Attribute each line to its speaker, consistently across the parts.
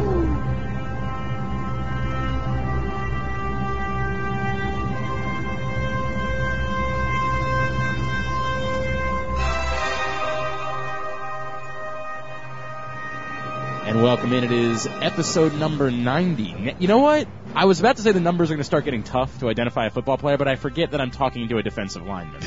Speaker 1: Woo!
Speaker 2: And welcome in. It is episode number 90. N- You know what? I was about to say the numbers are going to start getting tough to identify a football player, but I forget that I'm talking to a defensive lineman.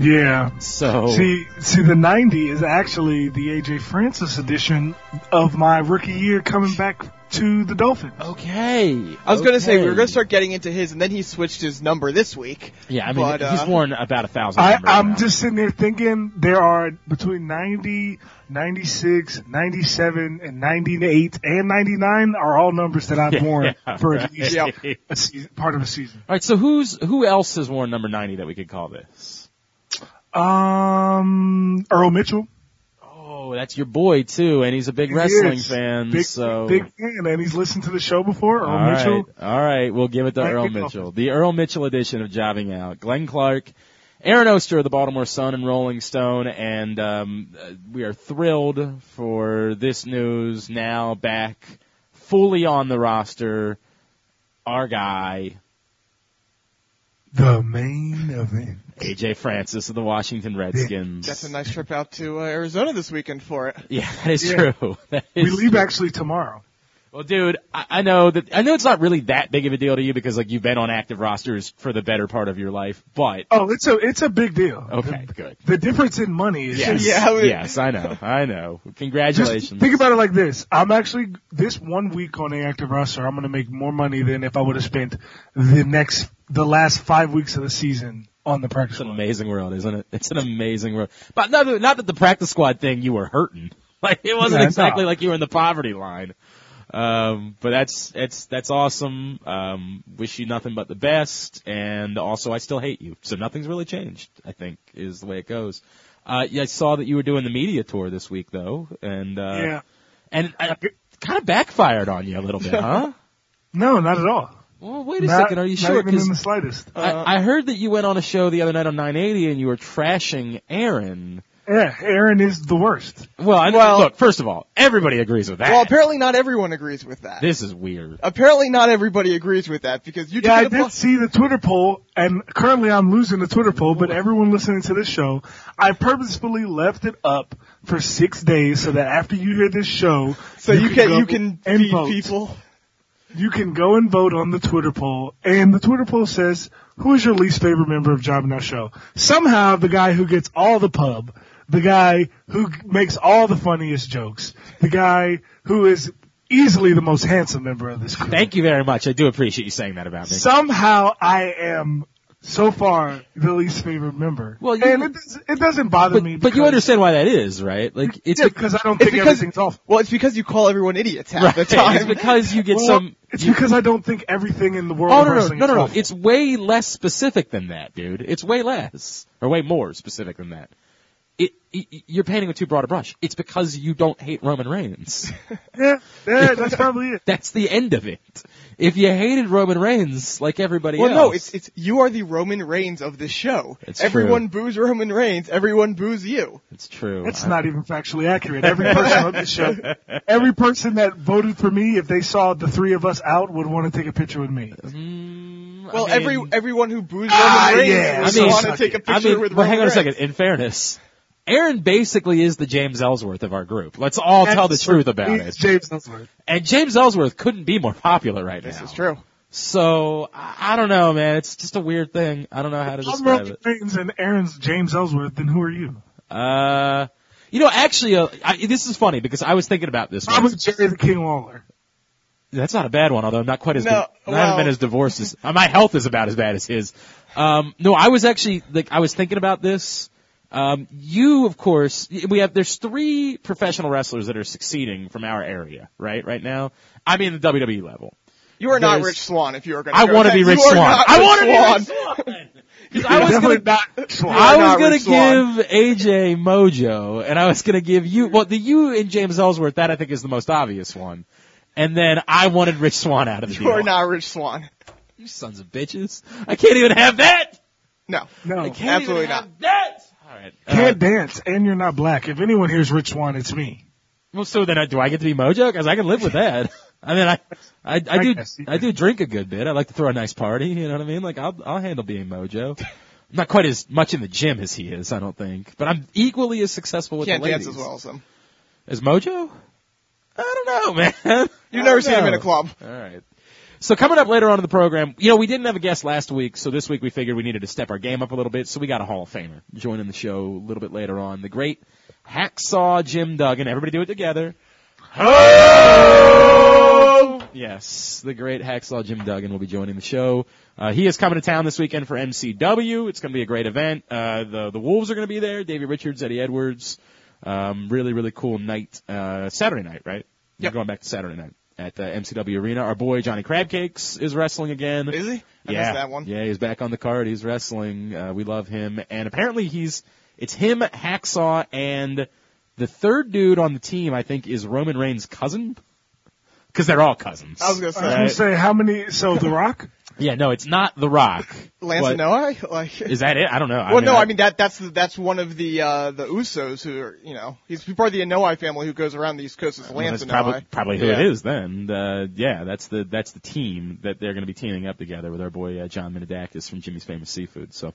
Speaker 3: Yeah.
Speaker 2: So,
Speaker 3: See, see, the 90 is actually the AJ Francis edition of my rookie year coming back to the Dolphins.
Speaker 2: okay.
Speaker 1: I was gonna say we
Speaker 2: Okay.
Speaker 1: were gonna start getting into his, and then he switched his number this week.
Speaker 2: Yeah, I mean,
Speaker 1: but, uh,
Speaker 2: he's worn about a thousand.
Speaker 3: I,
Speaker 2: numbers now.
Speaker 3: I'm just sitting there thinking there are between 90, 96, 97, and 98 and 99 are all numbers that I've
Speaker 2: Yeah,
Speaker 3: worn
Speaker 2: yeah,
Speaker 3: for
Speaker 2: right.
Speaker 3: at least
Speaker 1: Yeah.
Speaker 3: a season, part of a season.
Speaker 2: All right, so who's who else has worn number 90 that we could call this?
Speaker 3: Um, Earl Mitchell.
Speaker 2: Oh, that's your boy too, and he's a big wrestling
Speaker 3: Yes.
Speaker 2: fan.
Speaker 3: Big,
Speaker 2: so
Speaker 3: big fan, and he's listened to the show before. Earl
Speaker 2: All right,
Speaker 3: Mitchell.
Speaker 2: all right, we'll give it to
Speaker 3: Thank
Speaker 2: Earl
Speaker 3: you, Dolphins.
Speaker 2: Mitchell, the Earl Mitchell edition of Jobbing Out. Glenn Clark, Aaron Oster of the Baltimore Sun and Rolling Stone, and um, uh, we are thrilled for this news. Now back fully on the roster, our guy
Speaker 3: The main event.
Speaker 2: AJ Francis of the Washington Redskins.
Speaker 1: That's a nice trip out to uh, Arizona this weekend for it.
Speaker 2: Yeah, that is
Speaker 3: Yeah.
Speaker 2: true. That
Speaker 3: We
Speaker 2: is
Speaker 3: leave actually tomorrow.
Speaker 2: Well, dude, I, I know that I know it's not really that big of a deal to you because like you've been on active rosters for the better part of your life, but
Speaker 3: Oh, it's a it's a big deal.
Speaker 2: okay, good.
Speaker 3: The, the difference in money is
Speaker 2: Yes,
Speaker 3: just,
Speaker 1: Yeah, we-
Speaker 2: yes, I know, I know.
Speaker 3: just
Speaker 2: Congratulations.
Speaker 3: think about it like this. I'm actually this one week on the active roster, I'm gonna make more money than if I would have spent the next the last five weeks of the season on the practice
Speaker 2: it's an
Speaker 3: squad.
Speaker 2: amazing world, isn't it? It's an amazing world. But not that- not that the practice squad thing you were hurting. Like it wasn't
Speaker 3: Yeah,
Speaker 2: exactly
Speaker 3: no.
Speaker 2: like you were in the poverty line. Um, but that's that's that's awesome. Um, wish you nothing but the best. And also, I still hate you. So nothing's really changed. I think is the way it goes. Uh, yeah, I saw that you were doing the media tour this week though, and uh,
Speaker 3: Yeah.
Speaker 2: and I, kind of backfired on you a little bit, huh?
Speaker 3: No, not at all.
Speaker 2: Well, wait a
Speaker 3: Not-
Speaker 2: second. Are you
Speaker 3: not
Speaker 2: sure?
Speaker 3: Even
Speaker 2: 'Cause-
Speaker 3: in the slightest.
Speaker 2: I, I heard that you went on a show the other night on 980 and you were trashing Aaron.
Speaker 3: Yeah, Aaron is the worst.
Speaker 2: Well, I,
Speaker 1: Well-
Speaker 2: look, first of all, everybody agrees with that.
Speaker 1: Well, apparently not everyone agrees with that.
Speaker 2: this is weird.
Speaker 1: Apparently not everybody agrees with that because you
Speaker 3: Yeah, I
Speaker 1: took the
Speaker 3: did see the Twitter poll, and currently I'm losing the Twitter poll, but everyone listening to this show, I purposefully left it up for six days so that after you hear this show,
Speaker 1: so you can
Speaker 3: go
Speaker 1: you can
Speaker 3: and
Speaker 1: feed
Speaker 3: vote.
Speaker 1: people.
Speaker 3: You can go and vote on the Twitter poll, and the Twitter poll says, who is your least favorite member of Job Now Show? Somehow the guy who gets all the pub, the guy who makes all the funniest jokes, the guy who is easily the most handsome member of this crew.
Speaker 2: Thank you very much. I do appreciate you saying that about me.
Speaker 3: somehow I am so far the least favorite member.
Speaker 2: Well, you-
Speaker 3: and it, does, it doesn't bother
Speaker 2: but,
Speaker 3: me.
Speaker 2: but you
Speaker 3: because-
Speaker 2: understand why that is, right? Like, it's
Speaker 3: Yeah,
Speaker 2: be-
Speaker 3: because I don't
Speaker 1: It's
Speaker 3: think
Speaker 1: because
Speaker 3: everything's awful.
Speaker 1: well, it's because you call everyone idiots half
Speaker 2: right,
Speaker 1: the time.
Speaker 2: it's because you get
Speaker 3: Well,
Speaker 2: some.
Speaker 3: it's because I don't think everything in the world.
Speaker 2: Oh
Speaker 3: of
Speaker 2: no no
Speaker 3: wrestling
Speaker 2: no no
Speaker 3: is
Speaker 2: no!
Speaker 3: awful.
Speaker 2: It's way less specific than that, dude. It's way less or way more specific than that. It, it you're painting with too broad a brush. It's because you don't hate Roman Reigns.
Speaker 3: yeah, yeah, that's probably it.
Speaker 2: That's the end of it. If you hated Roman Reigns like everybody
Speaker 1: well,
Speaker 2: else,
Speaker 1: no, it's it's you are the Roman Reigns of this show.
Speaker 2: It's
Speaker 1: everyone boos Roman Reigns. Everyone boos you.
Speaker 2: it's true.
Speaker 3: That's
Speaker 2: I-
Speaker 3: not even factually accurate. Every person on this show, every person that voted for me, if they saw the three of us out, would want to take a picture with me.
Speaker 2: Mm, I
Speaker 1: Well,
Speaker 2: mean-
Speaker 1: every everyone who boos Roman
Speaker 3: Ah,
Speaker 1: Reigns
Speaker 3: yeah,
Speaker 1: would
Speaker 2: I mean-
Speaker 1: want to take a
Speaker 2: I
Speaker 1: picture
Speaker 2: mean,
Speaker 1: with
Speaker 2: well,
Speaker 1: Roman
Speaker 2: hang on a
Speaker 1: Reigns.
Speaker 2: second. In fairness, Aaron basically is the James Ellsworth of our group. Let's all tell the
Speaker 3: That's-
Speaker 2: truth about
Speaker 3: it's
Speaker 2: it.
Speaker 3: James Ellsworth.
Speaker 2: And James Ellsworth couldn't be more popular right
Speaker 1: This
Speaker 2: now.
Speaker 1: is true.
Speaker 2: So I, I don't know, man. It's just a weird thing. I don't know how to
Speaker 3: I'm
Speaker 2: describe
Speaker 3: Roman
Speaker 2: it.
Speaker 3: Reigns and Aaron's James Ellsworth. Then who are you?
Speaker 2: Uh, you know, actually, uh, I, this is funny because I was thinking about this.
Speaker 3: Probably
Speaker 2: Once.
Speaker 3: Jerry the King Waller.
Speaker 2: That's not a bad one, although I'm not quite as
Speaker 1: No,
Speaker 2: good. I haven't
Speaker 1: well-
Speaker 2: been as divorced as uh, my health is about as bad as his. Um, no, I was actually like I was thinking about this. Um, you, of course, y- we have there's three professional wrestlers that are succeeding from our area, right? Right now, I mean the WWE level.
Speaker 1: You are not
Speaker 2: There's-
Speaker 1: Rich Swan if you are going.
Speaker 2: I want to be Rich Swan. I
Speaker 1: want to
Speaker 2: want to be Rich Swan. 'Cause I was gonna
Speaker 3: Definitely not Schwartz.
Speaker 1: Why
Speaker 2: I was
Speaker 1: not
Speaker 2: gonna
Speaker 1: Rich Swan?
Speaker 2: give AJ Mojo, and I was gonna give you well the you and James Ellsworth. That I think is the most obvious one. And then I wanted Rich Swan out of the
Speaker 1: You
Speaker 2: deal.
Speaker 1: are not Rich Swan.
Speaker 2: You sons of bitches! I can't even have that.
Speaker 1: No.
Speaker 3: No.
Speaker 2: I can't
Speaker 1: Absolutely
Speaker 2: even
Speaker 1: not.
Speaker 2: have that. All right. Uh,
Speaker 3: Can't dance and you're not black. If anyone hears Rich Swan, it's me.
Speaker 2: Well, so then I, do I get to be Mojo? Because I can live with that. I mean, I, I, I do,
Speaker 3: guess, yeah.
Speaker 2: I do drink a good bit. I like to throw a nice party. You know what I mean? Like I'll, I'll handle being Mojo. I'm not quite as much in the gym as he is, I don't think, but I'm equally as successful with
Speaker 1: Can't
Speaker 2: the
Speaker 1: dance
Speaker 2: ladies
Speaker 1: as well as him.
Speaker 2: as Mojo. I don't know, man.
Speaker 1: You've
Speaker 2: I
Speaker 1: never
Speaker 2: don't
Speaker 1: seen him in
Speaker 2: know.
Speaker 1: a club.
Speaker 2: All right. So coming up later on in the program, you know, we didn't have a guest last week, so this week we figured we needed to step our game up a little bit, so we got a Hall of Famer joining the show a little bit later on. The great Hacksaw Jim Duggan. Everybody do it together. Yes, the great Hacksaw Jim Duggan will be joining the show. Uh, he is coming to town this weekend for MCW. It's going to be a great event. Uh, the the Wolves are going to be there. Davey Richards, Eddie Edwards. Um, really, really cool night. Uh, Saturday night, right? You're
Speaker 1: Yep.
Speaker 2: going back to Saturday night at uh, the MCW Arena. Our boy Johnny Crabcakes is wrestling again.
Speaker 1: Is he? I
Speaker 2: yeah,
Speaker 1: missed that one.
Speaker 2: yeah, he's back on the card. He's wrestling. Uh, we love him, and apparently he's it's him, Hacksaw, and the third dude on the team. I think is Roman Reigns' cousin. Because they're all cousins.
Speaker 1: I was gonna
Speaker 3: I
Speaker 1: say
Speaker 3: was gonna
Speaker 2: Right.
Speaker 3: say how many? So The Rock.
Speaker 2: Yeah, no, it's not The Rock.
Speaker 1: Lance
Speaker 2: What-
Speaker 1: and Noah. Like,
Speaker 2: Is that it? I don't know.
Speaker 1: well, no, I mean that that's the, that's one of the uh the Usos who are you know he's part of the Anoa'i family who goes around the East Coast as
Speaker 2: well,
Speaker 1: Lance
Speaker 2: that's
Speaker 1: and
Speaker 2: probably
Speaker 1: Noah.
Speaker 2: probably who
Speaker 1: Yeah.
Speaker 2: it is then. Uh, yeah, that's the that's the team that they're going to be teaming up together with our boy uh, John Minidakis from Jimmy's Famous Seafood. So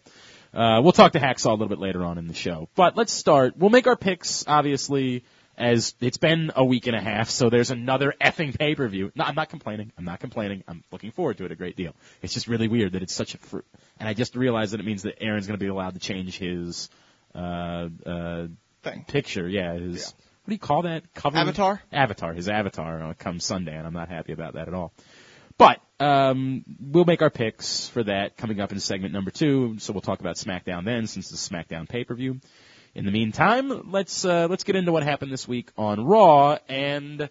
Speaker 2: uh, we'll talk to Hacksaw a little bit later on in the show. But let's start. We'll make our picks obviously as it's been a week and a half, so there's another effing pay per view. No, I'm not complaining. I'm not complaining. I'm looking forward to it a great deal. It's just really weird that it's such a fr- and I just realized that it means that Aaron's going to be allowed to change his uh, uh,
Speaker 1: Thing.
Speaker 2: picture. Yeah, his what do you call that cover?
Speaker 1: Avatar?
Speaker 2: Avatar. His avatar uh, comes Sunday, and I'm not happy about that at all. But um, we'll make our picks for that coming up in segment number two. So we'll talk about SmackDown then, since it's a SmackDown pay per view. In the meantime, let's uh, let's get into what happened this week on Raw. And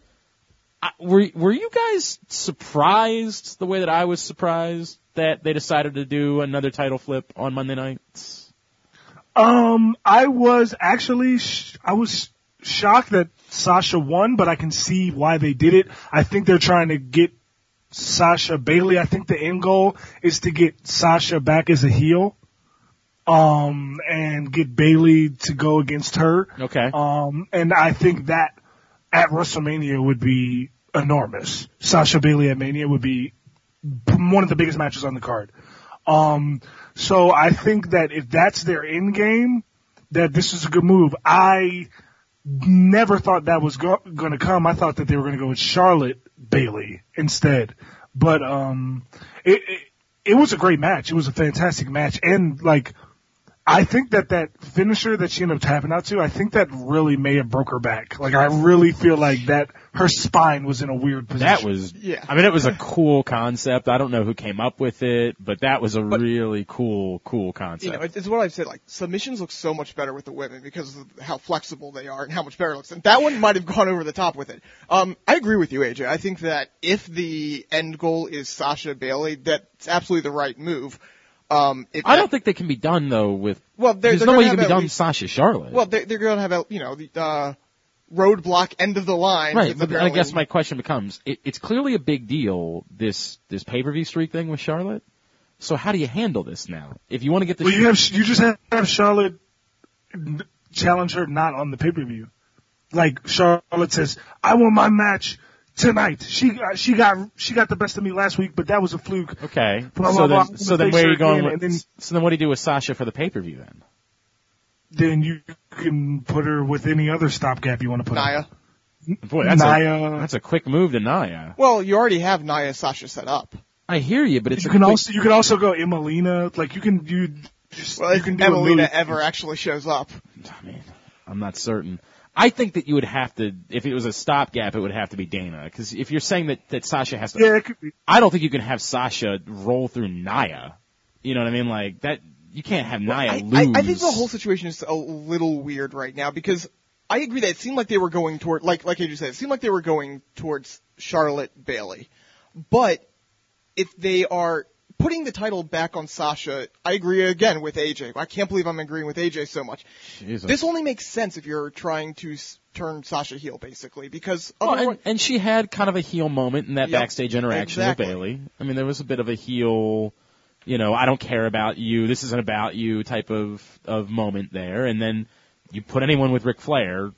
Speaker 2: I, were were you guys surprised the way that I was surprised that they decided to do another title flip on Monday nights?
Speaker 3: Um, I was actually sh- I was shocked that Sasha won, but I can see why they did it. I think they're trying to get Sasha Bailey. I think the end goal is to get Sasha back as a heel, um, and get Bailey to go against her.
Speaker 2: Okay.
Speaker 3: Um, and I think that at WrestleMania would be enormous. Sasha Bailey at Mania would be one of the biggest matches on the card. Um, so I think that if that's their end game, that this is a good move. I never thought that was go- going to come. I thought that they were going to go with Charlotte Bailey instead. But um, it, it it was a great match. It was a fantastic match, and like I think that that finisher that she ended up tapping out to, I think that really may have broke her back. Like I really feel like that her spine was in a weird position.
Speaker 2: That was,
Speaker 1: Yeah.
Speaker 2: I mean, it was a cool concept. I don't know who came up with it, but that was a really cool, cool concept.
Speaker 1: You know, it's, it's what I've said. Like submissions look so much better with the women because of how flexible they are and how much better it looks. And that one might have gone over the top with it. Um, I agree with you, AJ. I think that if the end goal is Sasha Bailey, that's absolutely the right move. Um, if
Speaker 2: I don't think they can be done though with.
Speaker 1: Well, they're-
Speaker 2: there's
Speaker 1: they're
Speaker 2: no
Speaker 1: gonna
Speaker 2: way you
Speaker 1: have
Speaker 2: can be
Speaker 1: at
Speaker 2: done with
Speaker 1: least-
Speaker 2: Sasha Charlotte.
Speaker 1: Well, they're, they're going to have a you know the uh, roadblock end of the line.
Speaker 2: right.
Speaker 1: is
Speaker 2: But I
Speaker 1: apparently-
Speaker 2: guess my question becomes: it, it's clearly a big deal this this pay per view streak thing with Charlotte. So how do you handle this now? If you want to get the
Speaker 3: Well, you have you just have, have Charlotte n- challenge her not on the pay per view. Like Charlotte says, I want my match tonight. She uh, she got she got the best of me last week, but that was a fluke.
Speaker 2: okay,
Speaker 3: Blah,
Speaker 2: so
Speaker 3: blah, blah.
Speaker 2: then so then where are you going? With,
Speaker 3: And then-
Speaker 2: so then what do you do with Sasha for the pay per view then?
Speaker 3: Then you can put her with any other stopgap you want to put.
Speaker 1: Naya.
Speaker 2: Boy, that's a
Speaker 3: Nia.
Speaker 2: that's a quick move to Naya.
Speaker 1: Well, you already have Naya Sasha set up.
Speaker 2: I hear you, but
Speaker 3: Her.
Speaker 2: it's
Speaker 3: You
Speaker 2: a
Speaker 3: can
Speaker 2: quick-
Speaker 3: also you can also go Emelina. Like you can you just
Speaker 1: Well,
Speaker 3: you
Speaker 1: if
Speaker 3: can do
Speaker 1: Emelina
Speaker 3: a million-
Speaker 1: ever actually shows up,
Speaker 2: I mean, I'm not certain. I think that you would have to, if it was a stopgap, it would have to be Dana. Because if you're saying that, that Sasha has to,
Speaker 3: Yeah, it could be.
Speaker 2: I don't think you can have Sasha roll through Naya. You know what I mean? Like that, you can't have Naya
Speaker 1: I, I,
Speaker 2: lose.
Speaker 1: I think the whole situation is a little weird right now because I agree that it seemed like they were going toward, like like AJ said, it seemed like they were going towards Charlotte Bailey, but if they are putting the title back on Sasha, I agree again with AJ. I can't believe I'm agreeing with AJ so much.
Speaker 2: Jesus.
Speaker 1: This only makes sense if you're trying to s- turn Sasha heel, basically, because
Speaker 2: Oh,
Speaker 1: otherwise-
Speaker 2: and, and she had kind of a heel moment in that
Speaker 1: Yep,
Speaker 2: backstage interaction
Speaker 1: exactly.
Speaker 2: with Bailey. I mean, there was a bit of a heel, you know, I don't care about you, this isn't about you type of of moment there. And then you put anyone with Ric Flair,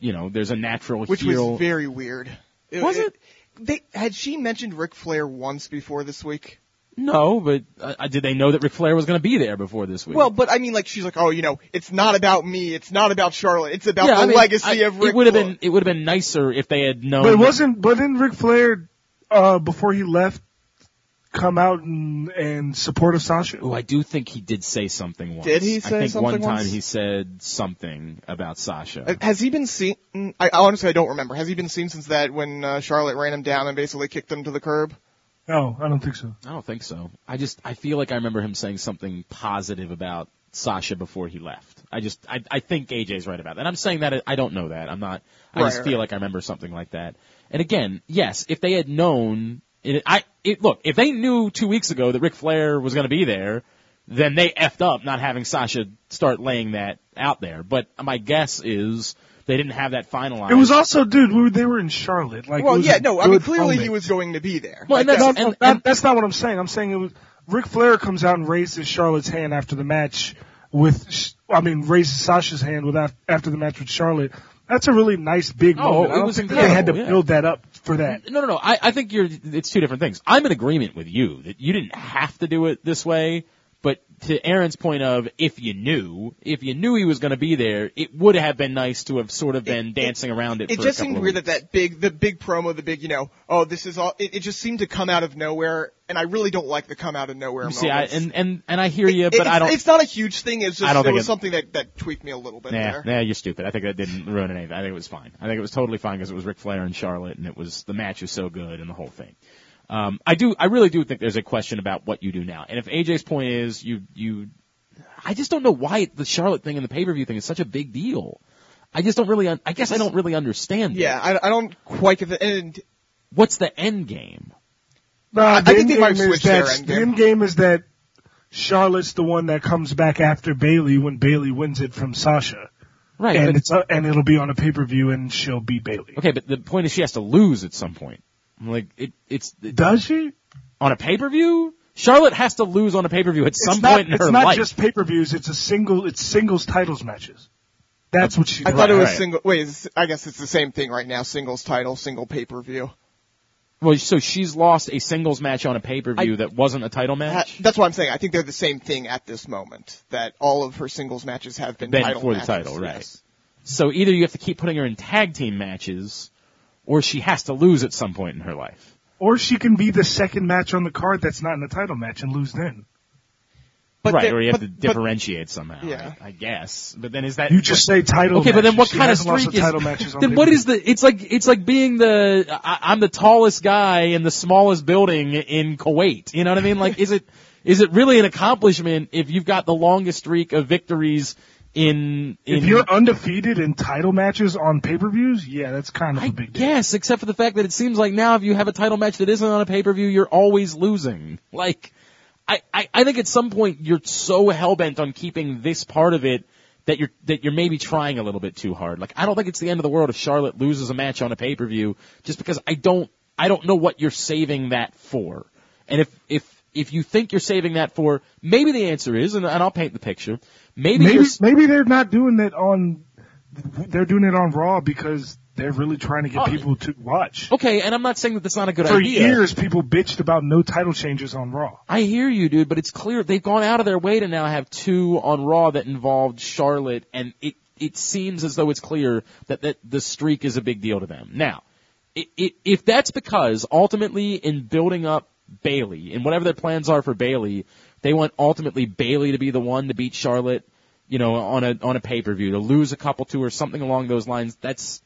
Speaker 2: you know, there's a natural
Speaker 1: which
Speaker 2: heel.
Speaker 1: was very weird.
Speaker 2: Was it?
Speaker 1: They had she mentioned Ric Flair once before this week.
Speaker 2: no, but uh, uh, did they know that Ric Flair was going to be there before this week?
Speaker 1: Well, but I mean, like she's like, oh, you know, it's not about me. It's not about Charlotte. It's about
Speaker 2: yeah,
Speaker 1: the
Speaker 2: I mean,
Speaker 1: legacy
Speaker 2: I-
Speaker 1: of Ric.
Speaker 2: It would have
Speaker 1: Flair."
Speaker 2: been it would have been nicer if they had known.
Speaker 3: But it
Speaker 2: that-
Speaker 3: wasn't. But then Ric Flair, uh, before he left, come out and, and support of Sasha. Oh,
Speaker 2: Ooh, I do think he did say something once.
Speaker 1: Did he
Speaker 2: I
Speaker 1: say
Speaker 2: think
Speaker 1: something
Speaker 2: one time
Speaker 1: once?
Speaker 2: he said something about Sasha.
Speaker 1: Uh, Has he been seen? mm, I honestly I don't remember. Has he been seen since that when uh, Charlotte ran him down and basically kicked him to the curb?
Speaker 3: No, I don't think so.
Speaker 2: I don't think so. I just I feel like I remember him saying something positive about Sasha before he left. I just I I think AJ's right about that. I'm saying that I don't know that. I'm not. I
Speaker 1: Right,
Speaker 2: just
Speaker 1: right,
Speaker 2: feel
Speaker 1: right.
Speaker 2: like I remember something like that. And again, yes, if they had known, it, I it, look if they knew two weeks ago that Ric Flair was going to be there, then they effed up not having Sasha start laying that out there. But my guess is they didn't have that finalized.
Speaker 3: It was also, dude. We, were- they were in Charlotte. Like, it
Speaker 1: Well,
Speaker 3: was
Speaker 1: yeah,
Speaker 3: a
Speaker 1: no. I mean,
Speaker 3: good
Speaker 1: clearly he
Speaker 3: moment.
Speaker 1: was going to be there.
Speaker 2: Well,
Speaker 1: Like,
Speaker 2: and that's-
Speaker 1: that's-
Speaker 3: No, no,
Speaker 2: and-
Speaker 3: that-
Speaker 2: and-
Speaker 3: that's not what I'm saying. I'm saying it was Ric Flair comes out and raises Charlotte's hand after the match with, Sh- I mean, raises Sasha's hand with af- after the match with Charlotte. That's a really nice big
Speaker 2: Oh,
Speaker 3: moment. I
Speaker 2: it
Speaker 3: don't
Speaker 2: was
Speaker 3: think they had to
Speaker 2: incredible, yeah.
Speaker 3: build that up for that.
Speaker 2: No, no, no. I, I think you're. It's two different things. I'm in agreement with you that you didn't have to do it this way. But to Aaron's point of if you knew, if you knew he was going to be there, it would have been nice to have sort of been dancing around it.
Speaker 1: it
Speaker 2: for
Speaker 1: just
Speaker 2: a couple
Speaker 1: seemed
Speaker 2: of
Speaker 1: weird
Speaker 2: weeks.
Speaker 1: that that big, the big promo, the big, you know, oh, this is all. It, it just seemed to come out of nowhere, and I really don't like the come out of nowhere.
Speaker 2: You see, I,
Speaker 1: moments.
Speaker 2: and and and I hear
Speaker 1: It-
Speaker 2: you,
Speaker 1: it-
Speaker 2: but I
Speaker 1: it's-
Speaker 2: don't.
Speaker 1: It's not a huge thing. It's just
Speaker 2: I don't
Speaker 1: it
Speaker 2: think
Speaker 1: was
Speaker 2: it-
Speaker 1: something that that tweaked me a little bit
Speaker 2: Nah,
Speaker 1: there.
Speaker 2: nah, you're stupid. I think that didn't ruin anything. I think it was fine. I think it was totally fine because it was Ric Flair and Charlotte, and it was the match was so good and the whole thing. Um, I do, I really do think there's a question about what you do now. And if AJ's point is you, you, I just don't know why the Charlotte thing and the pay per view thing is such a big deal. I just don't really, un- I guess I don't really understand. it.
Speaker 1: Yeah, I, I don't quite get the and
Speaker 2: What's the end game?
Speaker 3: No,
Speaker 1: I
Speaker 3: the
Speaker 1: think
Speaker 3: end
Speaker 1: they
Speaker 3: game
Speaker 1: might
Speaker 3: is
Speaker 1: switch
Speaker 3: that,
Speaker 1: their end
Speaker 3: The
Speaker 1: game.
Speaker 3: end game is that Charlotte's the one that comes back after Bailey when Bailey wins it from Sasha,
Speaker 2: Right.
Speaker 3: and
Speaker 2: but-
Speaker 3: it's uh, and it'll be on a pay per view, and she'll beat Bailey.
Speaker 2: okay, but the point is she has to lose at some point. Like it, it's it-
Speaker 3: Does she?
Speaker 2: on a pay per view. Charlotte has to lose on a pay per view at some
Speaker 3: it's not,
Speaker 2: point in
Speaker 3: it's
Speaker 2: her
Speaker 3: not
Speaker 2: life.
Speaker 3: just pay per views. It's a single. It's singles titles matches. That's what she.
Speaker 1: I thought it was
Speaker 2: right.
Speaker 1: single. Wait, is- I guess it's the same thing right now. Singles title, single pay per view.
Speaker 2: Well, so she's lost a singles match on a pay per view that wasn't a title match.
Speaker 1: That's what I'm saying. I think they're the same thing at this moment. That all of her singles matches have been
Speaker 2: Been
Speaker 1: title
Speaker 2: for the
Speaker 1: matches,
Speaker 2: title, right.
Speaker 1: yes.
Speaker 2: so either you have to keep putting her in tag team matches, or she has to lose at some point in her life.
Speaker 3: Or she can be the second match on the card that's not in the title match and lose then.
Speaker 1: But
Speaker 2: right,
Speaker 1: they-
Speaker 2: or you have
Speaker 1: but-
Speaker 2: to
Speaker 1: but-
Speaker 2: differentiate somehow.
Speaker 1: Yeah.
Speaker 2: I, I guess. But then is that
Speaker 3: You just say title.
Speaker 2: okay? But then
Speaker 3: matches.
Speaker 2: what
Speaker 3: She
Speaker 2: kind of
Speaker 3: hasn't lost
Speaker 2: streak
Speaker 3: a
Speaker 2: is?
Speaker 3: title matches on
Speaker 2: then
Speaker 3: pay
Speaker 2: what
Speaker 3: per
Speaker 2: is the? It's like it's like being the I, I'm the tallest guy in the smallest building in Kuwait. You know what I mean? Like, is it is it really an accomplishment if you've got the longest streak of victories in? in
Speaker 3: If you're undefeated in title matches on pay per views, yeah, that's kind of a big deal.
Speaker 2: Yes, except for the fact that it seems like now if you have a title match that isn't on a pay-per-view, you're always losing. Like, I, I, I think at some point you're so hell-bent on keeping this part of it that you're, that you're maybe trying a little bit too hard. Like, I don't think it's the end of the world if Charlotte loses a match on a pay-per-view just because I don't, I don't know what you're saving that for. And if, if, if you think you're saving that for, maybe the answer is, and, and I'll paint the picture, maybe,
Speaker 3: Maybe
Speaker 2: you're,
Speaker 3: maybe they're not doing that on. They're doing it on Raw because they're really trying to get
Speaker 2: Oh,
Speaker 3: people to watch.
Speaker 2: okay, and I'm not saying that that's not a good
Speaker 3: For
Speaker 2: idea.
Speaker 3: years, people bitched about no title changes on Raw.
Speaker 2: I hear you, dude, but it's clear they've gone out of their way to now have two on Raw that involved Charlotte, and it it seems as though it's clear that that the streak is a big deal to them. Now, i i if that's because ultimately in building up Bailey and whatever their plans are for Bailey, they want ultimately Bailey to be the one to beat Charlotte, you know, on a on a pay per view to lose a couple to or something along those lines. That's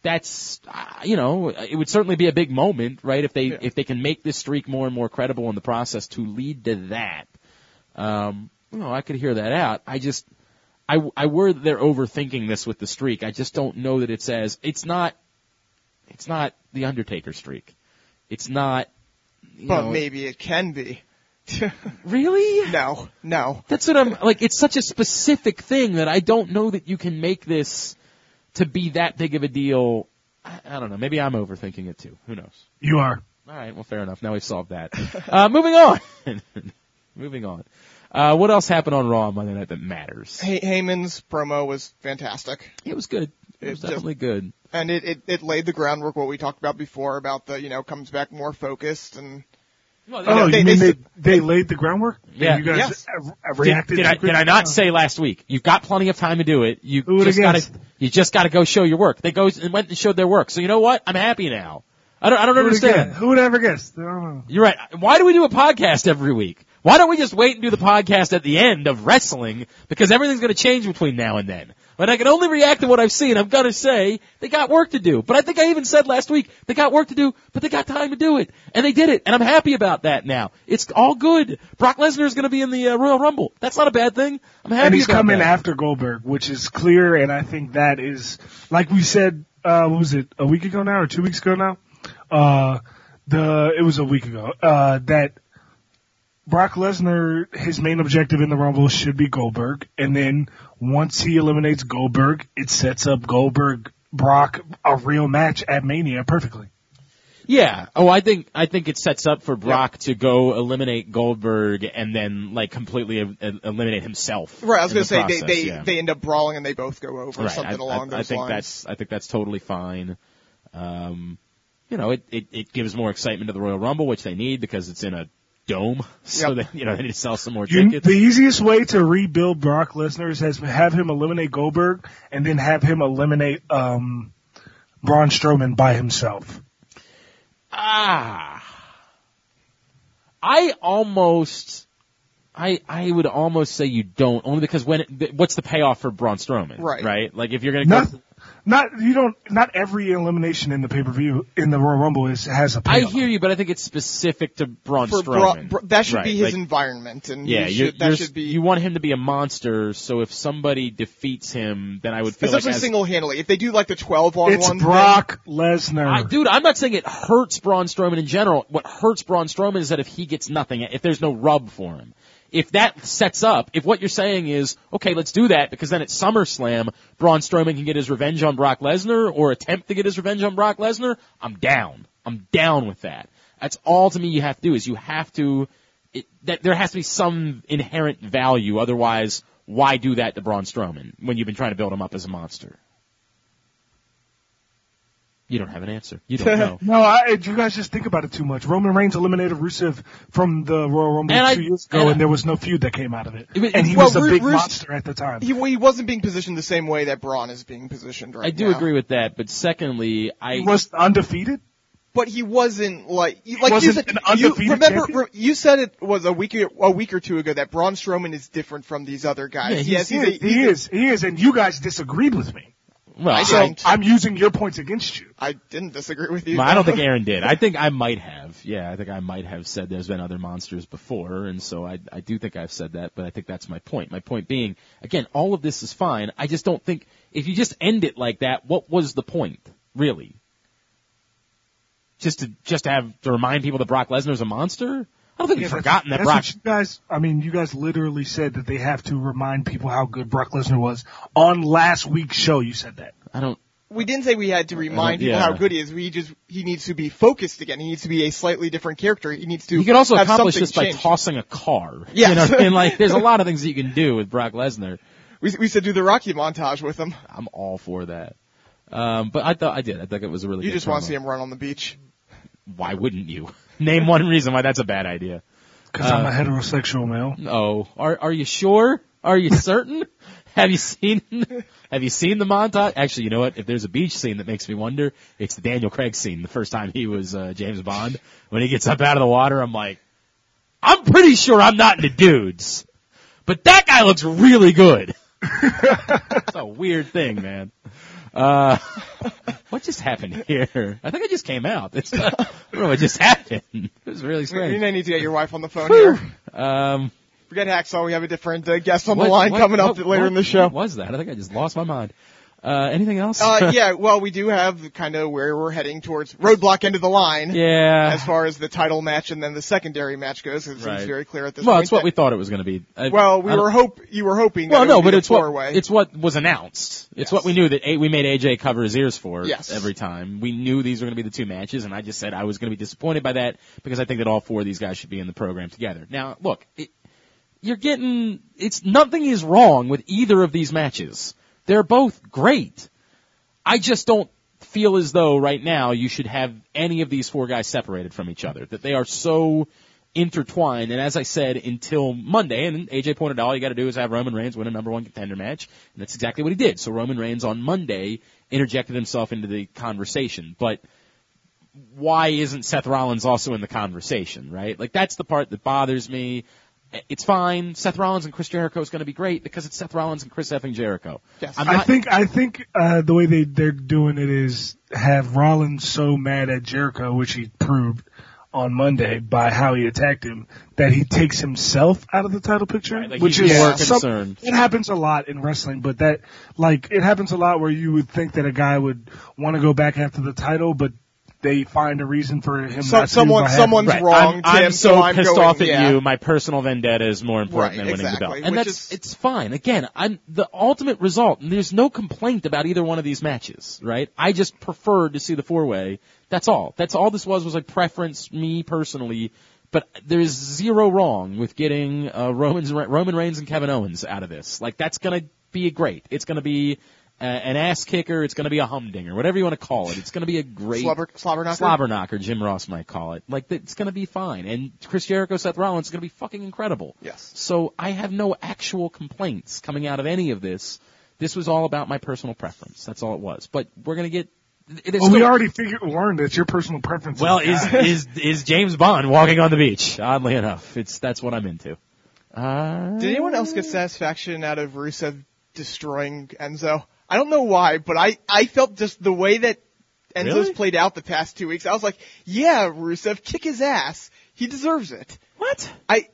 Speaker 2: that's uh, you know it would certainly be a big moment right if they if they can make this streak more and more credible in the process to lead to that um you know i could hear that out i just i i worry that they're overthinking this with the streak i just don't know that it's as it's not it's not the undertaker streak it's not you
Speaker 1: But
Speaker 2: know,
Speaker 1: maybe it can be.
Speaker 2: really
Speaker 1: no, no.
Speaker 2: that's what I'm like. It's such a specific thing that I don't know that you can make this to be that big of a deal. I, I don't know. Maybe I'm overthinking it too. Who knows?
Speaker 3: You are.
Speaker 2: All right. Well, fair enough. Now we've solved that. Uh, moving on. moving on. Uh, what else happened on Raw on Monday night that matters?
Speaker 1: Hey, Heyman's promo was fantastic.
Speaker 2: It was good. It was
Speaker 1: It just-
Speaker 2: definitely good.
Speaker 1: and it, it, it laid the groundwork what we talked about before about the you know comes back more focused and
Speaker 3: Oh,
Speaker 1: they-
Speaker 3: you
Speaker 1: they
Speaker 3: mean they,
Speaker 1: s-
Speaker 3: they laid the groundwork?
Speaker 2: Yeah.
Speaker 3: You guys
Speaker 1: Yes.
Speaker 3: uh, uh,
Speaker 2: Did,
Speaker 3: reacted
Speaker 2: did
Speaker 3: to
Speaker 2: I, did I not say last week? You've got plenty of time to do it. You
Speaker 3: Who would've
Speaker 2: just gotta,
Speaker 3: guessed?
Speaker 2: you just gotta go show your work. They goes and went and showed their work. So you know what? I'm happy now. I don't, I don't
Speaker 3: Who would've
Speaker 2: understand.
Speaker 3: guessed? Who would ever guess? I don't know.
Speaker 2: You're right. Why do we do a podcast every week? Why don't we just wait and do the podcast at the end of wrestling? Because everything's going to change between now and then. But I can only react to what I've seen. I'm going to say they got work to do. But I think I even said last week they got work to do, but they got time to do it, and they did it, and I'm happy about that now. It's all good. Brock Lesnar is going to be in the uh, Royal Rumble. That's not a bad thing. I'm happy.
Speaker 3: and he's
Speaker 2: about
Speaker 3: coming
Speaker 2: that.
Speaker 3: after Goldberg, which is clear. And I think that is, like we said, uh, what was it a week ago now or two weeks ago now? Uh, the it was a week ago uh, that Brock Lesnar his main objective in the Rumble should be Goldberg, and then once he eliminates Goldberg, it sets up Goldberg Brock a real match at Mania perfectly.
Speaker 2: Yeah. Oh, I think I think it sets up for Brock to go eliminate Goldberg and then like completely e- e- eliminate himself.
Speaker 1: right I was
Speaker 2: in
Speaker 1: gonna
Speaker 2: the
Speaker 1: say
Speaker 2: process,
Speaker 1: they they,
Speaker 2: yeah.
Speaker 1: they end up brawling and they both go over or
Speaker 2: Right.
Speaker 1: something
Speaker 2: I,
Speaker 1: along
Speaker 2: I,
Speaker 1: those
Speaker 2: I think
Speaker 1: lines
Speaker 2: that's I think that's totally fine. Um, you know, it, it it gives more excitement to the Royal Rumble, which they need because it's in a dome, so
Speaker 1: Yep.
Speaker 2: they you know they need to sell some more
Speaker 3: You,
Speaker 2: tickets.
Speaker 3: the easiest way to rebuild Brock Lesnar is has, have him eliminate Goldberg and then have him eliminate um, Braun Strowman by himself.
Speaker 2: Ah. I almost, I, I would almost say you don't, only because when, it, th- what's the payoff for Braun Strowman?
Speaker 1: Right.
Speaker 2: Right? Like if you're gonna
Speaker 3: Not,
Speaker 2: go,
Speaker 3: not you don't. Not every elimination in the pay per view in the Royal Rumble is has a
Speaker 2: I
Speaker 3: payoff.
Speaker 2: hear you, but I think it's specific to Braun
Speaker 1: for Bra-
Speaker 2: Strowman.
Speaker 1: Bra- that should
Speaker 2: Right,
Speaker 1: be his
Speaker 2: like-
Speaker 1: environment and he
Speaker 2: yeah, you're,
Speaker 1: should,
Speaker 2: you're
Speaker 1: that
Speaker 2: s-
Speaker 1: should be
Speaker 2: you want him to be a monster, so if somebody defeats him, then I would feel like
Speaker 1: essentially
Speaker 2: as-
Speaker 1: single handedly if they do like the twelve on
Speaker 3: It's
Speaker 1: one
Speaker 3: Brock
Speaker 2: I,
Speaker 3: Lesnar.
Speaker 2: dude, I'm not saying it hurts Braun Strowman in general. What hurts Braun Strowman is that if he gets nothing, if there's no rub for him, if that sets up, if what you're saying is, okay, let's do that because then at SummerSlam, Braun Strowman can get his revenge on Brock Lesnar or attempt to get his revenge on Brock Lesnar, I'm down. I'm down with that. That's all to me you have to do is you have to, it, that there has to be some inherent value. Otherwise, why do that to Braun Strowman when you've been trying to build him up as a monster? You don't have an answer. You don't know.
Speaker 3: No, I, you guys just think about it too much. Roman Reigns eliminated Rusev from the Royal Rumble
Speaker 2: And I-
Speaker 3: two years
Speaker 2: and
Speaker 3: ago,
Speaker 2: I-
Speaker 3: and there was no feud that came out of it.
Speaker 2: It was-
Speaker 3: and he
Speaker 1: well,
Speaker 3: was a
Speaker 1: Ru-
Speaker 3: big
Speaker 1: Rus-
Speaker 3: monster at the time.
Speaker 1: He, he wasn't being positioned the same way that Braun is being positioned right
Speaker 2: I do
Speaker 1: now.
Speaker 2: agree with that, but secondly, I
Speaker 3: he was undefeated.
Speaker 1: but he wasn't like you- like
Speaker 3: wasn't
Speaker 1: you said.
Speaker 3: an undefeated
Speaker 1: you, remember,
Speaker 3: champion?
Speaker 1: re- you said it was a week a week or two ago that Braun Strowman is different from these other
Speaker 2: Yeah,
Speaker 1: guys.
Speaker 2: he's-
Speaker 1: yes,
Speaker 3: He
Speaker 1: he's a,
Speaker 3: is, he is, he is, and you guys disagreed with me.
Speaker 2: well, I,
Speaker 1: I
Speaker 3: So
Speaker 1: don't.
Speaker 3: I'm using your points against you.
Speaker 1: I didn't disagree with you.
Speaker 2: well, I don't think Aaron did. I think I might have. Yeah, I think I might have said there's been other monsters before, and so I I do think I've said that, but I think that's my point. My point being, again, all of this is fine. I just don't think if you just end it like that, what was the point, really? Just to just to have to remind people that Brock Lesnar's a monster? I don't think we've
Speaker 3: Yeah, that's-
Speaker 2: forgotten that
Speaker 3: that's
Speaker 2: Brock
Speaker 3: what you guys, I mean, you guys literally said that they have to remind people how good Brock Lesnar was on last week's show. You said that.
Speaker 2: I don't
Speaker 1: we didn't say we had to remind
Speaker 2: yeah.
Speaker 1: people how good he is. We just he needs to be focused again. He needs to be a slightly different character. He needs to.
Speaker 2: You can also
Speaker 1: have
Speaker 2: accomplish
Speaker 1: something
Speaker 2: this by
Speaker 1: change.
Speaker 2: tossing a car.
Speaker 1: Yes.
Speaker 2: You know, what I mean? like there's a lot of things that you can do with Brock Lesnar.
Speaker 1: We, we said do the Rocky montage with him.
Speaker 2: I'm all for that. Um, but I thought I did. I think it was a really.
Speaker 1: You
Speaker 2: good
Speaker 1: just want to
Speaker 2: promo.
Speaker 1: see him run on the beach.
Speaker 2: Why wouldn't you? Name one reason why that's a bad idea.
Speaker 3: Cause
Speaker 2: Uh,
Speaker 3: I'm a heterosexual male.
Speaker 2: Oh, are are you sure? Are you certain? have you seen? Have you seen the montage? Actually, you know what? If there's a beach scene that makes me wonder, it's the Daniel Craig scene. The first time he was uh, James Bond, when he gets up out of the water, I'm like, I'm pretty sure I'm not into dudes, but that guy looks really good. it's a weird thing, man. Uh, what just happened here? I think I just came out. It's not, I don't know what just happened. It was really
Speaker 1: You
Speaker 2: strange.
Speaker 1: may need to get your wife on the phone here.
Speaker 2: Um,
Speaker 1: Forget Hacksaw. We have a different uh, guest on
Speaker 2: what-
Speaker 1: the line
Speaker 2: what-
Speaker 1: coming up
Speaker 2: what-
Speaker 1: later
Speaker 2: what-
Speaker 1: in the show.
Speaker 2: What was that? I think I just lost my mind. Uh, anything else?
Speaker 1: Uh, yeah, well, we do have kind of where we're heading towards roadblock end of the line.
Speaker 2: Yeah.
Speaker 1: As far as the title match and then the secondary match goes, it seems
Speaker 2: Right.
Speaker 1: very clear at this
Speaker 2: well,
Speaker 1: point.
Speaker 2: it's what we
Speaker 1: that-
Speaker 2: thought it was going to be. I-
Speaker 1: Well, we
Speaker 2: I don't-
Speaker 1: were hope you were hoping.
Speaker 2: Well,
Speaker 1: that it
Speaker 2: no,
Speaker 1: would be
Speaker 2: but
Speaker 1: the
Speaker 2: it's what
Speaker 1: four-way.
Speaker 2: it's what was announced. It's what we knew that a, we made AJ cover his ears for
Speaker 1: Yes.
Speaker 2: every time. We knew these were going to be the two matches, and I just said I was going to be disappointed by that because I think that all four of these guys should be in the program together. Now, look, it, you're getting it's nothing is wrong with either of these matches. They're both great. I just don't feel as though right now you should have any of these four guys separated from each other. That they are so intertwined. And as I said, until Monday, and AJ pointed out, all you got to do is have Roman Reigns win a number one contender match, and that's exactly what he did. So Roman Reigns on Monday interjected himself into the conversation, but why isn't Seth Rollins also in the conversation, right? Like that's the part that bothers me. It's fine. Seth Rollins and Chris Jericho is going to be great because it's Seth Rollins and Chris effing Jericho.
Speaker 1: Yes.
Speaker 2: I'm
Speaker 3: I
Speaker 2: not-
Speaker 3: think I think uh, the way they they're doing it is have Rollins so mad at Jericho, which he proved on Monday by how he attacked him, that he takes himself out of the title picture,
Speaker 2: Right, like
Speaker 3: which
Speaker 2: he's
Speaker 3: is
Speaker 2: more
Speaker 3: some-
Speaker 2: concerned.
Speaker 3: it happens a lot in wrestling, but that like it happens a lot where you would think that a guy would want to go back after the title, but they find a reason for him.
Speaker 1: So-
Speaker 3: not to
Speaker 1: someone-
Speaker 3: by having-
Speaker 1: someone's
Speaker 2: Right.
Speaker 1: wrong,
Speaker 2: I'm, I'm
Speaker 1: Tim,
Speaker 2: so,
Speaker 1: so I'm
Speaker 2: pissed
Speaker 1: going-
Speaker 2: off at
Speaker 1: yeah.
Speaker 2: you. My personal vendetta is more important
Speaker 1: Right,
Speaker 2: than winning
Speaker 1: exactly,
Speaker 2: the belt, and
Speaker 1: which
Speaker 2: that's
Speaker 1: is-
Speaker 2: it's fine. Again, I'm the ultimate result, and there's no complaint about either one of these matches, right? I just preferred to see the four way. That's all. That's all this was was a preference, me personally. But there's zero wrong with getting uh, Roman's, Roman Reigns and Kevin Owens out of this. Like that's gonna be great. It's gonna be uh, an ass kicker. It's gonna be a humdinger, whatever you want to call it. It's gonna be a great
Speaker 1: Slobber, slobber knocker.
Speaker 2: slobberknocker, Jim Ross might call it. Like it's going to be fine, and Chris Jericho, Seth Rollins is going to be fucking incredible.
Speaker 1: Yes.
Speaker 2: So I have no actual complaints coming out of any of this. This was all about my personal preference. That's all it was. But we're going to get. It is
Speaker 3: Well,
Speaker 2: still,
Speaker 3: we already figured learned that's your personal preference.
Speaker 2: Well, is is is James Bond walking on the beach? Oddly enough, it's that's what I'm into. Uh,
Speaker 1: Did anyone else get satisfaction out of Rusev destroying Enzo? I don't know why, but I, I felt just the way that Enzo's
Speaker 2: Really?
Speaker 1: played out the past two weeks, I was like, yeah, Rusev, kick his ass. He deserves it.
Speaker 2: what?
Speaker 1: I,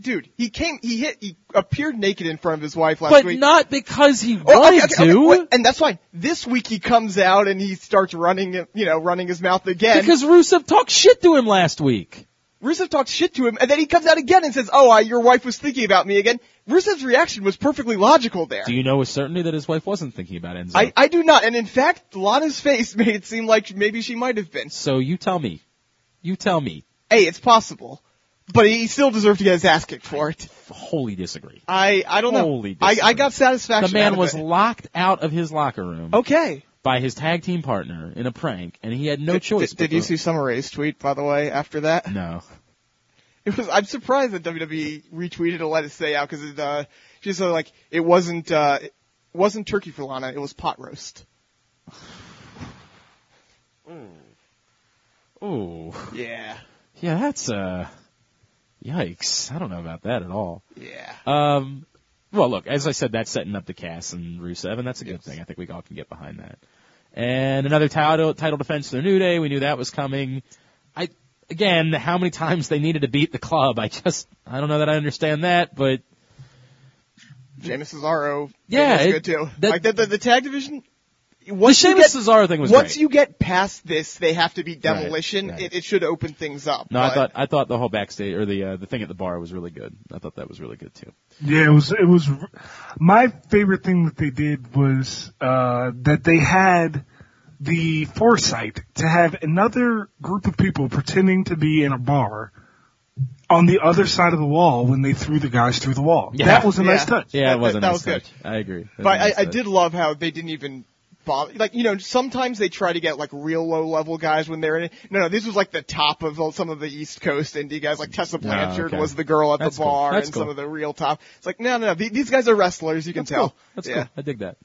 Speaker 1: dude, he came, he hit, he appeared naked in front of his wife last
Speaker 2: But
Speaker 1: week.
Speaker 2: not because he
Speaker 1: Oh, okay,
Speaker 2: wanted
Speaker 1: okay, okay,
Speaker 2: to.
Speaker 1: wait, and that's fine. This week he comes out and he starts running, you know, running his mouth again.
Speaker 2: Because Rusev talked shit to him last week.
Speaker 1: Rusev talks shit to him, and then he comes out again and says, "Oh, I, your wife was thinking about me again." Rusev's reaction was perfectly logical there.
Speaker 2: Do you know with certainty that his wife wasn't thinking about Enzo?
Speaker 1: I, I do not, and in fact, Lana's face made it seem like maybe she might have been.
Speaker 2: So you tell me. You tell me.
Speaker 1: Hey, it's possible, but he still deserved to get his ass kicked for it.
Speaker 2: Wholly disagree.
Speaker 1: I I don't
Speaker 2: Holy
Speaker 1: know. I I got
Speaker 2: dissonance.
Speaker 1: satisfaction.
Speaker 2: The man
Speaker 1: out
Speaker 2: was
Speaker 1: of it.
Speaker 2: locked out of his locker room
Speaker 1: okay.
Speaker 2: by his tag team partner in a prank, and he had no
Speaker 1: Did-
Speaker 2: choice.
Speaker 1: Did,
Speaker 2: but
Speaker 1: did you
Speaker 2: to-
Speaker 1: see Summer Rae's tweet by the way after that?
Speaker 2: No.
Speaker 1: It was. I'm surprised that WWE retweeted to let it stay out because uh, she's sort of like it wasn't uh, it wasn't turkey for Lana. It was pot roast.
Speaker 2: Ooh.
Speaker 1: Yeah.
Speaker 2: Yeah, that's uh. Yikes! I don't know about that at all.
Speaker 1: Yeah.
Speaker 2: Um, well, look, as I said, that's setting up the Cass and Rusev, and that's a good
Speaker 1: Yes.
Speaker 2: thing. I think we all can get behind that. And another title title defense for the New Day. We knew that was coming. I again, how many times they needed to beat the club? I just I don't know that I understand that, but
Speaker 1: James Cesaro.
Speaker 2: Yeah,
Speaker 1: was
Speaker 2: it-
Speaker 1: good too.
Speaker 2: that-
Speaker 1: like the, the the tag division.
Speaker 2: the
Speaker 1: Once you
Speaker 2: Sheamus
Speaker 1: get-
Speaker 2: Cesaro thing was
Speaker 1: once
Speaker 2: great.
Speaker 1: you get past this, they have to be demolition.
Speaker 2: right.
Speaker 1: It, it should open things up.
Speaker 2: no, I
Speaker 1: but-
Speaker 2: thought I thought the whole backstage or the uh, the thing at the bar was really good. I thought that was really good too.
Speaker 3: Yeah, it was, it was, my favorite thing that they did was, uh, that they had the foresight to have another group of people pretending to be in a bar on the other side of the wall when they threw the guys through the wall.
Speaker 2: Yeah.
Speaker 3: That was a nice
Speaker 1: Yeah.
Speaker 3: touch.
Speaker 2: Yeah,
Speaker 1: That-
Speaker 2: it was
Speaker 1: that-
Speaker 2: a
Speaker 1: that
Speaker 2: nice
Speaker 1: was good.
Speaker 2: touch. I agree. That was
Speaker 1: But
Speaker 2: a nice
Speaker 1: I, I
Speaker 2: touch.
Speaker 1: did love how they didn't even bother. Like you know, sometimes they try to get like real low level guys when they're in it. No, no, this was like the top of all- some of the East Coast indie guys. Like Tessa Blanchard
Speaker 2: okay.
Speaker 1: was the girl at
Speaker 2: That's
Speaker 1: the
Speaker 2: cool.
Speaker 1: bar,
Speaker 2: That's
Speaker 1: and
Speaker 2: cool.
Speaker 1: some of the real top. It's like no, no, no. the- These guys are wrestlers. You can
Speaker 2: That's
Speaker 1: tell.
Speaker 2: Cool. That's
Speaker 1: yeah.
Speaker 2: cool. I dig that.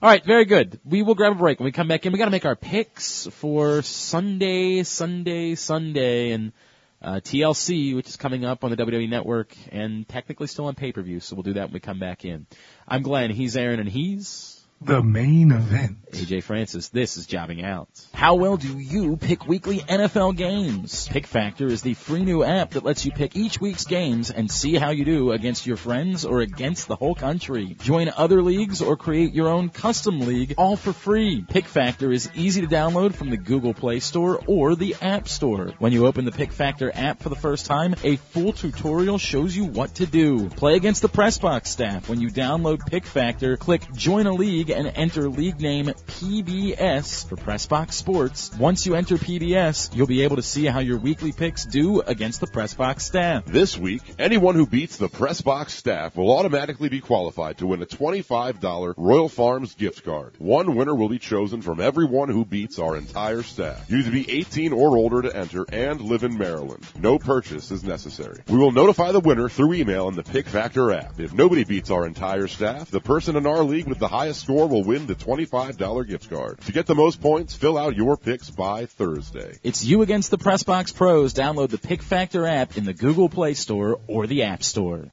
Speaker 2: All right, very good. We will grab a break. When we come back in, we got to make our picks for Sunday, Sunday, Sunday, and uh, TLC, which is coming up on the WWE Network and technically still on pay-per-view. So we'll do that when we come back in. I'm Glenn. He's Aaron, and he's
Speaker 3: The main event.
Speaker 2: AJ Francis, this is Jobbing Out. How well do you pick weekly NFL games? Pick Factor is the free new app that lets you pick each week's games and see how you do against your friends or against the whole country. Join other leagues or create your own custom league all for free. Pick Factor is easy to download from the Google Play Store or the App Store. When you open the Pick Factor app for the first time, a full tutorial shows you what to do. Play against the press box staff. When you download Pick Factor, click Join a League and enter league name PBS for Pressbox Sports. Once you enter PBS, you'll be able to see how your weekly picks do against the Pressbox staff.
Speaker 4: This week, anyone who beats the press box staff will automatically be qualified to win a $25 Royal Farms gift card. One winner will be chosen from everyone who beats our entire staff. You need to be 18 or older to enter and live in Maryland. No purchase is necessary. We will notify the winner through email in the Pick Factor app. If nobody beats our entire staff, the person in our league with the highest score will win the $25 gift card. To get the most points, fill out your picks by Thursday.
Speaker 2: It's you against the Pressbox Pros. Download the Pick Factor app in the Google Play Store or the App Store.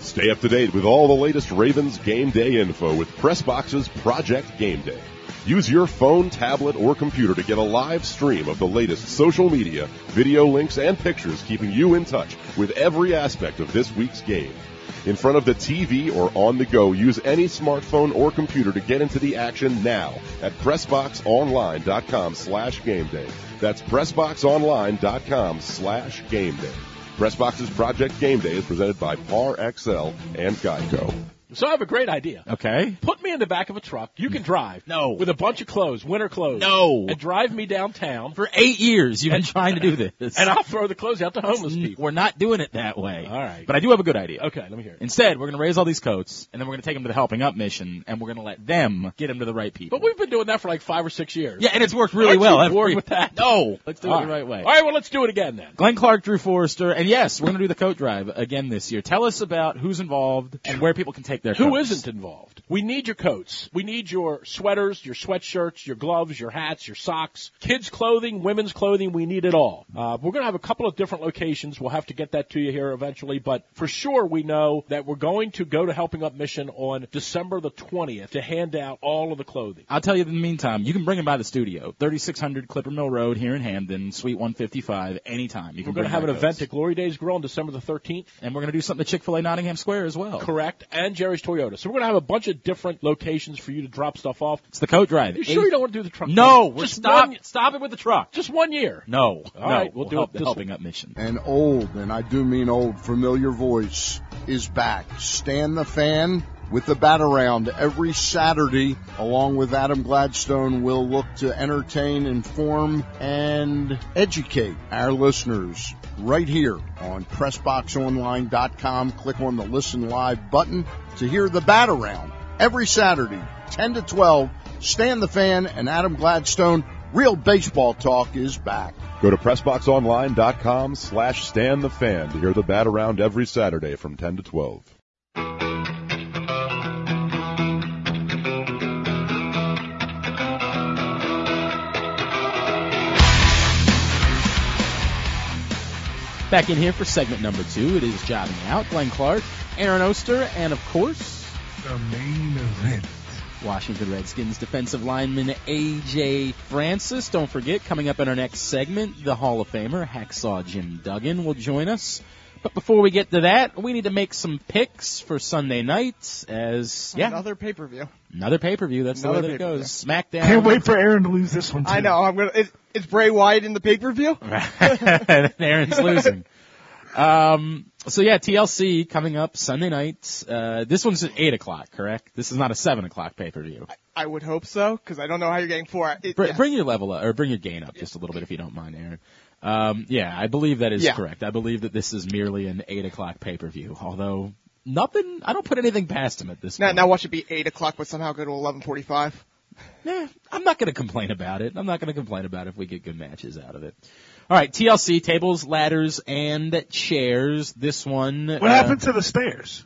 Speaker 4: Stay up to date with all the latest Ravens game day info with PressBox's Project Game Day. Use your phone, tablet, or computer to get a live stream of the latest social media, video links, and pictures keeping you in touch with every aspect of this week's game. In front of the TV or on the go, use any smartphone or computer to get into the action now at PressBoxOnline.com slash game day. That's PressBoxOnline.com slash game day. Pressbox's Project Game Day is presented by Par XL and Geico.
Speaker 5: So I have a great idea.
Speaker 2: Okay.
Speaker 5: Put me in the back of a truck. You can drive.
Speaker 2: No.
Speaker 5: With a bunch of clothes, winter clothes.
Speaker 2: No.
Speaker 5: And drive me downtown,
Speaker 2: For eight years, you've been trying to do this.
Speaker 5: and I'll throw the clothes out to homeless people.
Speaker 2: We're not doing it that way.
Speaker 5: All right.
Speaker 2: But I do have a good idea.
Speaker 5: Okay, let me hear it.
Speaker 2: Instead, we're going to raise all these coats, and then we're going to take them to the Helping Up mission, and we're going to let them get them to the right people.
Speaker 5: But we've been doing that for like five or six years.
Speaker 2: yeah, and it's worked really
Speaker 5: Aren't
Speaker 2: well.
Speaker 5: you
Speaker 2: Every-
Speaker 5: bored with that?
Speaker 2: No, let's do it
Speaker 5: All
Speaker 2: the right way.
Speaker 5: All right, well, let's do it again then.
Speaker 2: Glenn Clark, Drew Forrester, and yes, we're going to do the coat drive again this year. Tell us about who's involved and where people can take their
Speaker 5: Who
Speaker 2: coats.
Speaker 5: isn't involved? We need your coats. We need your sweaters, your sweatshirts, your gloves, your hats, your socks, kids' clothing, women's clothing. We need it all. Uh, we're going to have a couple of different locations. We'll have to get that to you here eventually, but for sure we know that we're going to go to Helping Up Mission on December the 20th to hand out all of the clothing.
Speaker 2: I'll tell you in the meantime, you can bring them by the studio. 3600 Clipper Mill Road here in Hamden, Suite 155, anytime.
Speaker 5: We're going
Speaker 2: You can
Speaker 5: to
Speaker 2: bring
Speaker 5: have
Speaker 2: by
Speaker 5: an
Speaker 2: coats.
Speaker 5: event at Glory Days Grill on December the 13th.
Speaker 2: and we're going to do something at Chick-fil-A Nottingham Square as well.
Speaker 5: Correct. And Jerry's Toyota. So we're going to have a bunch of different locations for you to drop stuff off.
Speaker 2: It's the coat drive.
Speaker 5: You sure you don't want to do the truck?
Speaker 2: No, we're
Speaker 5: just
Speaker 2: stop,
Speaker 5: one,
Speaker 2: stop it with the truck.
Speaker 5: just one year.
Speaker 2: No, no,
Speaker 5: right, we'll do
Speaker 2: help
Speaker 5: it
Speaker 2: the
Speaker 5: this
Speaker 2: helping up mission.
Speaker 6: An old, and I do mean old, familiar voice is back. Stan the Fan with the Bat Around every Saturday, along with Adam Gladstone, will look to entertain, inform, and educate our listeners right here on PressBoxOnline.com. Click on the Listen Live button to hear the Bat Around every Saturday, 10 to 12. Stan the Fan and Adam Gladstone, real baseball talk is back.
Speaker 4: Go to PressBoxOnline.com slash Stan the Fan to hear the bat around every Saturday from 10 to 12.
Speaker 2: Back in here for segment number two. It is Jobbing Out. Glenn Clark, Aaron Oster, and of course,
Speaker 3: The main event.
Speaker 2: Washington Redskins defensive lineman A.J. Francis. Don't forget, coming up in our next segment, the Hall of Famer, Hacksaw Jim Duggan, will join us. But before we get to that, we need to make some picks for Sunday nights as, yeah,
Speaker 1: Another pay per view.
Speaker 2: another pay-per-view. That's the way
Speaker 1: Another
Speaker 2: that it
Speaker 1: pay-per-view.
Speaker 2: goes. SmackDown.
Speaker 3: Can't wait for Aaron to lose this one. Too.
Speaker 1: I know. I'm gonna. It, it's Bray Wyatt in the pay per view.
Speaker 2: Aaron's losing. Um, so yeah, TLC coming up Sunday night. Uh, this one's at eight o'clock, correct? This is not a seven o'clock pay per view.
Speaker 1: I would hope so, because I don't know how you're getting four. It,
Speaker 2: Br-
Speaker 1: yeah.
Speaker 2: Bring your level up, or bring your gain up just a little bit if you don't mind, Aaron. Um, yeah, I believe that is
Speaker 1: Yeah.
Speaker 2: correct. I believe that this is merely an eight o'clock pay per view. Although nothing, I don't put anything past him at this
Speaker 1: Now,
Speaker 2: point.
Speaker 1: now watch it be eight o'clock, but somehow go to eleven forty-five.
Speaker 2: Eh, I'm not going to complain about it. I'm not going to complain about it if we get good matches out of it. All right, TLC tables, ladders, and chairs. This one.
Speaker 3: What
Speaker 2: uh,
Speaker 3: happened to the stairs?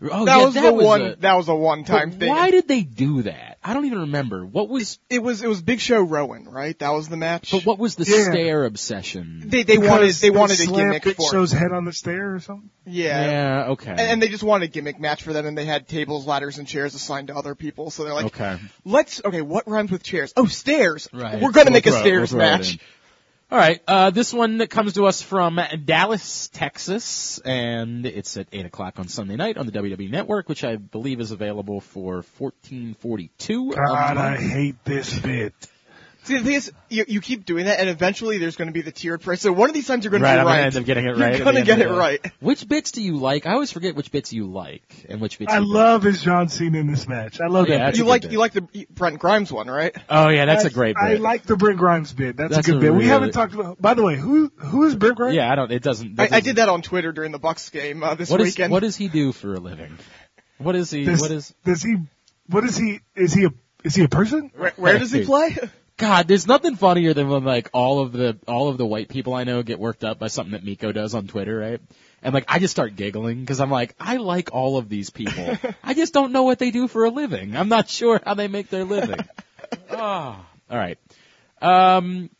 Speaker 2: Oh,
Speaker 1: That
Speaker 2: yeah,
Speaker 1: was
Speaker 2: that
Speaker 1: the
Speaker 2: was
Speaker 1: one.
Speaker 2: a-
Speaker 1: that was a one-time
Speaker 2: but
Speaker 1: thing.
Speaker 2: Why did they do that? I don't even remember. What was?
Speaker 1: it was it was Big Show Rowan, right? That was the match.
Speaker 2: But what was the
Speaker 3: Yeah.
Speaker 2: stair obsession?
Speaker 1: they they wanted
Speaker 3: Because
Speaker 1: they wanted a
Speaker 3: slammed
Speaker 1: gimmick
Speaker 3: Big
Speaker 1: for
Speaker 3: Show's head on the stair or something.
Speaker 1: yeah.
Speaker 2: yeah. Okay.
Speaker 1: And, and they just wanted a gimmick match for them, and they had tables, ladders, and chairs assigned to other people. So they're like,
Speaker 2: okay.
Speaker 1: let's okay, what rhymes with chairs? Oh, stairs.
Speaker 2: Right.
Speaker 1: We're gonna
Speaker 2: We'll
Speaker 1: make a
Speaker 2: throw it-
Speaker 1: stairs
Speaker 2: we'll throw it in.
Speaker 1: match.
Speaker 2: All right. Uh, this one that comes to us from Dallas, Texas, and it's at eight o'clock on Sunday night on the WWE Network, which I
Speaker 1: Uh-huh.
Speaker 2: believe is available for fourteen forty-two.
Speaker 3: God, I hate this bit.
Speaker 1: See, the thing is, you, you keep doing that, and eventually there's going to be the tiered price. So one of these times you're going
Speaker 2: right,
Speaker 1: to
Speaker 2: I'm
Speaker 1: be
Speaker 2: gonna
Speaker 1: right.
Speaker 2: end up getting
Speaker 1: You're
Speaker 2: it right. at
Speaker 1: gonna
Speaker 2: the end
Speaker 1: get
Speaker 2: of
Speaker 1: it
Speaker 2: the-
Speaker 1: right.
Speaker 2: Which bits do you like? I always forget which bits you like and which bits.
Speaker 3: I
Speaker 2: you
Speaker 3: love his John Cena in this match. I love
Speaker 2: Oh, Yeah,
Speaker 3: that.
Speaker 2: that's
Speaker 3: bit.
Speaker 1: You
Speaker 2: a good
Speaker 1: like
Speaker 2: bit.
Speaker 1: you like the Brent Grimes one, right?
Speaker 2: Oh yeah, that's a great bit.
Speaker 3: I like the Brent Grimes bit. That's,
Speaker 2: That's
Speaker 3: a good
Speaker 2: a
Speaker 3: bit. We
Speaker 2: really-
Speaker 3: haven't talked about. By the way, who who is Brent Grimes?
Speaker 2: yeah, I don't. It doesn't.
Speaker 1: I,
Speaker 2: that
Speaker 1: I
Speaker 2: doesn't-
Speaker 1: did that on Twitter during the Bucks game uh, this
Speaker 2: What is
Speaker 1: weekend.
Speaker 2: what does he do for a living? What is he?
Speaker 3: Does,
Speaker 2: what is?
Speaker 3: does he? What is he? Is he a is he a person?
Speaker 1: where, where does he play?
Speaker 2: God, there's nothing funnier than when like all of the all of the white people I know get worked up by something that Miko does on Twitter, right? And like I just start giggling because I'm like, I like all of these people. I just don't know what they do for a living. I'm not sure how they make their living. Ah, all right. Um,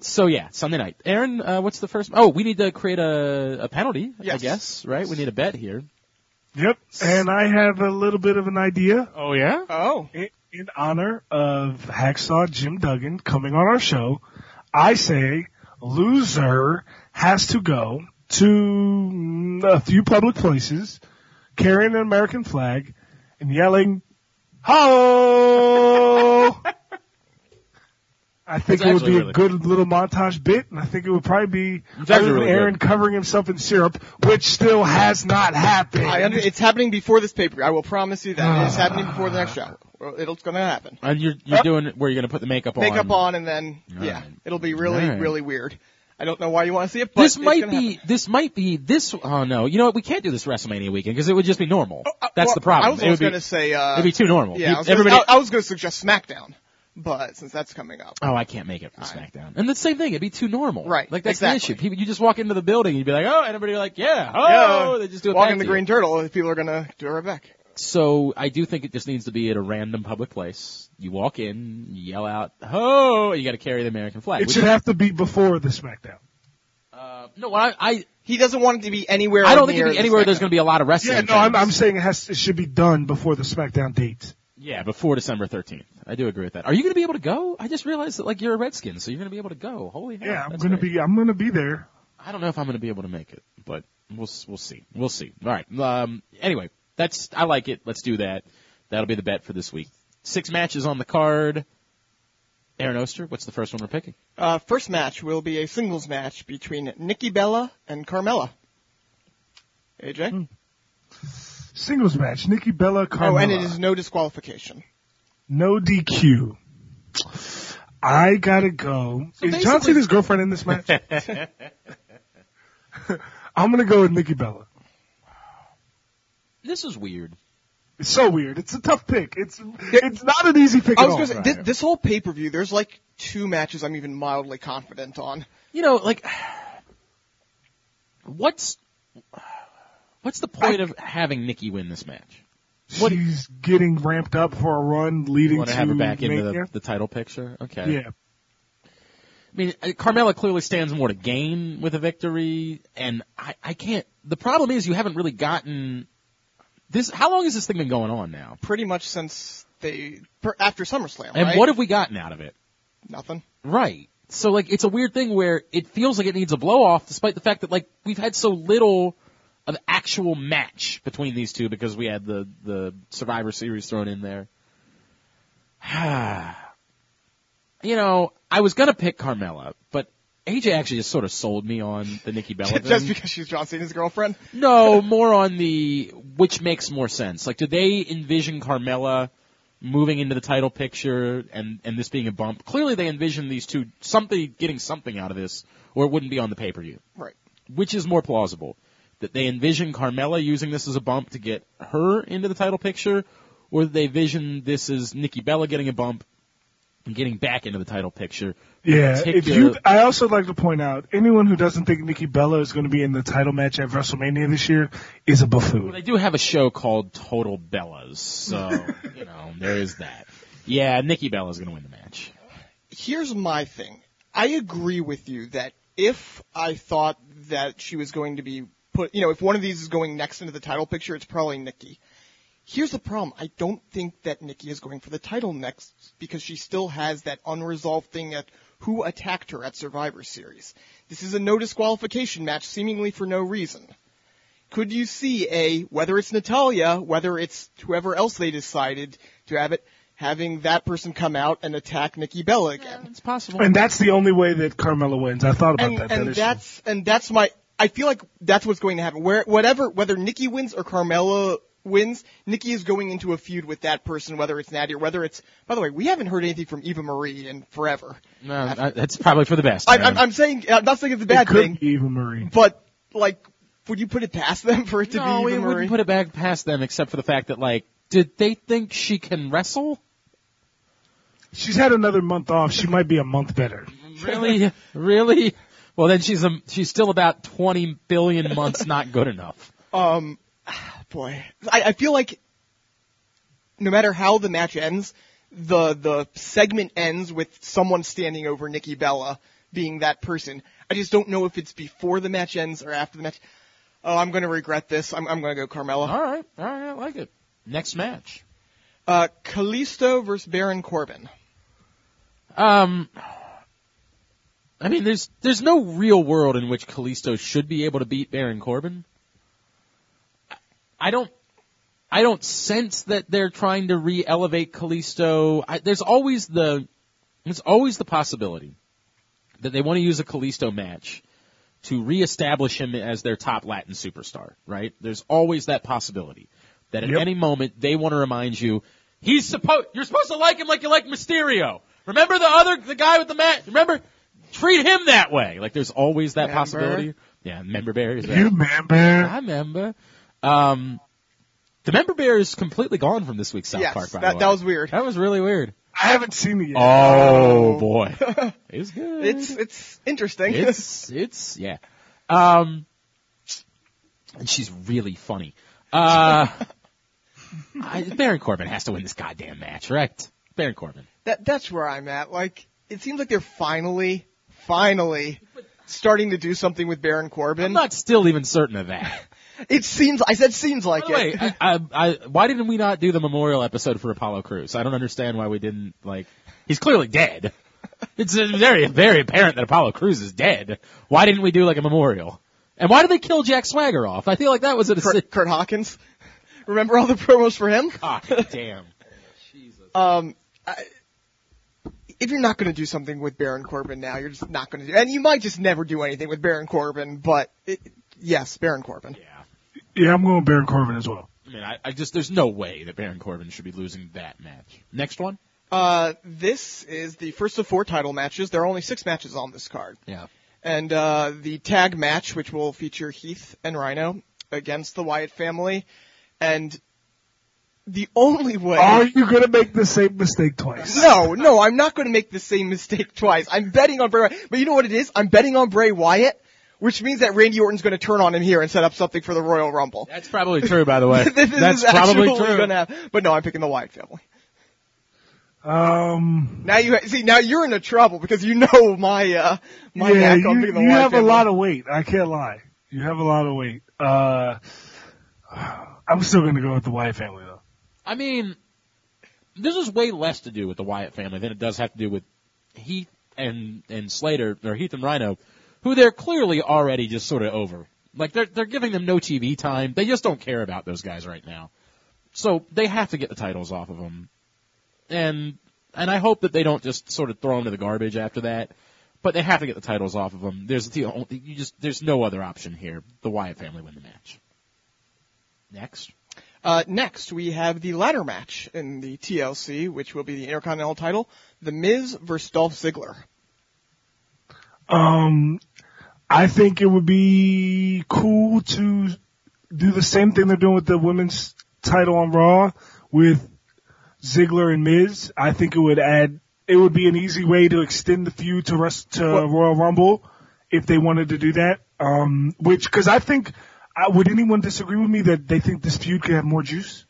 Speaker 2: so yeah, Sunday night. Aaron, uh, what's the first? Oh, we need to create a a penalty. I
Speaker 1: Yes.
Speaker 2: guess right. We need a bet here.
Speaker 3: Yep. And I have a little bit of an idea
Speaker 2: Oh yeah.
Speaker 1: Oh,
Speaker 3: in, in honor of Hacksaw Jim Duggan coming on our show. I say loser has to go to mm, a few public places carrying an American flag and yelling, "Ho!" I think
Speaker 2: That's
Speaker 3: it would
Speaker 2: actually
Speaker 3: be
Speaker 2: really-
Speaker 3: a good little montage bit, and I think it would probably be
Speaker 2: It's actually
Speaker 3: other than
Speaker 2: really
Speaker 3: Aaron
Speaker 2: good.
Speaker 3: covering himself in syrup, which still has not happened.
Speaker 1: I under, it's happening before this paper. I will promise you that
Speaker 2: Ah.
Speaker 1: it's happening before the next show. Well, It's going to happen.
Speaker 2: And you're you're doing where you're gonna put the makeup on.
Speaker 1: Oh. Makeup on, and then yeah,
Speaker 2: Alright.
Speaker 1: it'll be really
Speaker 2: Alright.
Speaker 1: really weird. I don't know why you want to see it, but
Speaker 2: This
Speaker 1: it's
Speaker 2: might
Speaker 1: gonna
Speaker 2: be
Speaker 1: happen.
Speaker 2: this might be this. Oh no, you know what? We can't do this WrestleMania weekend because it would just be normal.
Speaker 1: Uh,
Speaker 2: That's
Speaker 1: well,
Speaker 2: the problem.
Speaker 1: I was,
Speaker 2: it would be,
Speaker 1: going to say uh,
Speaker 2: it'd be too normal.
Speaker 1: Yeah,
Speaker 2: You-
Speaker 1: I was,
Speaker 2: everybody.
Speaker 1: gonna, I, I was gonna suggest SmackDown, but since that's coming up,
Speaker 2: Oh, I can't make it for SmackDown. And the same thing, it'd be too normal.
Speaker 1: Right,
Speaker 2: Like that's the
Speaker 1: exactly.
Speaker 2: issue. People, you just walk into the building, you'd be like, oh, and everybody like, yeah, oh,
Speaker 1: Yeah.
Speaker 2: they just do it. back
Speaker 1: walking the
Speaker 2: to you.
Speaker 1: Green Turtle, people are gonna do it right back.
Speaker 2: So I do think it just needs to be at a random public place. You walk in, you yell out, oh, and you got to carry the American flag.
Speaker 3: it
Speaker 2: Which-
Speaker 3: should have to be before the SmackDown.
Speaker 2: uh, no, I, I,
Speaker 1: He doesn't want it to be anywhere.
Speaker 2: I don't think
Speaker 1: near
Speaker 2: it'd be
Speaker 1: the
Speaker 2: anywhere.
Speaker 1: SmackDown.
Speaker 2: There's going to be a lot of wrestling.
Speaker 3: Yeah, no, I'm,
Speaker 2: fans.
Speaker 3: I'm saying it has it should be done before the SmackDown date.
Speaker 2: Yeah, before December 13th. I do agree with that. Are you going to be able to go? I just realized that like you're a Redskin, so you're going to be able to go. Holy hell.
Speaker 3: Yeah, I'm
Speaker 2: that's
Speaker 3: gonna
Speaker 2: great.
Speaker 3: be I'm gonna be there.
Speaker 2: I don't know if I'm going to be able to make it, but we'll s- we'll see. We'll see. All right. Um anyway, that's I like it. Let's do that. That'll be the bet for this week. Six matches on the card. Aaron Oster, what's the first one we're picking?
Speaker 1: Uh, first match will be a singles match between Nikki Bella and Carmella. AJ.
Speaker 3: Singles match: Nikki Bella, Carmella.
Speaker 1: Oh, and it is no disqualification.
Speaker 3: no DQ. I gotta go. is John
Speaker 2: basically-
Speaker 3: Cena's girlfriend in this match? I'm gonna go with Nikki Bella.
Speaker 2: This is weird.
Speaker 3: It's so weird. It's a tough pick. It's it's not an easy pick
Speaker 1: I
Speaker 3: at
Speaker 1: was
Speaker 3: all.
Speaker 1: gonna say Oh, this, this whole pay per view. There's like two matches I'm even mildly confident on.
Speaker 2: You know, like what's what's the point of having Nikki win this match? what-
Speaker 3: She's getting ramped up for a run leading
Speaker 2: You want
Speaker 3: to
Speaker 2: to have her back into
Speaker 3: Mania.
Speaker 2: the, the title picture? Okay.
Speaker 3: yeah.
Speaker 2: I mean, uh, Carmella clearly stands more to gain with a victory, and I, I can't. The problem is you haven't really gotten this. How long has this thing been going on now?
Speaker 1: Pretty much since they per, after SummerSlam,
Speaker 2: And
Speaker 1: right?
Speaker 2: what have we gotten out of it?
Speaker 1: Nothing.
Speaker 2: Right. So like, it's a weird thing where it feels like it needs a blow off, despite the fact that like we've had so little of actual match between these two because we had the the Survivor Series thrown in there. you know, I was gonna pick Carmella, but AJ actually just sort of sold me on the Nikki Bella.
Speaker 1: Just
Speaker 2: thing.
Speaker 1: because she's John Cena's girlfriend.
Speaker 2: No, more on the which makes more sense. Like, do they envision Carmella moving into the title picture and and this being a bump? Clearly, they envision these two something getting something out of this, or it wouldn't be on the pay per view.
Speaker 1: Right.
Speaker 2: Which is more plausible? That they envision Carmella using this as a bump to get her into the title picture, or that they envision this as Nikki Bella getting a bump and getting back into the title picture.
Speaker 3: Yeah, if
Speaker 2: Particular-
Speaker 3: you, I also like to point out anyone who doesn't think Nikki Bella is going to be in the title match at WrestleMania this year is a
Speaker 2: Well,
Speaker 3: buffoon.
Speaker 2: they do have a show called Total Bellas, so you know there is that. Yeah, Nikki Bella's gonna win the match.
Speaker 1: here's my thing. I agree with you that if I thought that she was going to be put, you know, if one of these is going next into the title picture, it's probably Nikki. Here's the problem. I don't think that Nikki is going for the title next because she still has that unresolved thing at who attacked her at Survivor Series. This is a no disqualification match seemingly for no reason. Could you see a, whether it's Natalia, whether it's whoever else they decided to have it, having that person come out and attack Nikki Bella again.
Speaker 2: It's possible.
Speaker 3: And that's the only way that Carmella wins. I thought about
Speaker 1: and,
Speaker 3: that.
Speaker 1: and
Speaker 3: that is-
Speaker 1: that's and that's my. I feel like that's what's going to happen. Where whatever whether Nikki wins or Carmella wins, Nikki is going into a feud with that person, whether it's Natty or whether it's. By the way, we haven't heard anything from Eva Marie in forever.
Speaker 2: no, I- that's probably for the best.
Speaker 1: I'm,
Speaker 2: man.
Speaker 1: I'm, I'm saying I'm not saying it's a
Speaker 3: it
Speaker 1: bad
Speaker 3: could
Speaker 1: thing,
Speaker 3: be Eva Marie.
Speaker 1: but like, would you put it past them for it to
Speaker 2: no,
Speaker 1: be
Speaker 2: we
Speaker 1: Eva Marie?
Speaker 2: wouldn't put it back past them, except for the fact that like, did they think she can wrestle?
Speaker 3: She's had another month off. She might be a month better.
Speaker 2: Really, really? Well, then she's um, she's still about 20 billion months not good enough.
Speaker 1: Um, boy, I, I feel like no matter how the match ends, the the segment ends with someone standing over Nikki Bella being that person. I just don't know if it's before the match ends or after the match. Oh, I'm going to regret this. I'm, I'm going to go Carmella.
Speaker 2: All right, all right, I like it. Next match.
Speaker 1: Uh, Kalisto versus Baron Corbin.
Speaker 2: Um, I mean, there's there's no real world in which Kalisto should be able to beat Baron Corbin. I- I don't. I don't sense that they're trying to re-elevate Kalisto. I, there's always the there's always the possibility that they want to use a Kalisto match to reestablish him as their top Latin superstar, right? There's always that possibility that at
Speaker 3: Yep.
Speaker 2: any moment they want to remind you he's supposed you're supposed to like him like you like Mysterio. Remember the other the guy with the mat. Remember treat him that way. Like there's always that
Speaker 1: Remember?
Speaker 2: possibility. Yeah, member Barry is that.
Speaker 3: You remember?
Speaker 2: I remember. Um, the member bear is completely gone from this week's South
Speaker 1: yes,
Speaker 2: Park. By
Speaker 1: that
Speaker 2: the way.
Speaker 1: that was weird.
Speaker 2: that was really weird.
Speaker 3: I haven't seen it yet.
Speaker 2: Oh boy, it's good.
Speaker 1: It's it's interesting.
Speaker 2: it's it's yeah. Um, and she's really funny. Uh, I, Baron Corbin has to win this goddamn match, right? Baron Corbin.
Speaker 1: that that's where I'm at. Like, it seems like they're finally, finally starting to do something with Baron Corbin.
Speaker 2: I'm not still even certain of that.
Speaker 1: It seems. I said seems like
Speaker 2: By the way,
Speaker 1: it.
Speaker 2: I, I, I, why didn't we not do the memorial episode for Apollo Crews? I don't understand why we didn't. Like, he's clearly dead. It's uh, very, very apparent that Apollo Crews is dead. Why didn't we do like a memorial? And why did they kill Jack Swagger off? I feel like that was a
Speaker 1: Kurt, Kurt Hawkins. Remember all the promos for him?
Speaker 2: God Ah, damn.
Speaker 1: Um, I, if you're not going to do something with Baron Corbin now, you're just not going to do. And you might just never do anything with Baron Corbin. But it, yes, Baron Corbin.
Speaker 2: Yeah.
Speaker 3: Yeah, I'm going Baron Corbin as well.
Speaker 2: I mean, I, I just there's no way that Baron Corbin should be losing that match. Next one.
Speaker 1: Uh, this is the first of four title matches. There are only six matches on this card.
Speaker 2: Yeah.
Speaker 1: and uh, the tag match, which will feature Heath and Rhino against the Wyatt family, and the only way.
Speaker 3: Are you gonna make the same mistake twice?
Speaker 1: no, no, I'm not going to make the same mistake twice. I'm betting on Bray Wyatt, but you know what it is? I'm betting on Bray Wyatt, which means that Randy Orton's going to turn on him here and set up something for the Royal Rumble.
Speaker 2: That's probably true, by the way.
Speaker 1: this
Speaker 2: That's
Speaker 1: is actually
Speaker 2: probably true.
Speaker 1: going to happen. But no, I'm picking the Wyatt family.
Speaker 3: Um.
Speaker 1: Now you see, now you're into trouble because you know my uh, my
Speaker 3: yeah,
Speaker 1: knack on
Speaker 3: you,
Speaker 1: picking the
Speaker 3: you
Speaker 1: Wyatt
Speaker 3: have a
Speaker 1: family.
Speaker 3: lot of weight. I can't lie. You have a lot of weight. Uh. I'm still gonna go with the Wyatt family though.
Speaker 2: I mean, this is way less to do with the Wyatt family than it does have to do with Heath and and Slater or Heath and Rhino, who they're clearly already just sort of over. Like they're they're giving them no TV time. They just don't care about those guys right now. So they have to get the titles off of them, and and I hope that they don't just sort of throw them to the garbage after that. But they have to get the titles off of them. There's the only, you just there's no other option here. The Wyatt family win the match. Next.
Speaker 1: Uh, next, we have the ladder match in the TLC, which will be the Intercontinental title, The Miz versus Dolph Ziggler.
Speaker 3: Um, I think it would be cool to do the same thing they're doing with the women's title on Raw with Ziggler and Miz. I think it would add, it would be an easy way to extend the feud to rest, to
Speaker 1: Well-
Speaker 3: Royal Rumble if they wanted to do that. Um, which, cause I think, I, would anyone disagree with me that they think this feud could have more juice?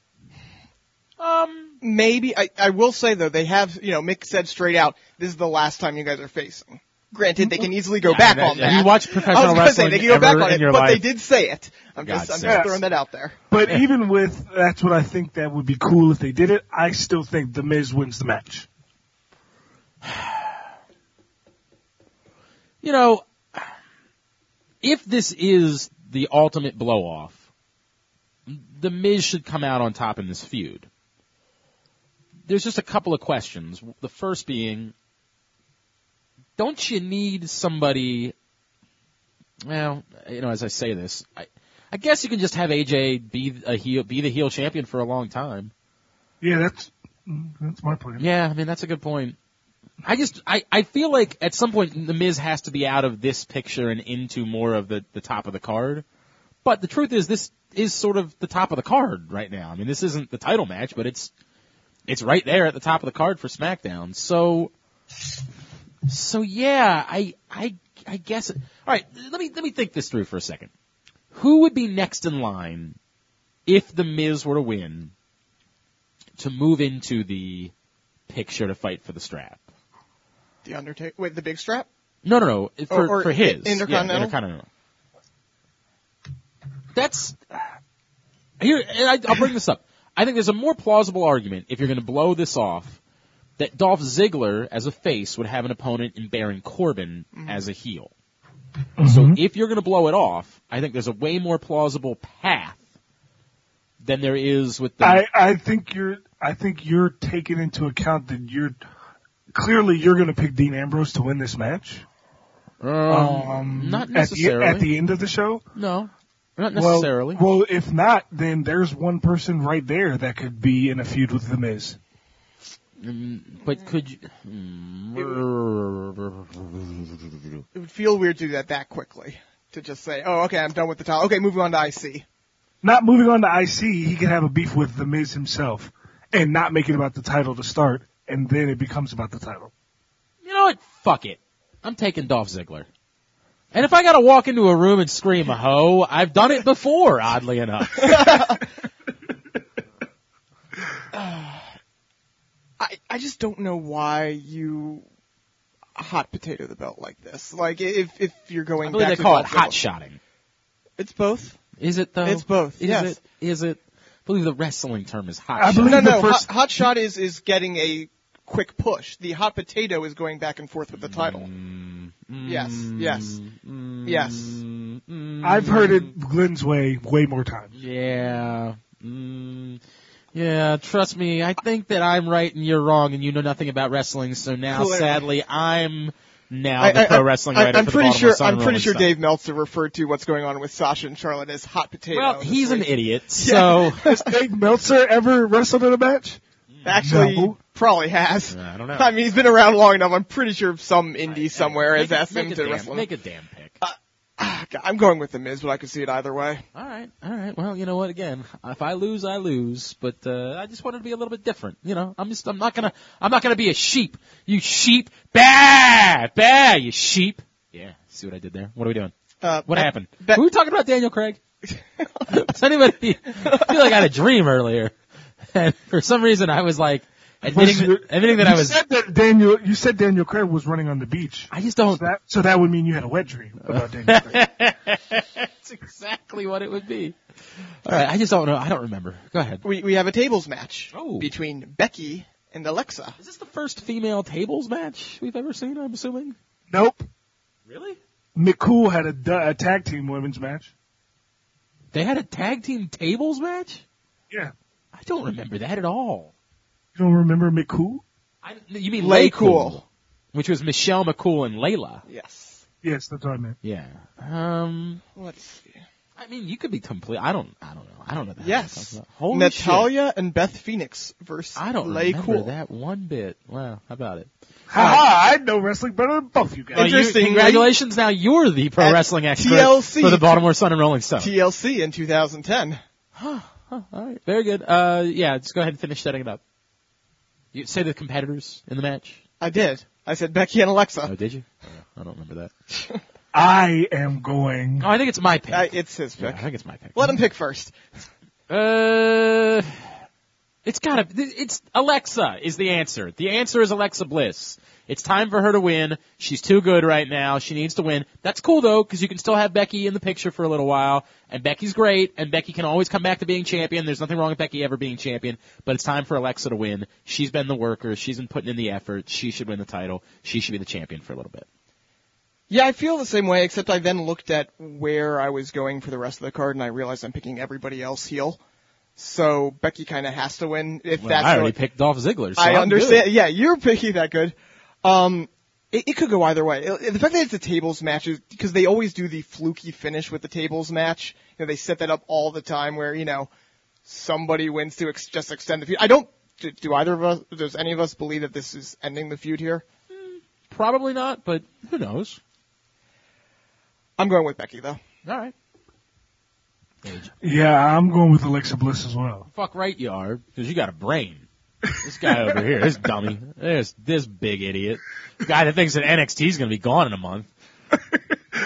Speaker 1: Maybe, I, I will say though, they have, you know, Mick said straight out, this is the last time you guys are facing. Granted, they can easily go back
Speaker 2: that-
Speaker 1: on that.
Speaker 2: if you watch
Speaker 1: I
Speaker 2: professional
Speaker 1: was gonna say, they can
Speaker 2: wrestling
Speaker 1: go back
Speaker 2: ever
Speaker 1: on
Speaker 2: in
Speaker 1: it,
Speaker 2: your
Speaker 1: but they
Speaker 2: life-
Speaker 1: did say it. I'm just,
Speaker 2: God
Speaker 1: I'm
Speaker 2: sakes.
Speaker 1: just throwing that out there.
Speaker 3: But even with, that's what I think that would be cool if they did it. I still think The Miz wins the match.
Speaker 2: you know, if this is the ultimate blow off, the Miz should come out on top in this feud. there's just a couple of questions. The first being, don't you need somebody? Well, you know, as I say this, I, I guess you can just have AJ be a heel, be the heel champion for a long time.
Speaker 3: Yeah, that's mm, that's my plan.
Speaker 2: Yeah, I mean that's a good point. I just I, I feel like at some point the Miz has to be out of this picture and into more of the, the top of the card. But the truth is this is sort of the top of the card right now. I mean this isn't the title match, but it's it's right there at the top of the card for SmackDown. So so yeah, I I I guess it, all right, let me let me think this through for a second. Who would be next in line if the Miz were to win to move into the picture to fight for the strap?
Speaker 1: The Undertaker, wait, the big strap.
Speaker 2: No, no, no. For,
Speaker 1: Or- or
Speaker 2: for his.
Speaker 1: I- Intercontinental?
Speaker 2: Yeah, intercontinental. That's, here, and I, I'll bring this up. I think there's a more plausible argument if you're going to blow this off that Dolph Ziggler as a face would have an opponent in Baron Corbin
Speaker 1: Mm-hmm.
Speaker 2: as a heel.
Speaker 3: Mm-hmm.
Speaker 2: So if you're going to blow it off, I think there's a way more plausible path than there is with the
Speaker 3: I I think you're I think you're taking into account that you're clearly you're going to pick Dean Ambrose to win this match. Um,
Speaker 2: not
Speaker 3: at the,
Speaker 2: necessarily.
Speaker 3: at the end of the show.
Speaker 2: no, not necessarily.
Speaker 3: Well, well, if not, then there's one person right there that could be in a feud with The Miz.
Speaker 1: Mm.
Speaker 2: But could you?
Speaker 1: It would feel weird to do that that quickly. To just say, oh, okay, I'm done with the title. Okay, moving on to IC.
Speaker 3: Not moving on to IC, he could have a beef with The Miz himself and not make it about the title to start, and then it becomes about the title.
Speaker 2: You know what? Fuck it. I'm taking Dolph Ziggler. And if I gotta walk into a room and scream "ho," I've done it before. Oddly enough,
Speaker 1: I, I just don't know why you hot potato the belt like this. Like if if you're going
Speaker 2: I believe
Speaker 1: back to
Speaker 2: they call it
Speaker 1: Dolph
Speaker 2: hot
Speaker 1: Ziggler.
Speaker 2: shotting.
Speaker 1: It's both.
Speaker 2: Is it though?
Speaker 1: It's both,
Speaker 2: Is
Speaker 1: yes.
Speaker 2: it? Is it? I believe the wrestling term is hot.
Speaker 3: I
Speaker 2: shot.
Speaker 3: believe-
Speaker 1: No,
Speaker 3: the
Speaker 1: no.
Speaker 3: first-
Speaker 1: Hot, hot shot is is getting a quick push. The hot potato is going back and forth with the title.
Speaker 2: Mm,
Speaker 1: Yes, yes, yes.
Speaker 3: I've heard it Glenn's way way more times.
Speaker 2: Yeah. Mm. Yeah, trust me. I think that I'm right and you're wrong, and you know nothing about wrestling. So now,
Speaker 1: Clearly.
Speaker 2: sadly, I'm now
Speaker 1: I-
Speaker 2: the
Speaker 1: I-
Speaker 2: pro
Speaker 1: I-
Speaker 2: wrestling
Speaker 1: I-
Speaker 2: writer
Speaker 1: I'm
Speaker 2: for the
Speaker 1: pretty
Speaker 2: Baltimore
Speaker 1: sure.
Speaker 2: Sun
Speaker 1: I'm pretty
Speaker 2: Rolling
Speaker 1: sure
Speaker 2: Stone.
Speaker 1: Dave Meltzer referred to what's going on with Sasha and Charlotte as hot potato.
Speaker 2: Well,
Speaker 1: this
Speaker 2: he's an
Speaker 1: week.
Speaker 2: idiot. So
Speaker 3: Has Dave Meltzer ever wrestled in a match?
Speaker 1: Actually,
Speaker 3: No.
Speaker 1: probably has.
Speaker 2: Yeah, I don't know.
Speaker 1: Uh, I mean, he's been around long enough. I'm pretty sure some indie somewhere has
Speaker 2: Make a-
Speaker 1: asked him
Speaker 2: make a
Speaker 1: to
Speaker 2: damn-
Speaker 1: wrestle. him.
Speaker 2: Make a damn pick.
Speaker 1: Ah, God, I'm going with the Miz, but I could see it either way.
Speaker 2: Uh, all right, all right. Well, you know what? Again, if I lose, I lose. But uh, I just wanted to be a little bit different. You know, I'm just I'm not gonna I'm not gonna be a sheep. You sheep, bah, bah, you sheep. Yeah. See what I did there? What are we doing?
Speaker 1: Uh,
Speaker 2: What
Speaker 1: I-
Speaker 2: happened?
Speaker 1: that-
Speaker 2: Were we talking about Daniel Craig? Does anybody? I feel like I had a dream earlier, and for some reason I was like admitting
Speaker 3: Was it-
Speaker 2: admitting that
Speaker 3: you
Speaker 2: I was.
Speaker 3: said that Daniel. You said Daniel Craig was running on the beach.
Speaker 2: I just don't.
Speaker 3: So that, so that would mean you had a wet dream about Daniel Craig.
Speaker 2: That's exactly what it would be. All right, I just don't know. I don't remember. Go ahead.
Speaker 1: We we have a tables match
Speaker 2: Oh.
Speaker 1: between Becky and Alexa.
Speaker 2: Is this the first female tables match we've ever seen? I'm assuming.
Speaker 3: nope.
Speaker 2: Really?
Speaker 3: McCool had a, du- a tag team women's match.
Speaker 2: They had a tag team tables match.
Speaker 3: Yeah.
Speaker 2: I don't remember that at all.
Speaker 3: You don't remember McCool?
Speaker 2: I, you mean
Speaker 1: Lay
Speaker 2: Lay
Speaker 1: Cool.
Speaker 2: which was Michelle McCool and Layla.
Speaker 1: Yes.
Speaker 3: Yes, that's what I meant.
Speaker 2: Yeah. Um.
Speaker 1: Let's see.
Speaker 2: I mean, you could be complete. I don't. I don't know. I don't know. That
Speaker 1: Yes.
Speaker 2: Holy shit.
Speaker 1: Natalia and Beth Phoenix versus
Speaker 2: I don't
Speaker 1: Lay
Speaker 2: remember
Speaker 1: Cool.
Speaker 2: that one bit. Wow. How about it?
Speaker 3: Haha, I know wrestling better than both you
Speaker 2: Well,
Speaker 3: guys.
Speaker 2: you-
Speaker 1: Interesting,
Speaker 2: congratulations. Now you're the pro
Speaker 1: At
Speaker 2: wrestling expert
Speaker 1: TLC.
Speaker 2: for the Baltimore Sun and Rolling Stone.
Speaker 1: TLC in 2010.
Speaker 2: Oh, all right. Very good. Uh, yeah. Just go ahead and finish setting it up. You say the competitors in the match.
Speaker 1: I did. I said Becky and Alexa.
Speaker 2: Oh, did you? I don't remember that.
Speaker 3: I am going.
Speaker 2: Oh, I think it's my pick.
Speaker 1: Uh, it's his
Speaker 2: Yeah,
Speaker 1: pick.
Speaker 2: I think it's my pick.
Speaker 1: Let him pick first.
Speaker 2: Uh, it's gotta. It's Alexa is the answer. The answer is Alexa Bliss. It's time for her to win. She's too good right now. She needs to win. That's cool though, because you can still have Becky in the picture for a little while, and Becky's great, and Becky can always come back to being champion. There's nothing wrong with Becky ever being champion, but it's time for Alexa to win. She's been the worker. She's been putting in the effort. She should win the title. She should be the champion for a little bit.
Speaker 1: Yeah, I feel the same way, except I then looked at where I was going for the rest of the card and I realized I'm picking everybody else heel. So Becky kind of has to win if
Speaker 2: Well,
Speaker 1: that's
Speaker 2: I already
Speaker 1: what-
Speaker 2: picked Dolph Ziggler. So
Speaker 1: I
Speaker 2: I'm
Speaker 1: understand.
Speaker 2: good.
Speaker 1: Yeah, you're picky that good. Um, it, it could go either way. It- the fact that it's a tables match is because they always do the fluky finish with the tables match. You know, they set that up all the time where you know somebody wins to ex- just extend the feud. I don't. Do, do either of us? Does any of us believe that this is ending the feud here?
Speaker 2: Probably not, but who knows?
Speaker 1: I'm going with Becky though.
Speaker 2: All right.
Speaker 3: Yeah, I'm going with Alexa Bliss as well.
Speaker 2: Fuck right you are, because you got a brain. This guy over here, this dummy, this this big idiot, guy that thinks that NXT is going to be gone in a month.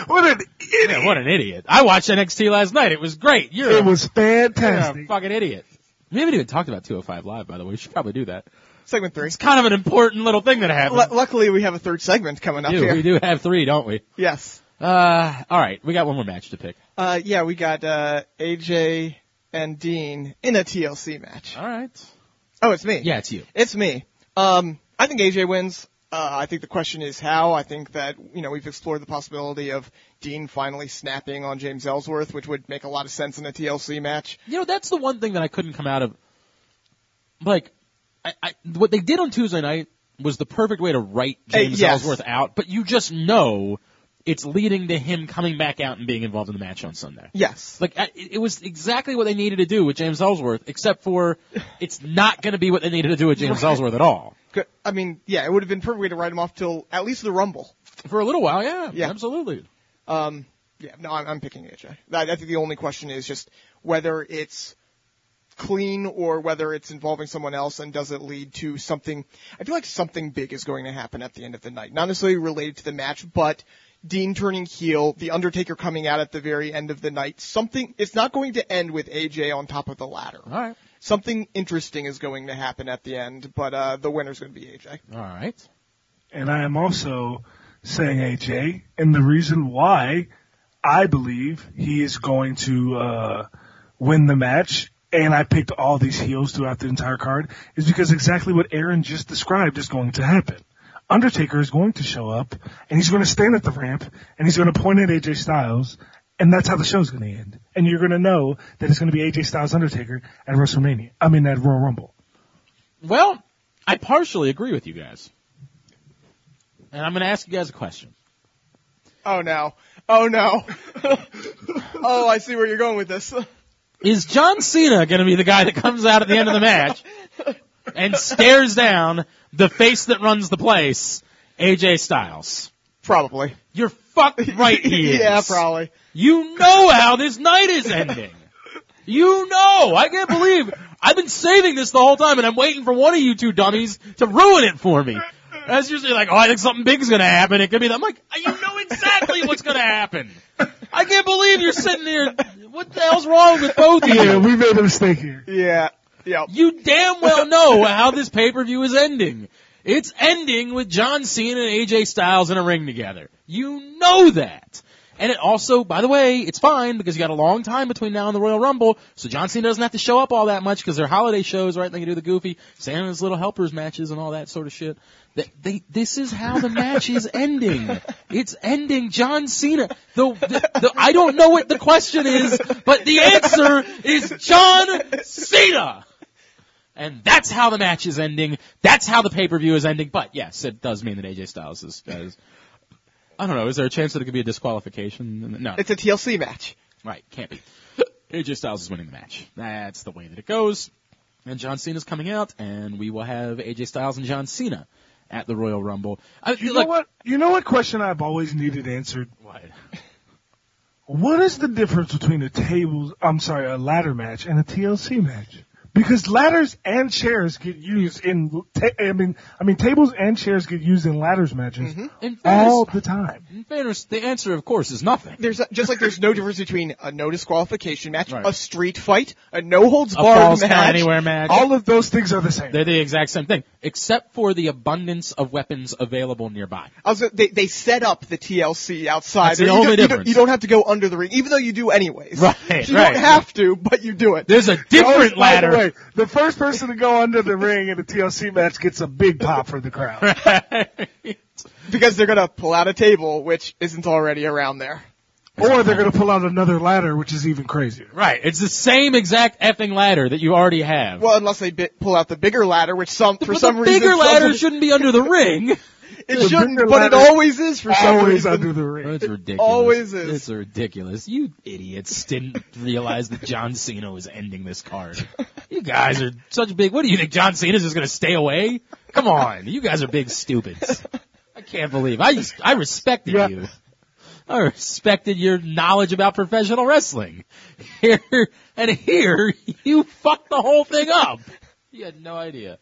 Speaker 3: What an
Speaker 2: Yeah, what an idiot! I watched NXT last night. It was great. You're
Speaker 3: It
Speaker 2: a-
Speaker 3: was
Speaker 2: you're a
Speaker 3: fantastic.
Speaker 2: fucking idiot. We haven't even talked about 205 Live, by the way. We should probably do that.
Speaker 1: Segment three.
Speaker 2: It's kind of an important little thing that happened.
Speaker 1: Lu- luckily, we have a third segment coming up
Speaker 2: We do.
Speaker 1: here.
Speaker 2: we do have three, don't we?
Speaker 1: Yes.
Speaker 2: Uh, all right, we got one more match to pick.
Speaker 1: Uh, yeah, we got uh, AJ and Dean in a TLC match.
Speaker 2: All right.
Speaker 1: Oh, it's me.
Speaker 2: Uh, Yeah, it's you.
Speaker 1: It's me. Um, I think AJ wins. Uh, I think the question is how. I think that, you know, we've explored the possibility of Dean finally snapping on James Ellsworth, which would make a lot of sense in a TLC match.
Speaker 2: You know, that's the one thing that I couldn't come out of. Like, I, I, what they did on Tuesday night was the perfect way to write
Speaker 1: Hey,
Speaker 2: James
Speaker 1: yes.
Speaker 2: Ellsworth out, but you just know it's leading to him coming back out and being involved in the match on Sunday.
Speaker 1: Yes.
Speaker 2: Like, I, it was exactly what they needed to do with James Ellsworth, except for it's not going to be what they needed to do with James Ellsworth at all.
Speaker 1: Good- I mean, yeah, it would have been perfect way to write him off till at least the Rumble.
Speaker 2: For a little while, yeah,
Speaker 1: Yeah.
Speaker 2: absolutely.
Speaker 1: Um, yeah, no, I'm, I'm picking AJ. I, I think the only question is just whether it's clean or whether it's involving someone else and does it lead to something. I feel like something big is going to happen at the end of the night. Not necessarily related to the match, but Dean turning heel, The Undertaker coming out at the very end of the night. Something, it's not going to end with AJ on top of the ladder.
Speaker 2: All right,
Speaker 1: Something interesting is going to happen at the end, but, uh, the winner's going to be AJ.
Speaker 2: all right.
Speaker 3: And I am also saying AJ, and the reason why I believe he is going to uh, win the match, and I picked all these heels throughout the entire card, is because exactly what Aaron just described is going to happen. Undertaker is going to show up, and he's going to stand at the ramp, and he's going to point at AJ Styles, and that's how the show's going to end. And you're going to know that it's going to be AJ Styles Undertaker at WrestleMania. I mean, at Royal Rumble.
Speaker 2: Well, I partially agree with you guys. And I'm going to ask you guys a question.
Speaker 1: Oh no. Oh no. oh, I see where you're going with this.
Speaker 2: Is John Cena going to be the guy that comes out at the end of the match and stares down the face that runs the place, AJ Styles?
Speaker 1: Probably.
Speaker 2: You're fucked right he is.
Speaker 1: yeah, probably.
Speaker 2: You know how this night is ending. You know. I can't believe I've been saving this the whole time and I'm waiting for one of you two dummies to ruin it for me. That's usually like, oh, I think something big's gonna happen. It could be that. I'm like, you know exactly what's gonna happen. I can't believe you're sitting there. What the hell's wrong with both of
Speaker 3: Yeah,
Speaker 2: you?
Speaker 3: we made a mistake here.
Speaker 1: Yeah. Yep.
Speaker 2: You damn well know how this pay-per-view is ending. It's ending with John Cena and AJ Styles in a ring together. You know that. And it also, by the way, it's fine because you got a long time between now and the Royal Rumble, so John Cena doesn't have to show up all that much because they're holiday shows, right? They can do the goofy Santa's Little Helpers matches and all that sort of shit. They, they, this is how the match is ending. It's ending John Cena. The, the, the, I don't know what the question is, but the answer is John Cena! And that's how the match is ending. That's how the pay-per-view is ending. But yes, it does mean that AJ Styles is, is I don't know, is there a chance that it could be a disqualification? No.
Speaker 1: It's a TLC match.
Speaker 2: right, can't be. AJ Styles is winning the match. That's the way that it goes. And John Cena's coming out, and we will have AJ Styles and John Cena at the Royal Rumble. I,
Speaker 3: You
Speaker 2: like,
Speaker 3: know what? You know what question I've always needed answered.
Speaker 2: what?
Speaker 3: What is the difference between a tables? I'm sorry, a ladder match and a TLC match? Because ladders and chairs get used in. Ta- I mean, I mean tables and chairs get used in ladders matches
Speaker 2: In fairness,
Speaker 3: all the time.
Speaker 2: in fairness, the answer, of course, is nothing.
Speaker 1: There's just like there's no difference between a no disqualification match,
Speaker 2: Right.
Speaker 1: a street fight, a no holds
Speaker 2: A
Speaker 1: barred
Speaker 2: falls
Speaker 1: match.
Speaker 2: count anywhere match.
Speaker 3: All of those things are the same.
Speaker 2: They're the exact same thing, except for the abundance of weapons available nearby.
Speaker 1: I was, they, they set up the TLC outside.
Speaker 2: That's the
Speaker 1: You
Speaker 2: only
Speaker 1: don't- you don't,
Speaker 2: difference.
Speaker 1: You don't have to go under the ring, even though you do anyways.
Speaker 2: Right,
Speaker 1: You
Speaker 2: right.
Speaker 1: don't have to, but you do it.
Speaker 2: There's a different
Speaker 3: Oh, by the
Speaker 2: ladder.
Speaker 3: way, the first person to go under the ring in a TLC match gets a big pop from the crowd.
Speaker 1: because they're gonna pull out a table, which isn't already around there.
Speaker 3: Or they're going to pull out another ladder, which is even crazier.
Speaker 2: Right. It's the same exact effing ladder that you already have.
Speaker 1: Well, unless they bi- pull out the bigger ladder, which some for
Speaker 2: but
Speaker 1: some
Speaker 2: the
Speaker 1: reason
Speaker 2: bigger
Speaker 1: some-
Speaker 2: ladder shouldn't be under the ring.
Speaker 1: it shouldn't,
Speaker 3: bigger
Speaker 1: but it
Speaker 3: ladder-
Speaker 1: always is for some
Speaker 3: Always
Speaker 1: reason.
Speaker 3: under the ring.
Speaker 2: It's ridiculous.
Speaker 1: always is.
Speaker 2: It's ridiculous. You idiots didn't realize that John Cena was ending this card. You guys are such big. What do you think? John Cena's just gonna stay away? Come on. You guys are big stupids. I can't believe I I respected
Speaker 3: Yeah.
Speaker 2: you. I respected your knowledge about professional wrestling. Here and here, you fucked the whole thing up. You had no idea.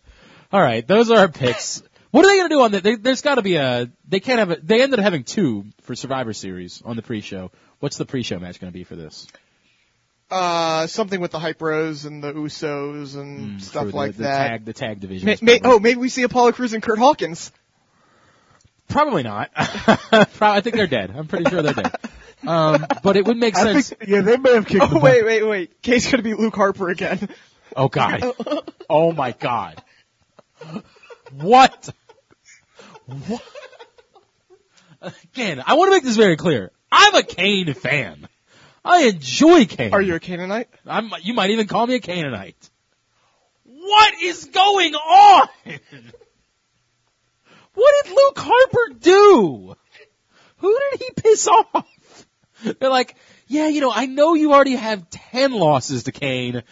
Speaker 2: All right, those are our picks. What are they going to do on that? They, there's got to be a. They can't have. A, they ended up having two for Survivor Series on the pre-show. What's the pre-show match going to be for this?
Speaker 1: Uh, something with the Hypros and the Usos and
Speaker 2: for
Speaker 1: stuff
Speaker 2: Mm, the,
Speaker 1: like
Speaker 2: the
Speaker 1: that.
Speaker 2: Tag, the tag division.
Speaker 1: Ma-
Speaker 2: is
Speaker 1: ma-
Speaker 2: probably-
Speaker 1: oh, maybe we see Apollo Crews and Kurt Hawkins.
Speaker 2: probably not. Pro- I think they're dead. I'm pretty sure they're dead. Um, but it would make
Speaker 3: I
Speaker 2: sense.
Speaker 3: think, yeah, they may have kicked the
Speaker 1: Oh wait, wait, wait. Case gonna be Luke Harper again.
Speaker 2: Oh god. Oh my god. What? What? Again, I want to make this very clear. I'm a Kane fan. I enjoy Kane.
Speaker 1: Are you a Canaanite?
Speaker 2: I'm, you might even call me a Canaanite. What is going on? What did Luke Harper do? Who did he piss off? They're like, yeah, you know, I know you already have 10 losses to Kane,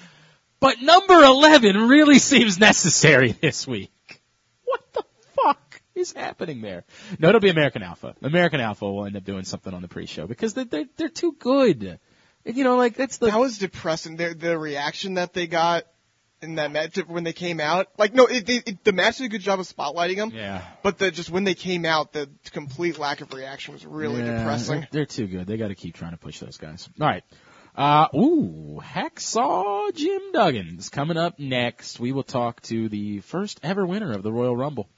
Speaker 2: but number 11 really seems necessary this week. What the fuck is happening there? No, it'll be American Alpha. American Alpha will end up doing something on the pre-show because they're, they're, they're too good. And, you know, like, that's the,
Speaker 1: That was depressing. The, the reaction that they got in that match when they came out. Like, no, it, it, it- the match did a good job of spotlighting them.
Speaker 2: Yeah.
Speaker 1: But the, just when they came out, the complete lack of reaction was really
Speaker 2: Yeah,
Speaker 1: depressing.
Speaker 2: They're, they're too good. They got to keep trying to push those guys. All right. Uh, ooh, Hacksaw Jim Duggan's coming up next. We will talk to the first ever winner of the Royal Rumble.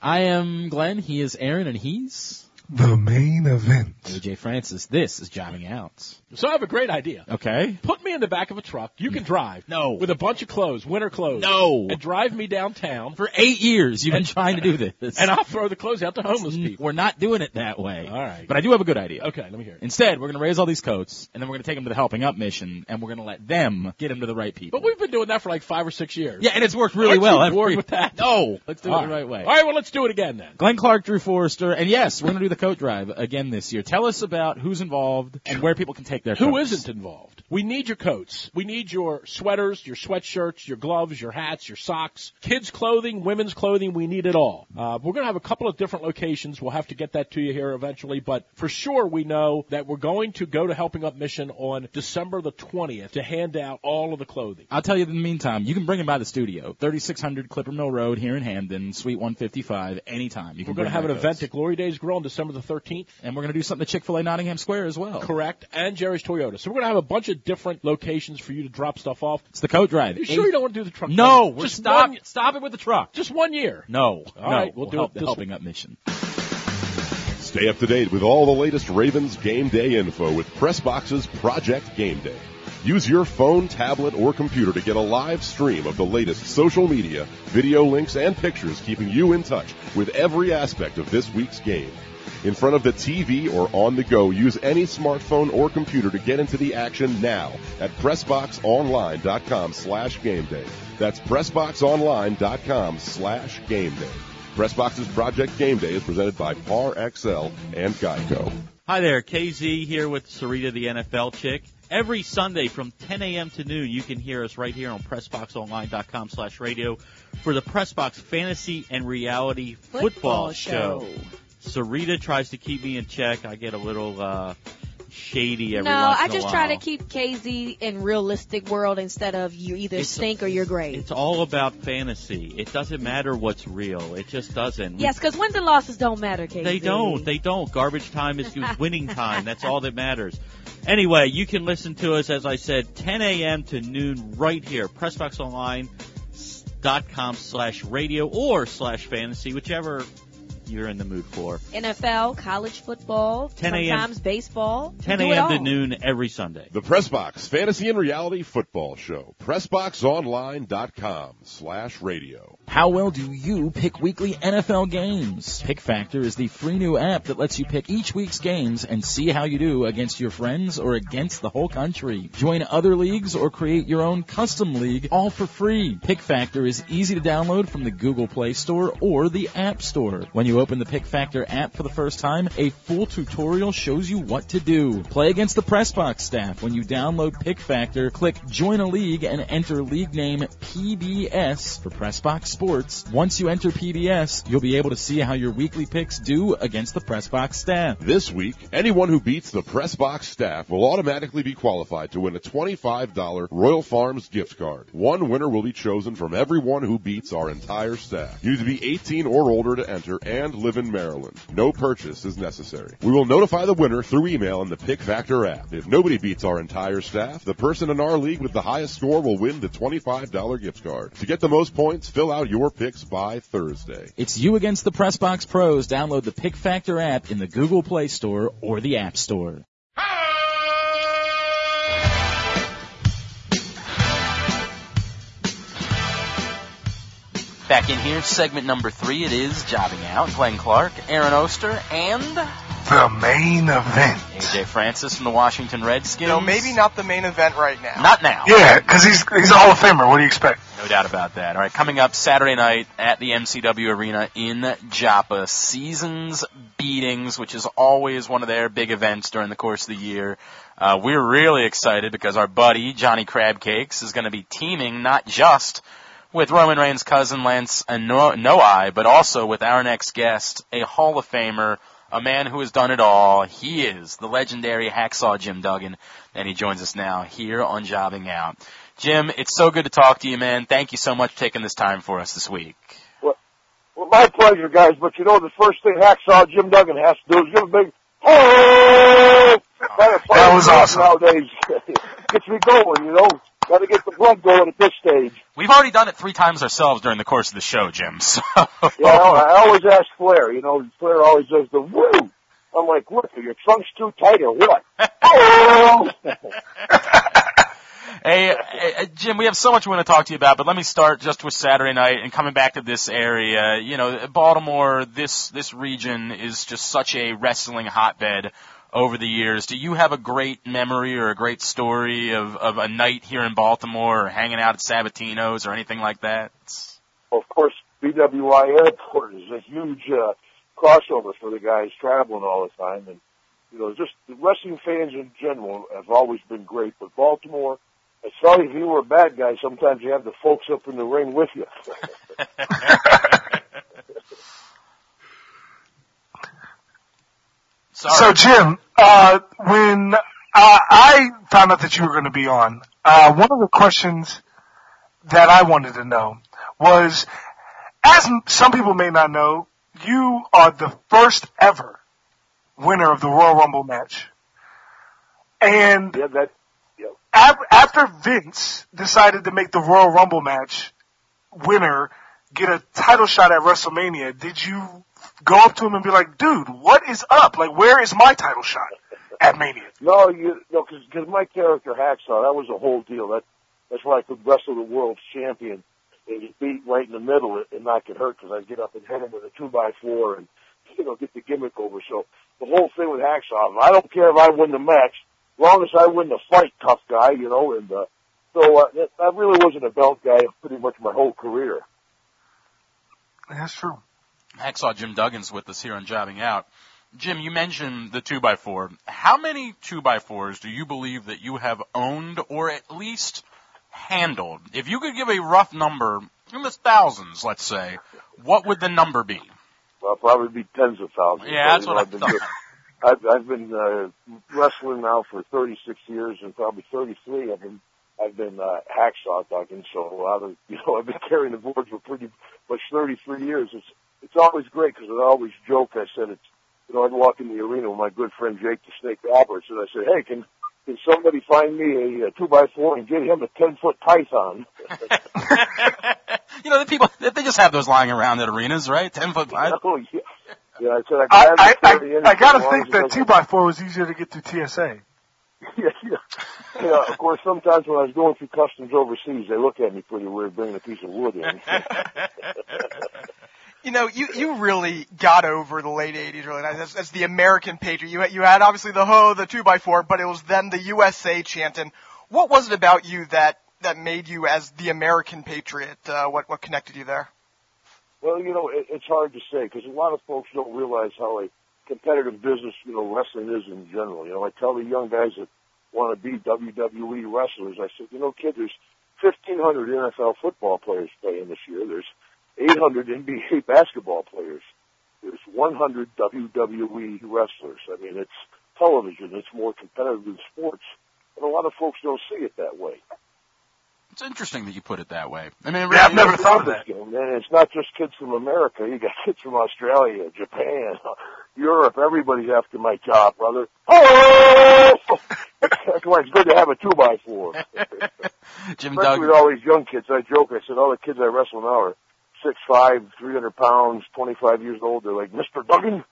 Speaker 2: I am Glenn. He is Aaron, and he's
Speaker 3: The main event.
Speaker 2: AJ Francis. This is jobbing out.
Speaker 5: So I have a great idea.
Speaker 2: Okay.
Speaker 5: Put me in the back of a truck. You can drive.
Speaker 2: No.
Speaker 5: With a bunch of clothes, winter clothes.
Speaker 2: No.
Speaker 5: And drive me downtown,
Speaker 2: For eight years, you've been trying to do this,
Speaker 5: and I'll throw the clothes out to homeless people.
Speaker 2: we're not doing it that way.
Speaker 5: All right.
Speaker 2: But I do have a good idea.
Speaker 5: Okay, let me hear it.
Speaker 2: Instead, we're going to raise all these coats, and then we're going to take them to the helping up mission, and we're going to let them get them to the right people.
Speaker 5: But we've been doing that for like five or six years.
Speaker 2: Yeah, and it's worked really
Speaker 5: Aren't
Speaker 2: well.
Speaker 5: you
Speaker 2: Every-
Speaker 5: bored with that?
Speaker 2: No, let's do
Speaker 5: All
Speaker 2: it the right way.
Speaker 5: All right, well, let's do it again then.
Speaker 2: Glenn Clark, Drew Forrester, and yes, we're going to do the coat drive again this year. Tell us about who's involved and where people can take their
Speaker 5: Who
Speaker 2: coats.
Speaker 5: isn't involved? We need your coats. We need your sweaters, your sweatshirts, your gloves, your hats, your socks, kids' clothing, women's clothing. We need it all. Uh, we're going to have a couple of different locations. We'll have to get that to you here eventually, but for sure we know that we're going to go to Helping Up Mission on December the 20th to hand out all of the clothing.
Speaker 2: I'll tell you in the meantime, you can bring him by the studio. 3600 Clipper Mill Road here in Hamden, Suite 155, anytime. You
Speaker 5: We're going to
Speaker 2: can bring
Speaker 5: have an
Speaker 2: my
Speaker 5: event
Speaker 2: coats.
Speaker 5: at Glory Days Grill on December the 13th.
Speaker 2: And we're going to do something at Chick-fil-A Nottingham Square as well.
Speaker 5: Correct. And Jerry's Toyota. So we're going to have a bunch of different locations for you to drop stuff off.
Speaker 2: It's the coat drive.
Speaker 5: Are you sure you don't want to do the truck?
Speaker 2: No,
Speaker 5: drive?
Speaker 2: we're
Speaker 5: just
Speaker 2: stop,
Speaker 5: One,
Speaker 2: stop it with the truck.
Speaker 5: just one year.
Speaker 2: No,
Speaker 5: All
Speaker 2: no,
Speaker 5: right, we'll do
Speaker 2: help
Speaker 5: it
Speaker 2: the
Speaker 5: this
Speaker 2: helping
Speaker 5: way.
Speaker 2: up mission.
Speaker 4: Stay up to date with all the latest Ravens game day info with PressBox's Project Game Day. Use your phone, tablet, or computer to get a live stream of the latest social media, video links, and pictures keeping you in touch with every aspect of this week's game. In front of the TV or on the go, use any smartphone or computer to get into the action now at PressBoxOnline.com slash game day. That's PressBoxOnline.com slash game day. Pressbox's Project Game Day is presented by Par XL and Geico.
Speaker 7: Hi there, KZ here with Sarita the NFL chick. Every Sunday from 10 a.m. to noon, you can hear us right here on PressBoxOnline.com slash radio for the PressBox Fantasy and Reality Football, show. Sarita tries to keep me in check. I get a little uh, shady every
Speaker 8: No,
Speaker 7: once
Speaker 8: I
Speaker 7: in a
Speaker 8: just
Speaker 7: while.
Speaker 8: try to keep KZ in realistic world instead of you either
Speaker 7: It's-
Speaker 8: stink or you're great.
Speaker 7: It's all about fantasy. It doesn't matter what's real. It just doesn't.
Speaker 8: Yes, because wins and losses don't matter, KZ.
Speaker 7: They don't. They don't. Garbage time is winning time. That's all that matters. Anyway, you can listen to us, as I said, 10 a.m. to noon right here, PressBoxOnline.com slash radio or slash fantasy, whichever you're in the mood for.
Speaker 8: NFL, college football,
Speaker 7: 10 a.m.
Speaker 8: sometimes baseball.
Speaker 7: 10
Speaker 8: We do it
Speaker 7: a.m. to
Speaker 8: all.
Speaker 7: noon every Sunday.
Speaker 4: The Pressbox Fantasy and Reality Football Show. PressboxOnline.com slash radio.
Speaker 9: How well do you pick weekly NFL games? Pick Factor is the free new app that lets you pick each week's games and see how you do against your friends or against the whole country. Join other leagues or create your own custom league all for free. Pick Factor is easy to download from the Google Play Store or the App Store. When you open the Pick Factor app for the first time, a full tutorial shows you what to do. Play against the Pressbox staff when you download Pick Factor, click Join a League and enter league name PBS for Pressbox Sports. Once you enter PBS, you'll be able to see how your weekly picks do against the Pressbox staff.
Speaker 4: This week, anyone who beats the Pressbox staff will automatically be qualified to win a $25 Royal Farms gift card. One winner will be chosen from everyone who beats our entire staff. You need to be 18 or older to enter and live in Maryland. No purchase is necessary. We will notify the winner through email and the Pick Factor app. If nobody beats our entire staff, the person in our league with the highest score will win the $25 gift card. To get the most points, fill out your picks by Thursday.
Speaker 9: It's you against the Pressbox Pros. Download the Pick Factor app in the Google Play Store or the App Store.
Speaker 2: Back in here, segment number three. It is jobbing out. Glenn Clark, Aaron Oster, and
Speaker 3: The main event.
Speaker 2: AJ Francis from the Washington Redskins.
Speaker 1: No, maybe not the main event right now.
Speaker 2: Not now.
Speaker 3: Yeah, because he's he's a Hall of Famer. What do you expect?
Speaker 2: No doubt about that. All right, coming up Saturday night at the MCW Arena in Joppa, Seasons Beatings, which is always one of their big events during the course of the year. Uh, we're really excited because our buddy Johnny Crabcakes is going to be teaming not just with Roman Reigns' cousin Lance Noai, but also with our next guest, a Hall of Famer, a man who has done it all. He is the legendary Hacksaw Jim Duggan, and he joins us now here on Jobbing Out. Jim, it's so good to talk to you, man. Thank you so much for taking this time for us this week.
Speaker 10: Well, my pleasure, guys. But you know, the first thing Hacksaw Jim Duggan has to do is give a big oh.
Speaker 3: That was awesome.
Speaker 10: Nowadays, gets me going. You know, got to get the blood going at this stage.
Speaker 2: We've already done it three times ourselves during the course of the show, Jim. So
Speaker 10: Yeah,
Speaker 3: Oh.
Speaker 10: I always ask Flair. You know, Flair always does the woo. I'm like, what? Are your trunks too tight or what? Oh!
Speaker 2: Hey, hey, hey, Jim, we have so much we want to talk to you about, but let me start just with Saturday night and coming back to this area. You know, Baltimore, this this region is just such a wrestling hotbed over the years. Do you have a great memory or a great story of of a night here in Baltimore or hanging out at Sabatino's or anything like that?
Speaker 10: Well, of course, BWI Airport is a huge uh, crossover for the guys traveling all the time, and you know, just the wrestling fans in general have always been great. But Baltimore, it's sorry if you were a bad guy. Sometimes you have the folks up in the ring with you.
Speaker 2: Sorry.
Speaker 3: So Jim, uh, when uh, I found out that you were going to be on, uh, one of the questions that I wanted to know was, as m- some people may not know, you are the first ever winner of the Royal Rumble match. And
Speaker 10: yeah, that
Speaker 3: ab- after Vince decided to make the Royal Rumble match winner get a title shot at WrestleMania, did you go up to him and be like, dude, what is up? Like, where is my title shot at Mania?
Speaker 10: No, you no, because my character Hacksaw that was a whole deal. That that's why I could wrestle the world's champion and get beat right in the middle and not get hurt because I'd get up and hit him with a two by four and you know get the gimmick over. So the whole thing with Hacksaw, I don't care if I win the match, long as I win the fight, tough guy, you know. And uh, so uh, that- I really wasn't a belt guy pretty much my whole career.
Speaker 3: That's true.
Speaker 2: Hacksaw Jim Duggan's with us here on Jobbing Out. Jim, you mentioned the 2x4. How many 2x4s do you believe that you have owned or at least handled? If you could give a rough number, in the thousands, let's say, what would the number be?
Speaker 10: Well, probably be tens of thousands.
Speaker 2: Yeah, that's
Speaker 10: So, you
Speaker 2: what I
Speaker 10: know, I've been
Speaker 2: thought.
Speaker 10: doing- I've, I've been uh, wrestling now for 36 years, and probably 33 of them I've been uh, hacksaw talking. So out of you know, I've been carrying the board for pretty much 33 years. It's it's always great because I always joke. I said it's you know I'd walk in the arena with my good friend Jake the Snake Roberts, and I said, hey, can can somebody find me a, uh two by four and get him a 10 foot python?
Speaker 2: you know, the people, they just have those lying around at arenas, right? 10 foot
Speaker 10: oh yeah, You know, I said
Speaker 3: I,
Speaker 10: I could
Speaker 3: I,
Speaker 10: have the 30
Speaker 3: I,
Speaker 10: innings
Speaker 3: I gotta
Speaker 10: as long
Speaker 3: think
Speaker 10: as it
Speaker 3: that two
Speaker 10: doesn't-
Speaker 3: by four was easier to get through TSA.
Speaker 10: yeah, yeah. You know, of course, sometimes when I was going through customs overseas, they look at me pretty weird bringing a piece of wood in.
Speaker 1: You know, you, you really got over the late 80s, really nice. That's, that's the American patriot. You had, you had obviously the ho, the 2x4, but it was then the USA chanting. What was it about you that, that made you as the American patriot? Uh, what, what connected you there?
Speaker 10: Well, you know, it, it's hard to say because a lot of folks don't realize how a competitive business, you know, wrestling is in general. You know, I tell the young guys that want to be WWE wrestlers, I said, you know, kid, there's 1,500 NFL football players playing this year. There's 800 NBA basketball players. There's 100 WWE wrestlers. I mean, it's television. It's more competitive than sports. And a lot of folks don't see it that way.
Speaker 2: It's interesting that you put it that way. I mean, it
Speaker 10: Yeah,
Speaker 2: really
Speaker 10: I've never
Speaker 2: is.
Speaker 10: thought of that. And it's not just kids from America. You got kids from Australia, Japan, Europe. Everybody's after my job, brother. Oh! That's why it's good to have a two by four.
Speaker 2: Jim
Speaker 10: Especially with
Speaker 2: Duggan.
Speaker 10: all these young kids. I joke. I said all the kids I wrestle now are six five, three hundred pounds, twenty five years old. They're like, Mister Duggan,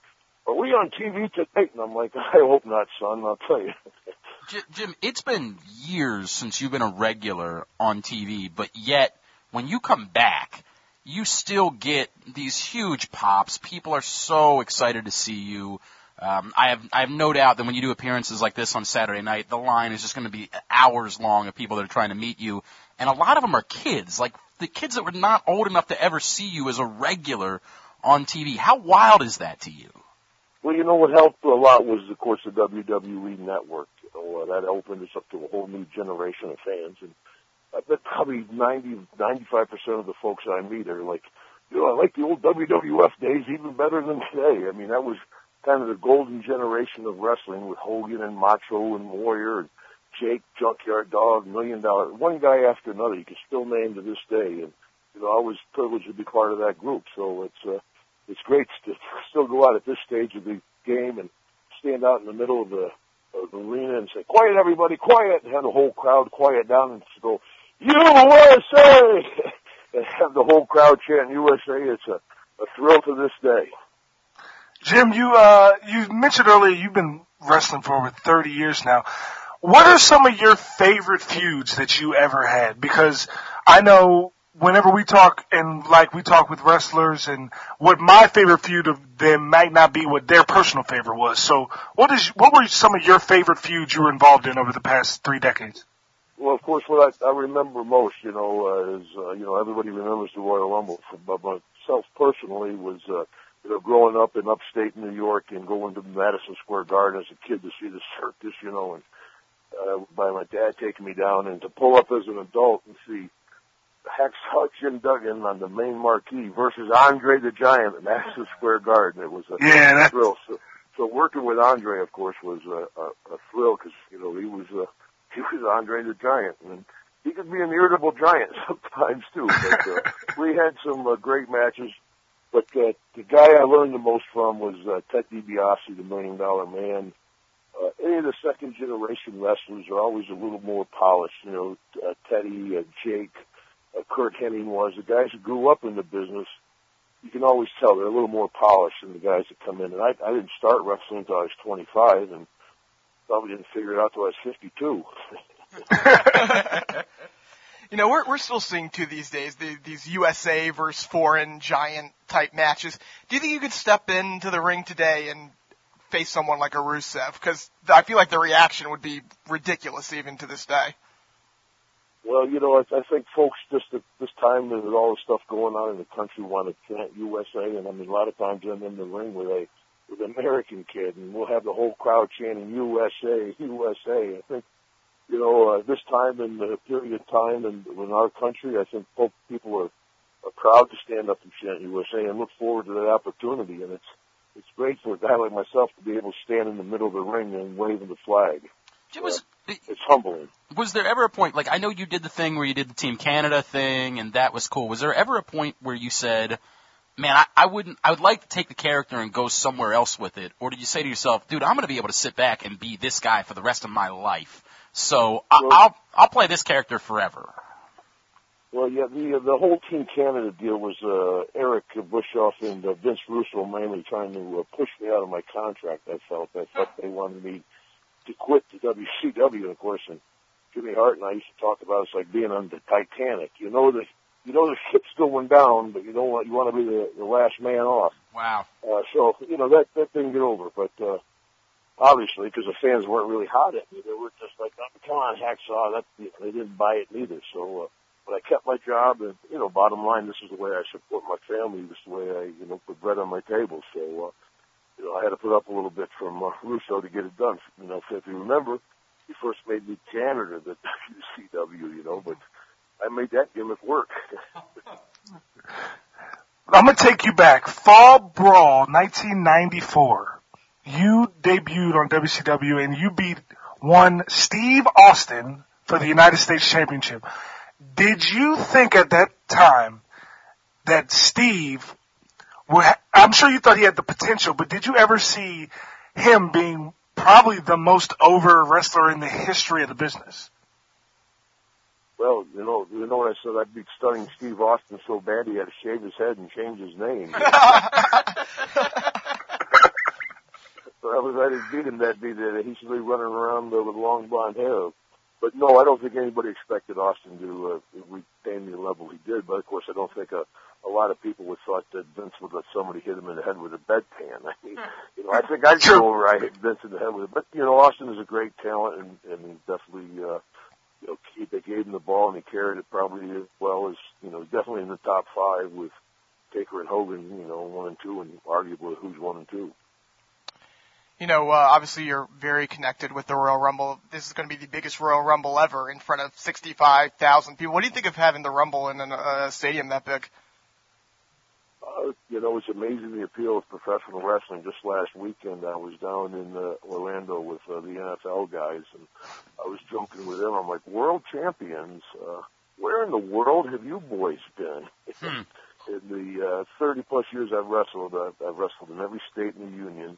Speaker 10: are we on TV tonight? And I'm like, I hope not, son. I'll tell you.
Speaker 2: J- Jim, it's been years since you've been a regular on TV, but yet when you come back, you still get these huge pops. People are so excited to see you. Um, I have I have no doubt that when you do appearances like this on Saturday night, the line is just going to be hours long of people that are trying to meet you, and a lot of them are kids, like the kids that were not old enough to ever see you as a regular on TV. How wild is that to you?
Speaker 10: Well, you know what helped a lot was, of course, the WWE Network. You know, uh, that opened us up to a whole new generation of fans, and I bet probably ninety, ninety-five percent of the folks I meet are like, you know, I like the old WWF days even better than today. I mean, that was kind of the golden generation of wrestling with Hogan and Macho and Warrior and Jake, Junkyard Dog, Million Dollar, one guy after another. You can still name to this day, and you know, I was privileged to be part of that group. So it's uh, it's great to still go out at this stage of the game and stand out in the middle of the, of the arena and say, "Quiet, everybody, quiet!" and have the whole crowd quiet down and just go, "USA!" and have the whole crowd chant "USA." It's a, a thrill to this day.
Speaker 3: Jim, you uh, you mentioned earlier you've been wrestling for over 30 years now. What are some of your favorite feuds that you ever had? Because I know whenever we talk and like we talk with wrestlers and what my favorite feud of them might not be what their personal favorite was. So what is what were some of your favorite feuds you were involved in over the past three decades?
Speaker 10: Well, of course, what I, I remember most, you know, uh, is uh, you know everybody remembers the Royal Rumble. But myself personally was, uh, you know, growing up in upstate New York and going to Madison Square Garden as a kid to see the circus, you know, and uh, by my dad taking me down and to pull up as an adult and see Hacksaw Jim Duggan on the main marquee versus Andre the Giant at Madison Square Garden. It was a
Speaker 3: Yeah, that-
Speaker 10: thrill. So, so working with Andre, of course, was a, a, a thrill because you know he was uh, he was Andre the Giant, and he could be an irritable giant sometimes too. But uh, we had some uh, great matches. But uh, the guy I learned the most from was uh, Ted DiBiase, the Million Dollar Man. Uh, any of the second generation E wrestlers are always a little more polished. You know, uh, Teddy, uh, Jake, uh, Kurt Henning was. The guys who grew up in the business, you can always tell they're a little more polished than the guys that come in. And I, I didn't start wrestling until I was 25, and probably didn't figure it out till I was 52.
Speaker 1: You know, we're, we're still seeing too these days the, these USA versus foreign giant type matches. Do you think you could step into the ring today and face someone like a Rusev? Because I feel like the reaction would be ridiculous even to this day.
Speaker 10: Well, you know, I, I think folks just at this time with all the stuff going on in the country want to chant USA, and I mean, a lot of times I'm in the ring with a with an American kid, and we'll have the whole crowd chanting USA, USA. I think, you know, uh, this time in the period of time in, in our country, I think folk, people are are proud to stand up and chant USA and look forward to that opportunity, and it's it's great for a guy like myself to be able to stand in the middle of the ring and waving the flag.
Speaker 2: Jim, was,
Speaker 10: It's humbling.
Speaker 2: was there ever a point like I know you did the thing where you did the Team Canada thing and that was cool. Was there ever a point where you said, "Man, I, I wouldn't. I would like to take the character and go somewhere else with it," or did you say to yourself, "Dude, I'm going to be able to sit back and be this guy for the rest of my life, so I, I'll I'll play this character forever."
Speaker 10: Well, yeah, the uh, the whole Team Canada deal was uh, Eric Bushoff and uh, Vince Russo mainly trying to uh, push me out of my contract. I felt I felt they wanted me to quit the WCW, of course. And Jimmy Hart and I used to talk about it's like being on the Titanic. You know the you know the ship's going down, but you don't want you want to be the, the last man off.
Speaker 2: Wow.
Speaker 10: Uh, so you know that that didn't get over, but uh, obviously because the fans weren't really hot at me, they were just like, oh, "Come on, hacksaw!" That you know, they didn't buy it neither. So, uh, but I kept my job, and you know, bottom line, this is the way I support my family. This is the way I you know put bread on my table. So, uh, you know, I had to put up a little bit from uh, Russo to get it done. You know, if you remember, he first made me janitor at WCW. You know, but I made that gimmick work.
Speaker 3: I'm gonna take you back. Fall Brawl 1994. You debuted on WCW and you beat one Steve Austin for the United States Championship. Did you think at that time that Steve, would ha- I'm sure you thought he had the potential, but did you ever see him being probably the most over wrestler in the history of the business?
Speaker 10: Well, you know, you know what I said? I'd be stunning Steve Austin so bad he had to shave his head and change his name. but I was I didn't beat him that beat that he should be running around uh, with long blonde hair. But no, I don't think anybody expected Austin to uh, retain the level he did. But of course, I don't think a, a lot of people would thought that Vince would let somebody hit him in the head with a bedpan. I mean, you know, I think I'd go over I hit Vince in the head with it. But you know, Austin is a great talent and, and he definitely. Uh, you know, he, they gave him the ball and he carried it probably as well as, you know, definitely in the top five with Taker and Hogan, you know, one and two, and arguably who's one and two.
Speaker 1: You know, uh, obviously you're very connected with the Royal Rumble. This is going to be the biggest Royal Rumble ever in front of 65,000 people. What do you think of having the Rumble in a uh, stadium that big?
Speaker 10: Uh, you know, it's amazing the appeal of professional wrestling. Just last weekend, I was down in uh, Orlando with uh, the NFL guys, and I was joking with them. I'm like, "World champions, uh, where in the world have you boys been?" in the uh, 30 plus years I've wrestled, I've, I've wrestled in every state in the union,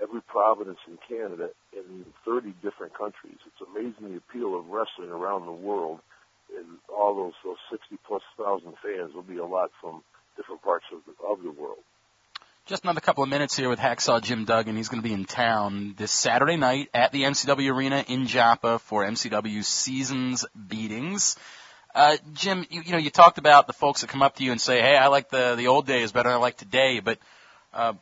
Speaker 10: every province in Canada, in 30 different countries. It's amazing the appeal of wrestling around the world, and all those those 60 plus thousand fans will be a lot from different parts of the, of the world.
Speaker 2: Just another couple of minutes here with Hacksaw Jim Duggan. He's going to be in town this Saturday night at the MCW Arena in Joppa for MCW Seasons Beatings. Uh, Jim, you, you know, you talked about the folks that come up to you and say, "Hey, I like the the old days better than I like today." But uh,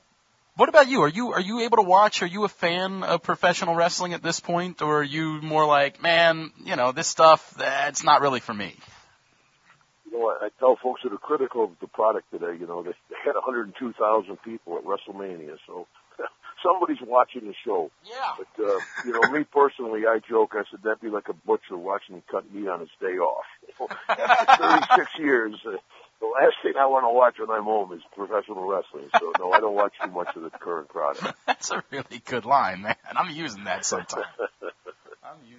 Speaker 2: what about you? Are you are you able to watch? Are you a fan of professional wrestling at this point, or are you more like, "Man, you know, this stuff that's not really for me"?
Speaker 10: you know, I, I tell folks that are critical of the product today, you know, they, they had 102,000 people at WrestleMania, so somebody's watching the show.
Speaker 2: Yeah.
Speaker 10: But, uh, you know, me personally, I joke, I said, that'd be like a butcher watching me cut meat on his day off. You know, After 36 years, uh, the last thing I want to watch when I'm home is professional wrestling, so no, I don't watch too much of the current product.
Speaker 2: That's a really good line, man. I'm using that sometime.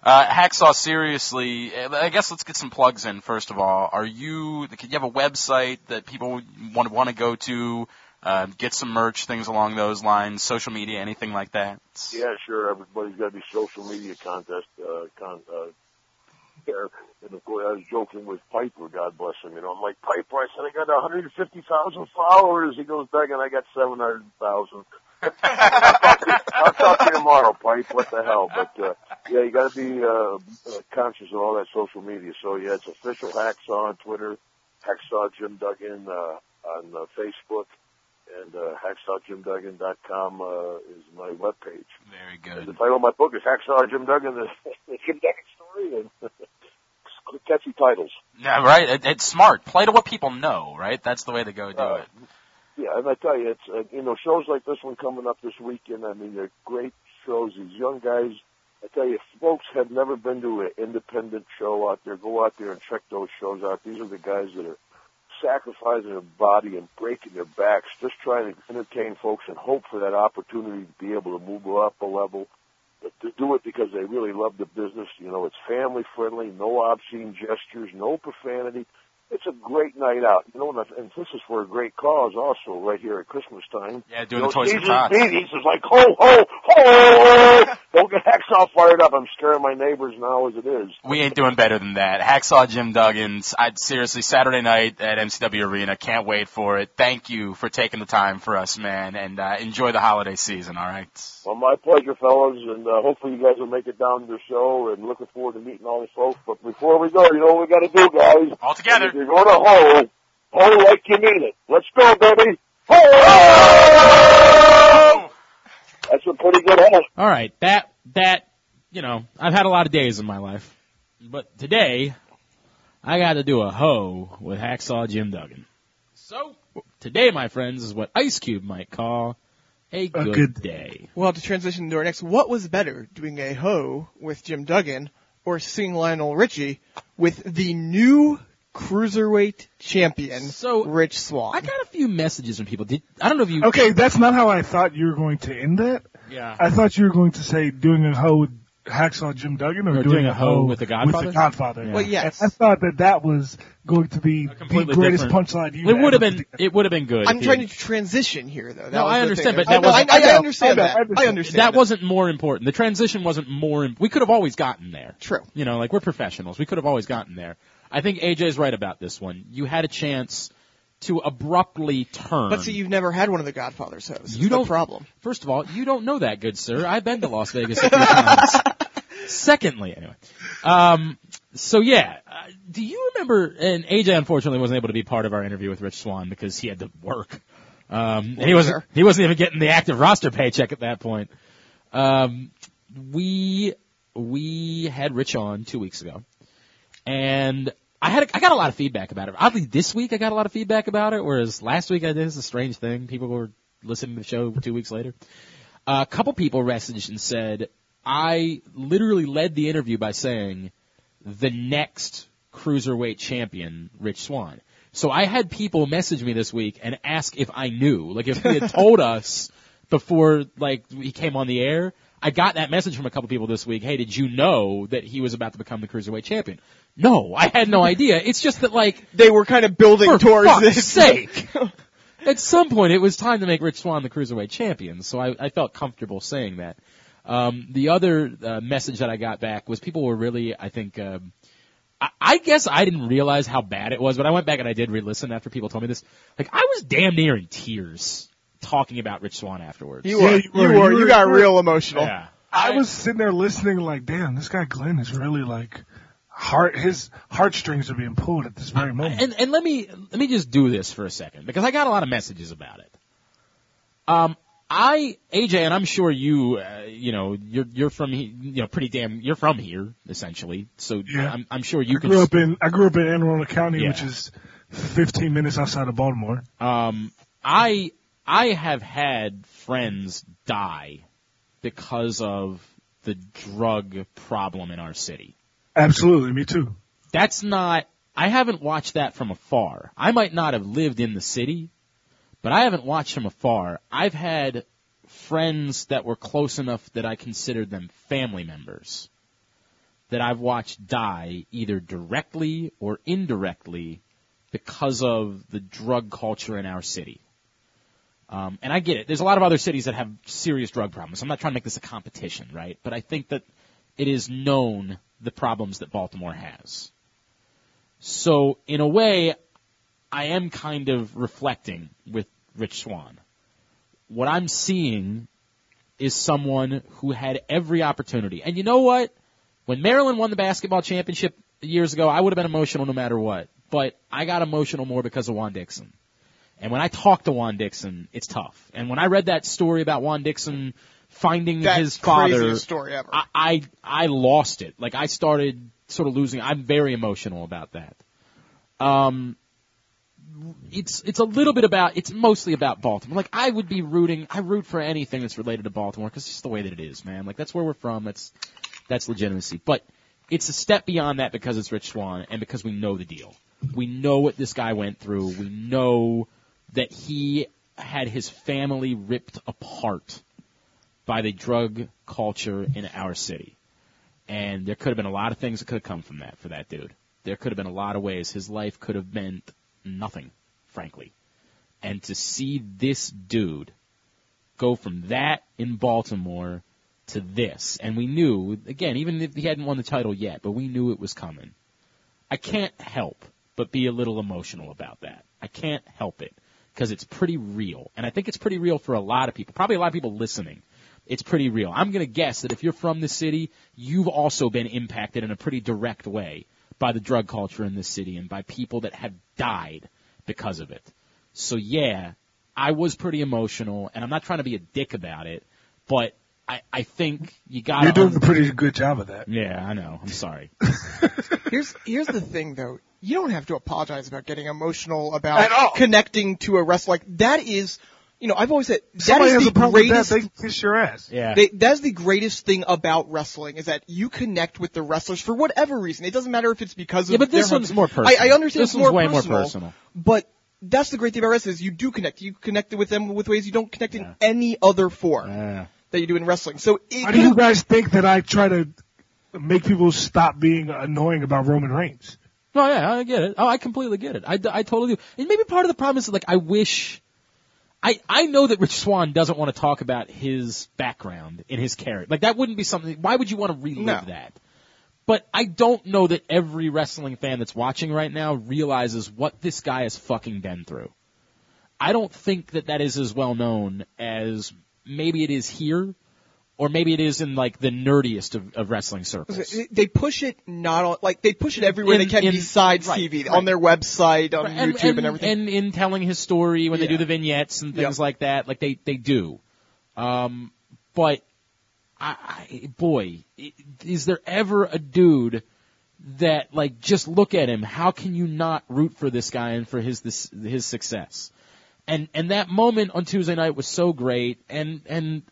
Speaker 2: Uh, Hacksaw, seriously, uh, I guess let's get some plugs in first of all. Are you? Do you have a website that people want want to go to? Uh, get some merch, things along those lines, social media, anything like that.
Speaker 10: Yeah, sure. Everybody's got to be social media contest. Uh, con, uh, there. And of course, I was joking with Piper. God bless him. You know, I'm like Piper. I said I got 150,000 followers. He goes back and I got 700,000. I'll talk to you tomorrow, Pipe. What the hell? But uh, yeah, you got to be uh, uh, conscious of all that social media. So yeah, it's official Hacksaw on Twitter, Hacksaw Jim Duggan uh, on uh, Facebook, and uh, HacksawJimDuggan.com uh, is my webpage.
Speaker 2: Very
Speaker 10: The
Speaker 2: good.
Speaker 10: title of my book is Hacksaw Jim Duggan, the, the Jim Duggan story, and catchy titles.
Speaker 2: Yeah, right. It, it's smart. Play to what people know, right? That's the way to go do
Speaker 10: Uh,
Speaker 2: it.
Speaker 10: Yeah, and I tell you, it's uh, you know shows like this one coming up this weekend. I mean, they're great shows. These young guys, I tell you, folks have never been to an independent show out there. Go out there and check those shows out. These are the guys that are sacrificing their body and breaking their backs, just trying to entertain folks and hope for that opportunity to be able to move up a level. But to do it because they really love the business. You know, it's family friendly, no obscene gestures, no profanity it's a great night out. You know, and I- and this is for a great cause also, right here at Christmas time.
Speaker 2: Yeah,
Speaker 10: You
Speaker 2: doing
Speaker 10: know,
Speaker 2: the toys for
Speaker 10: Caesar's
Speaker 2: tots.
Speaker 10: Meetings is like ho ho ho.
Speaker 4: Don't get Hacksaw fired up. I'm scaring my neighbors now as it is.
Speaker 2: We ain't doing better than that. Hacksaw Jim Duggins. I seriously Saturday night at MCW Arena. Can't wait for it. Thank you for taking the time for us, man, and uh, enjoy the holiday season. All right.
Speaker 4: Well, my pleasure, fellas, and uh, hopefully you guys will make it down to the show. And looking forward to meeting all the folks. But before we go, you know what we got to do, guys.
Speaker 2: All together.
Speaker 4: If you're going to hole, hole like you mean it. Let's go, baby. Hole! That's a pretty good hole.
Speaker 10: All right, that that you know, I've had a lot of days in my life, but today I got to do a hoe with hacksaw Jim Duggan.
Speaker 11: So
Speaker 10: Today, my friends, is what Ice Cube might call a good,
Speaker 3: good-
Speaker 10: day.
Speaker 1: Well, to transition into our next, what was better, doing a hoe with Jim Duggan or seeing Lionel Richie with the new cruiserweight champion,
Speaker 10: So-
Speaker 1: Rich Swan?
Speaker 10: I got a few messages from people. Did, I don't know if you.
Speaker 3: Okay, that's not how I thought you were going to end that.
Speaker 10: Yeah.
Speaker 3: I thought you were going to say doing a hoe with Hacksaw Jim Duggan or,
Speaker 10: Or doing a hoe with the Godfather?
Speaker 3: With the Godfather.
Speaker 10: Yeah.
Speaker 1: Well, yes.
Speaker 3: And I thought that that was going to be the
Speaker 10: completely
Speaker 3: greatest
Speaker 10: different-
Speaker 3: punchline you
Speaker 10: It would have
Speaker 3: ever
Speaker 10: been.
Speaker 3: did.
Speaker 10: It would have been good.
Speaker 1: I'm
Speaker 10: if
Speaker 1: trying
Speaker 10: you-
Speaker 1: to transition here, though. That
Speaker 10: No,
Speaker 1: was
Speaker 10: I
Speaker 1: the
Speaker 10: understand,
Speaker 1: thing.
Speaker 10: but that
Speaker 1: I, know,
Speaker 10: wasn't-
Speaker 1: I, I
Speaker 3: I know,
Speaker 1: understand
Speaker 3: I know,
Speaker 1: that.
Speaker 3: I
Speaker 1: I
Speaker 3: understand.
Speaker 1: understand.
Speaker 10: that wasn't more important. The transition wasn't more. Im- we could have always gotten there.
Speaker 1: True.
Speaker 10: You know, like we're professionals. We could have always gotten there. I think AJ's right about this one. You had a chance to abruptly turn.
Speaker 1: But see, you've never had one of the Godfather's hoes.
Speaker 10: You don't-
Speaker 1: the problem.
Speaker 10: First of all, you don't know that, good sir. I've been to Las Vegas a few times. Secondly, anyway. Um, so yeah, uh, do you remember? And AJ unfortunately wasn't able to be part of our interview with Rich Swan because he had to work. Um, and he wasn't.
Speaker 1: sure.
Speaker 10: He wasn't even getting the active roster paycheck at that point. Um, we we had Rich on two weeks ago, and I had I got a lot of feedback about it. Oddly, this week I got a lot of feedback about it, whereas last week I did. It's a strange thing. People were listening to the show two weeks later. Uh, a couple people messaged and said I literally led the interview by saying the next cruiserweight champion, Rich Swan. So I had people message me this week and ask if I knew, like if he had told us before, like he came on the air. I got that message from a couple people this week. Hey, did you know that he was about to become the cruiserweight champion? No, I had no idea. It's just that like
Speaker 1: They were kind of building
Speaker 10: for
Speaker 1: towards
Speaker 10: fuck's
Speaker 1: this.
Speaker 10: sake. At some point, it was time to make Rich Swan the cruiserweight champion, so I, I felt comfortable saying that. Um, the other uh, message that I got back was people were really, I think, um, I, I guess I didn't realize how bad it was, but I went back and I did re-listen after people told me this. Like I was damn near in tears talking about Rich Swan afterwards.
Speaker 1: You
Speaker 3: Yeah,
Speaker 1: were,
Speaker 3: you were,
Speaker 1: you were,
Speaker 3: you
Speaker 1: you
Speaker 3: were-
Speaker 1: got
Speaker 3: you were-
Speaker 1: real emotional.
Speaker 10: yeah.
Speaker 3: I was sitting there listening like, damn, this guy Glenn is really like heart his heartstrings are being pulled at this very moment.
Speaker 10: and and let me let me just do this for a second because I got a lot of messages about it. Um, I AJ, and I'm sure you, uh, you know, you're you're from he- you know pretty damn you're from here essentially, so
Speaker 3: Yeah.
Speaker 10: I'm I'm sure you
Speaker 3: I
Speaker 10: can.
Speaker 3: grew up in I grew up in Anne Arundel County,
Speaker 10: Yeah.
Speaker 3: which is 15 minutes outside of Baltimore.
Speaker 10: Um, I I have had friends die because of the drug problem in our city.
Speaker 3: Absolutely, me too.
Speaker 10: that's not I haven't watched that from afar. I might not have lived in the city, but I haven't watched from afar. I've had friends that were close enough that I considered them family members that I've watched die either directly or indirectly because of the drug culture in our city. Um, and I get it. There's a lot of other cities that have serious drug problems. I'm not trying to make this a competition, right? But I think that it is known the problems that Baltimore has. So in a way, I am kind of reflecting with Rich Swan. What I'm seeing is someone who had every opportunity. And you know what? When Maryland won the basketball championship years ago, I would have been emotional no matter what. But I got emotional more because of Juan Dixon. And when I talk to Juan Dixon, it's tough. And when I read that story about Juan Dixon finding
Speaker 1: That's
Speaker 10: his father,
Speaker 1: craziest story ever.
Speaker 10: I, I I lost it. Like I started sort of losing. I'm very emotional about that. Um, it's it's a little bit about. It's mostly about Baltimore. Like I would be rooting. I root for anything that's related to Baltimore because it's just the way that it is, man. Like that's where we're from. That's that's legitimacy. But it's a step beyond that because it's Rich Swan and because we know the deal. We know what this guy went through. We know that he had his family ripped apart by the drug culture in our city. And there could have been a lot of things that could have come from that for that dude. There could have been a lot of ways his life could have meant nothing, frankly. And to see this dude go from that in Baltimore to this, and we knew again, even if he hadn't won the title yet, but we knew it was coming. I can't help but be a little emotional about that. I can't help it because it's pretty real, and I think it's pretty real for a lot of people. Probably a lot of people listening. It's pretty real. I'm gonna guess that if you're from the city, you've also been impacted in a pretty direct way by the drug culture in this city and by people that have died because of it. So yeah, I was pretty emotional, and I'm not trying to be a dick about it, but I, I think you got.
Speaker 3: You're doing a pretty good job of that.
Speaker 10: Yeah, I know. I'm sorry.
Speaker 1: here's here's the thing though. You don't have to apologize about getting emotional about connecting to a wrestler. Like that is, you know, I've always said that
Speaker 3: Somebody
Speaker 1: is
Speaker 3: has
Speaker 1: the
Speaker 3: a problem
Speaker 1: greatest.
Speaker 3: with that, they can kiss your ass.
Speaker 10: Yeah.
Speaker 1: They, that's the greatest thing about wrestling is that you connect with the wrestlers for whatever reason. It doesn't matter if it's because of
Speaker 10: yeah, but this
Speaker 1: their
Speaker 10: one's more personal.
Speaker 1: I, I understand
Speaker 10: This
Speaker 1: it's
Speaker 10: one's
Speaker 1: more
Speaker 10: way
Speaker 1: personal,
Speaker 10: more personal.
Speaker 1: But that's the great thing about wrestling is you do connect. You connect with them with ways you don't connect in any other form
Speaker 10: Yeah.
Speaker 1: that you do in wrestling. So it
Speaker 3: Why do you guys think that I try to make people stop being annoying about Roman Reigns?
Speaker 10: Oh yeah, I get it. Oh, I completely get it. I, I totally do. And maybe part of the problem is that, like I wish, I I know that Rich Swan doesn't want to talk about his background in his character. Like that wouldn't be something. Why would you want to relive
Speaker 1: No.
Speaker 10: that? But I don't know that every wrestling fan that's watching right now realizes what this guy has fucking been through. I don't think that that is as well known as maybe it is here, or maybe it is in like the nerdiest of, of wrestling circles.
Speaker 1: they push it not on like they push it everywhere
Speaker 10: In-
Speaker 1: they can
Speaker 10: in-
Speaker 1: besides
Speaker 10: right,
Speaker 1: TV
Speaker 10: right.
Speaker 1: on their website on
Speaker 10: Right, and-
Speaker 1: YouTube and,
Speaker 10: and,
Speaker 1: everything.
Speaker 10: And in telling his story when they do
Speaker 1: Yeah.
Speaker 10: the vignettes and things
Speaker 1: Yep.
Speaker 10: like that, like they they do. Um, but I, I boy, i- is there ever a dude that like just look at him? How can you not root for this guy and for his this his success? And and that moment on Tuesday night was so great. And and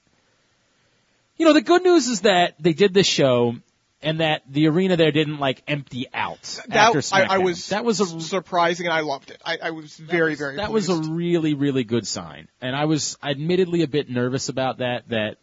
Speaker 10: you know the good news is that they did this show. And that the arena there didn't like empty out after
Speaker 1: that I, I
Speaker 10: SmackDown.
Speaker 1: was
Speaker 10: that was a
Speaker 1: s- surprising and I loved it. I, I was very very
Speaker 10: that was a
Speaker 1: pleased.
Speaker 10: really really good sign and i was admittedly a bit nervous about that that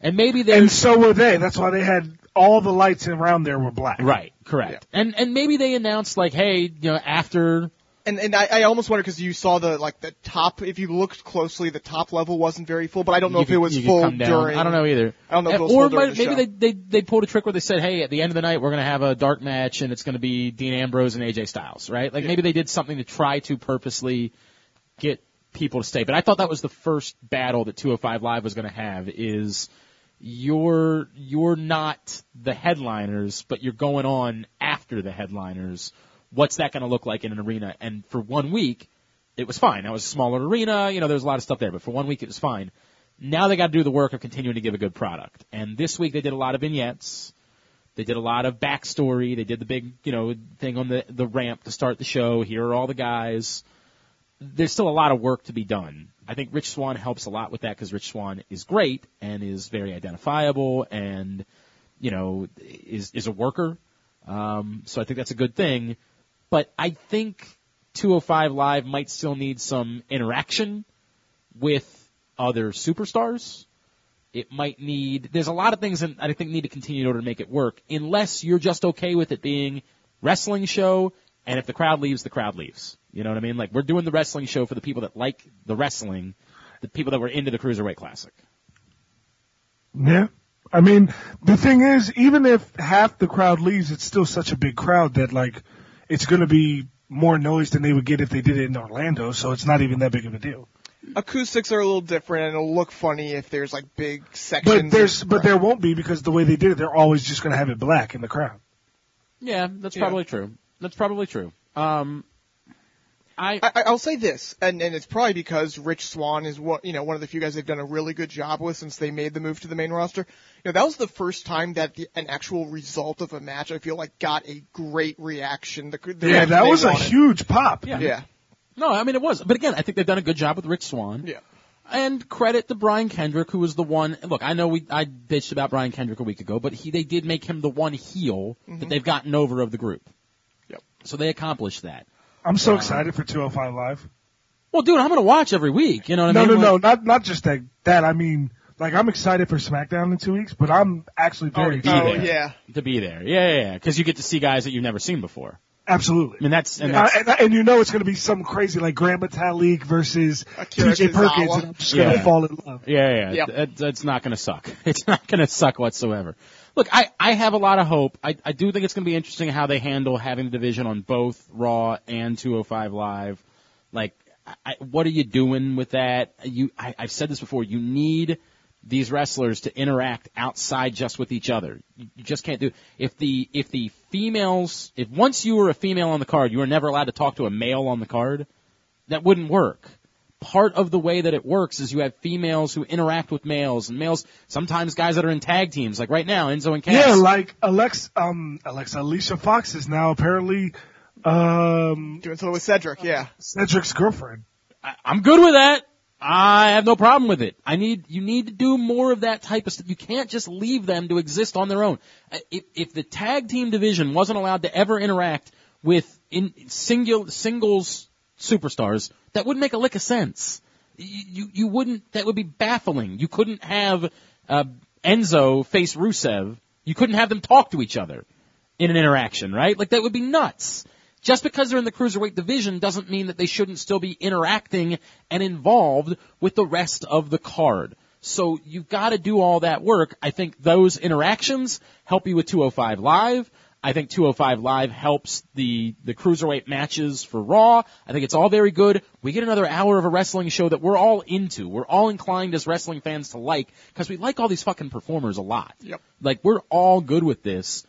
Speaker 10: and maybe there's
Speaker 3: And so were they. That's why they had all the lights around there were black.
Speaker 10: right correct and and maybe they announced like hey you know after
Speaker 1: and and I, I almost wonder because you saw the like the top if you looked closely the top level wasn't very full but I don't know
Speaker 10: you
Speaker 1: if
Speaker 10: could-
Speaker 1: it was
Speaker 10: you could
Speaker 1: full
Speaker 10: come down.
Speaker 1: during
Speaker 10: i don't know either
Speaker 1: I don't know if it was
Speaker 10: or
Speaker 1: full during
Speaker 10: might-
Speaker 1: the show.
Speaker 10: maybe they they they pulled a trick where they said hey at the end of the night we're going to have a dark match and it's going to be dean ambrose and aj styles right like maybe they did something to try to purposely get people to stay. But I thought that was the first battle that 205 Live was going to have is you're you're not the headliners, but you're going on after the headliners. What's that going to look like in an arena? And for one week, it was fine. That was a smaller arena. You know, there was a lot of stuff there, but for one week, it was fine. Now they got to do the work of continuing to give a good product. And this week they did a lot of vignettes. They did a lot of backstory. They did the big, you know, thing on the the ramp to start the show. Here are all the guys there's still a lot of work to be done. I think Rich Swan helps a lot with that because Rich Swan is great and is very identifiable and, you know, is is a worker. Um, so I think that's a good thing. But I think 205 Live might still need some interaction with other superstars. It might need. There's a lot of things that I think need to continue in order to make it work. Unless you're just okay with it being wrestling show, and if the crowd leaves, the crowd leaves. You know what I mean? Like we're doing the wrestling show for the people that like the wrestling, the people that were into the cruiserweight classic.
Speaker 3: Yeah. I mean, the thing is, even if half the crowd leaves, it's still such a big crowd that like, it's gonna be more noise than they would get if they did it in Orlando, so it's not even that big of a deal.
Speaker 1: acoustics are a little different and it'll look funny if there's like big sections.
Speaker 3: But there's,
Speaker 1: of-
Speaker 3: but there won't be because the way they did it, they're always just gonna have it black in the crowd.
Speaker 10: Yeah, that's
Speaker 1: Yeah.
Speaker 10: probably true. That's probably true. Um, I
Speaker 1: I, I- I'll say this, and, and it's probably because Rich Swan is one, you know, one of the few guys they've done a really good job with since they made the move to the main roster. You know, that was the first time that the, an actual result of a match, I feel like, got a great reaction. The, the
Speaker 3: Yeah,
Speaker 1: reaction
Speaker 3: that
Speaker 1: they
Speaker 3: was a
Speaker 1: wanted.
Speaker 3: huge pop.
Speaker 1: Yeah,
Speaker 10: no, I mean it was, but again, I think they've done a good job with Rich Swan.
Speaker 1: yeah.
Speaker 10: And credit to Brian Kendrick, who was the one. Look, I know we I bitched about Brian Kendrick a week ago, but he they did make him the one heel that they've gotten over of the group.
Speaker 1: Mm-hmm. Yep.
Speaker 10: So they accomplished that.
Speaker 3: I'm so excited for 205 Live.
Speaker 10: Well, dude, I'm gonna watch every week. You know what I
Speaker 3: No, no,
Speaker 10: mean?
Speaker 3: no,
Speaker 10: Like-
Speaker 3: not not just that. That I mean, like I'm excited for SmackDown in two weeks, but I'm actually very
Speaker 10: Oh,
Speaker 3: excited.
Speaker 1: Oh,
Speaker 10: there.
Speaker 1: yeah.
Speaker 10: To be there, yeah, yeah, because you get to see guys that you've never seen before.
Speaker 3: Absolutely.
Speaker 2: And that's and
Speaker 3: Uh,
Speaker 2: that's
Speaker 3: and, and you know it's going to be some crazy like Grand Metalik versus
Speaker 1: Akira
Speaker 3: T.J. Perkins,
Speaker 1: Tozawa.
Speaker 3: and I'm just going to
Speaker 2: Yeah.
Speaker 3: fall in love.
Speaker 2: Yeah, yeah,
Speaker 1: Yep.
Speaker 2: That, that's not going to suck. It's not going to suck whatsoever. Look, I, I have a lot of hope. I, I do think it's going to be interesting how they handle having the division on both Raw and 205 Live. Like, I- I, what are you doing with that? You, I, I've said this before. You need these wrestlers to interact outside just with each other. You, you just can't do. If the if the females, if once you were a female on the card, you were never allowed to talk to a male on the card that wouldn't work. Part of the way that it works is you have females who interact with males and males, sometimes guys that are in tag teams, like right now, Enzo and Cass.
Speaker 3: Yeah, like Alex, um, Alexa Alicia Fox is now apparently um,
Speaker 1: Doing so with Cedric, yeah.
Speaker 3: Cedric's girlfriend.
Speaker 2: I, I'm good with that. I have no problem with it. I need, you need to do more of that type of stuff. You can't just leave them to exist on their own. Uh, If, if the tag team division wasn't allowed to ever interact with in, single, singles superstars, that wouldn't make a lick of sense. You, you, you wouldn't, that would be baffling. You couldn't have, uh, Enzo face Rusev. You couldn't have them talk to each other in an interaction, right? Like that would be nuts. Just because they're in the cruiserweight division doesn't mean that they shouldn't still be interacting and involved with the rest of the card. So you've got to do all that work. I think those interactions help you with 205 Live. I think 205 Live helps the, the cruiserweight matches for Raw. I think it's all very good. We get another hour of a wrestling show that we're all into. We're all inclined as wrestling fans to like because we like all these fucking performers a lot.
Speaker 1: Yep.
Speaker 2: Like we're all good with this.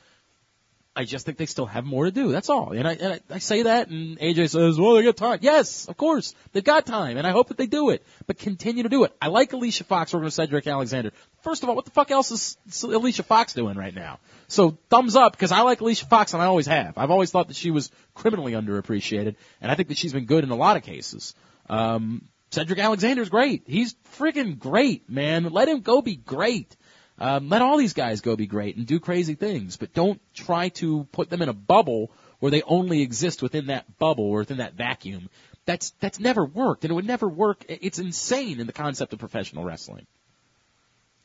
Speaker 2: I just think they still have more to do. That's all. And I, and I, I say that, and AJ says, well, they got time. Yes, of course. They've got time, and I hope that they do it. But continue to do it. I like Alicia Fox working with Cedric Alexander. First of all, what the fuck else is S- Alicia Fox doing right now? So thumbs up, because I like Alicia Fox, and I always have. I've always thought that she was criminally underappreciated, and I think that she's been good in a lot of cases. Um, Cedric Alexander's great. He's freaking great, man. Let him go be great. Um, let all these guys go be great and do crazy things, but don't try to put them in a bubble where they only exist within that bubble or within that vacuum. That's that's never worked, and it would never work. I- It's insane in the concept of professional wrestling.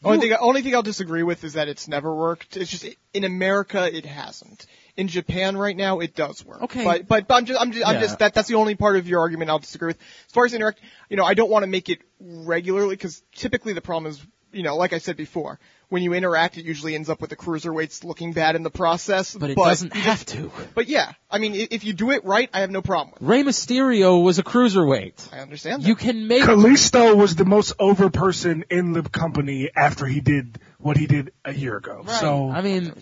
Speaker 1: Only thing, only thing I'll disagree with is that it's never worked. It's just in America it hasn't. In Japan right now it does work.
Speaker 2: Okay.
Speaker 1: But but, but I'm just I'm just, I'm
Speaker 2: Yeah.
Speaker 1: just that that's the only part of your argument I'll disagree with. As far as interact, you know, I don't want to make it regularly because typically the problem is you know, like I said before, when you interact, it usually ends up with the cruiserweights looking bad in the process.
Speaker 2: But it doesn't have to.
Speaker 1: But yeah, I mean, i- if you do it right, I have no problem with.
Speaker 2: Rey Mysterio was a cruiserweight.
Speaker 1: it. I understand that.
Speaker 2: You can make
Speaker 3: Kalisto was the most over person in the company after he did what he did a year ago. So
Speaker 2: I mean,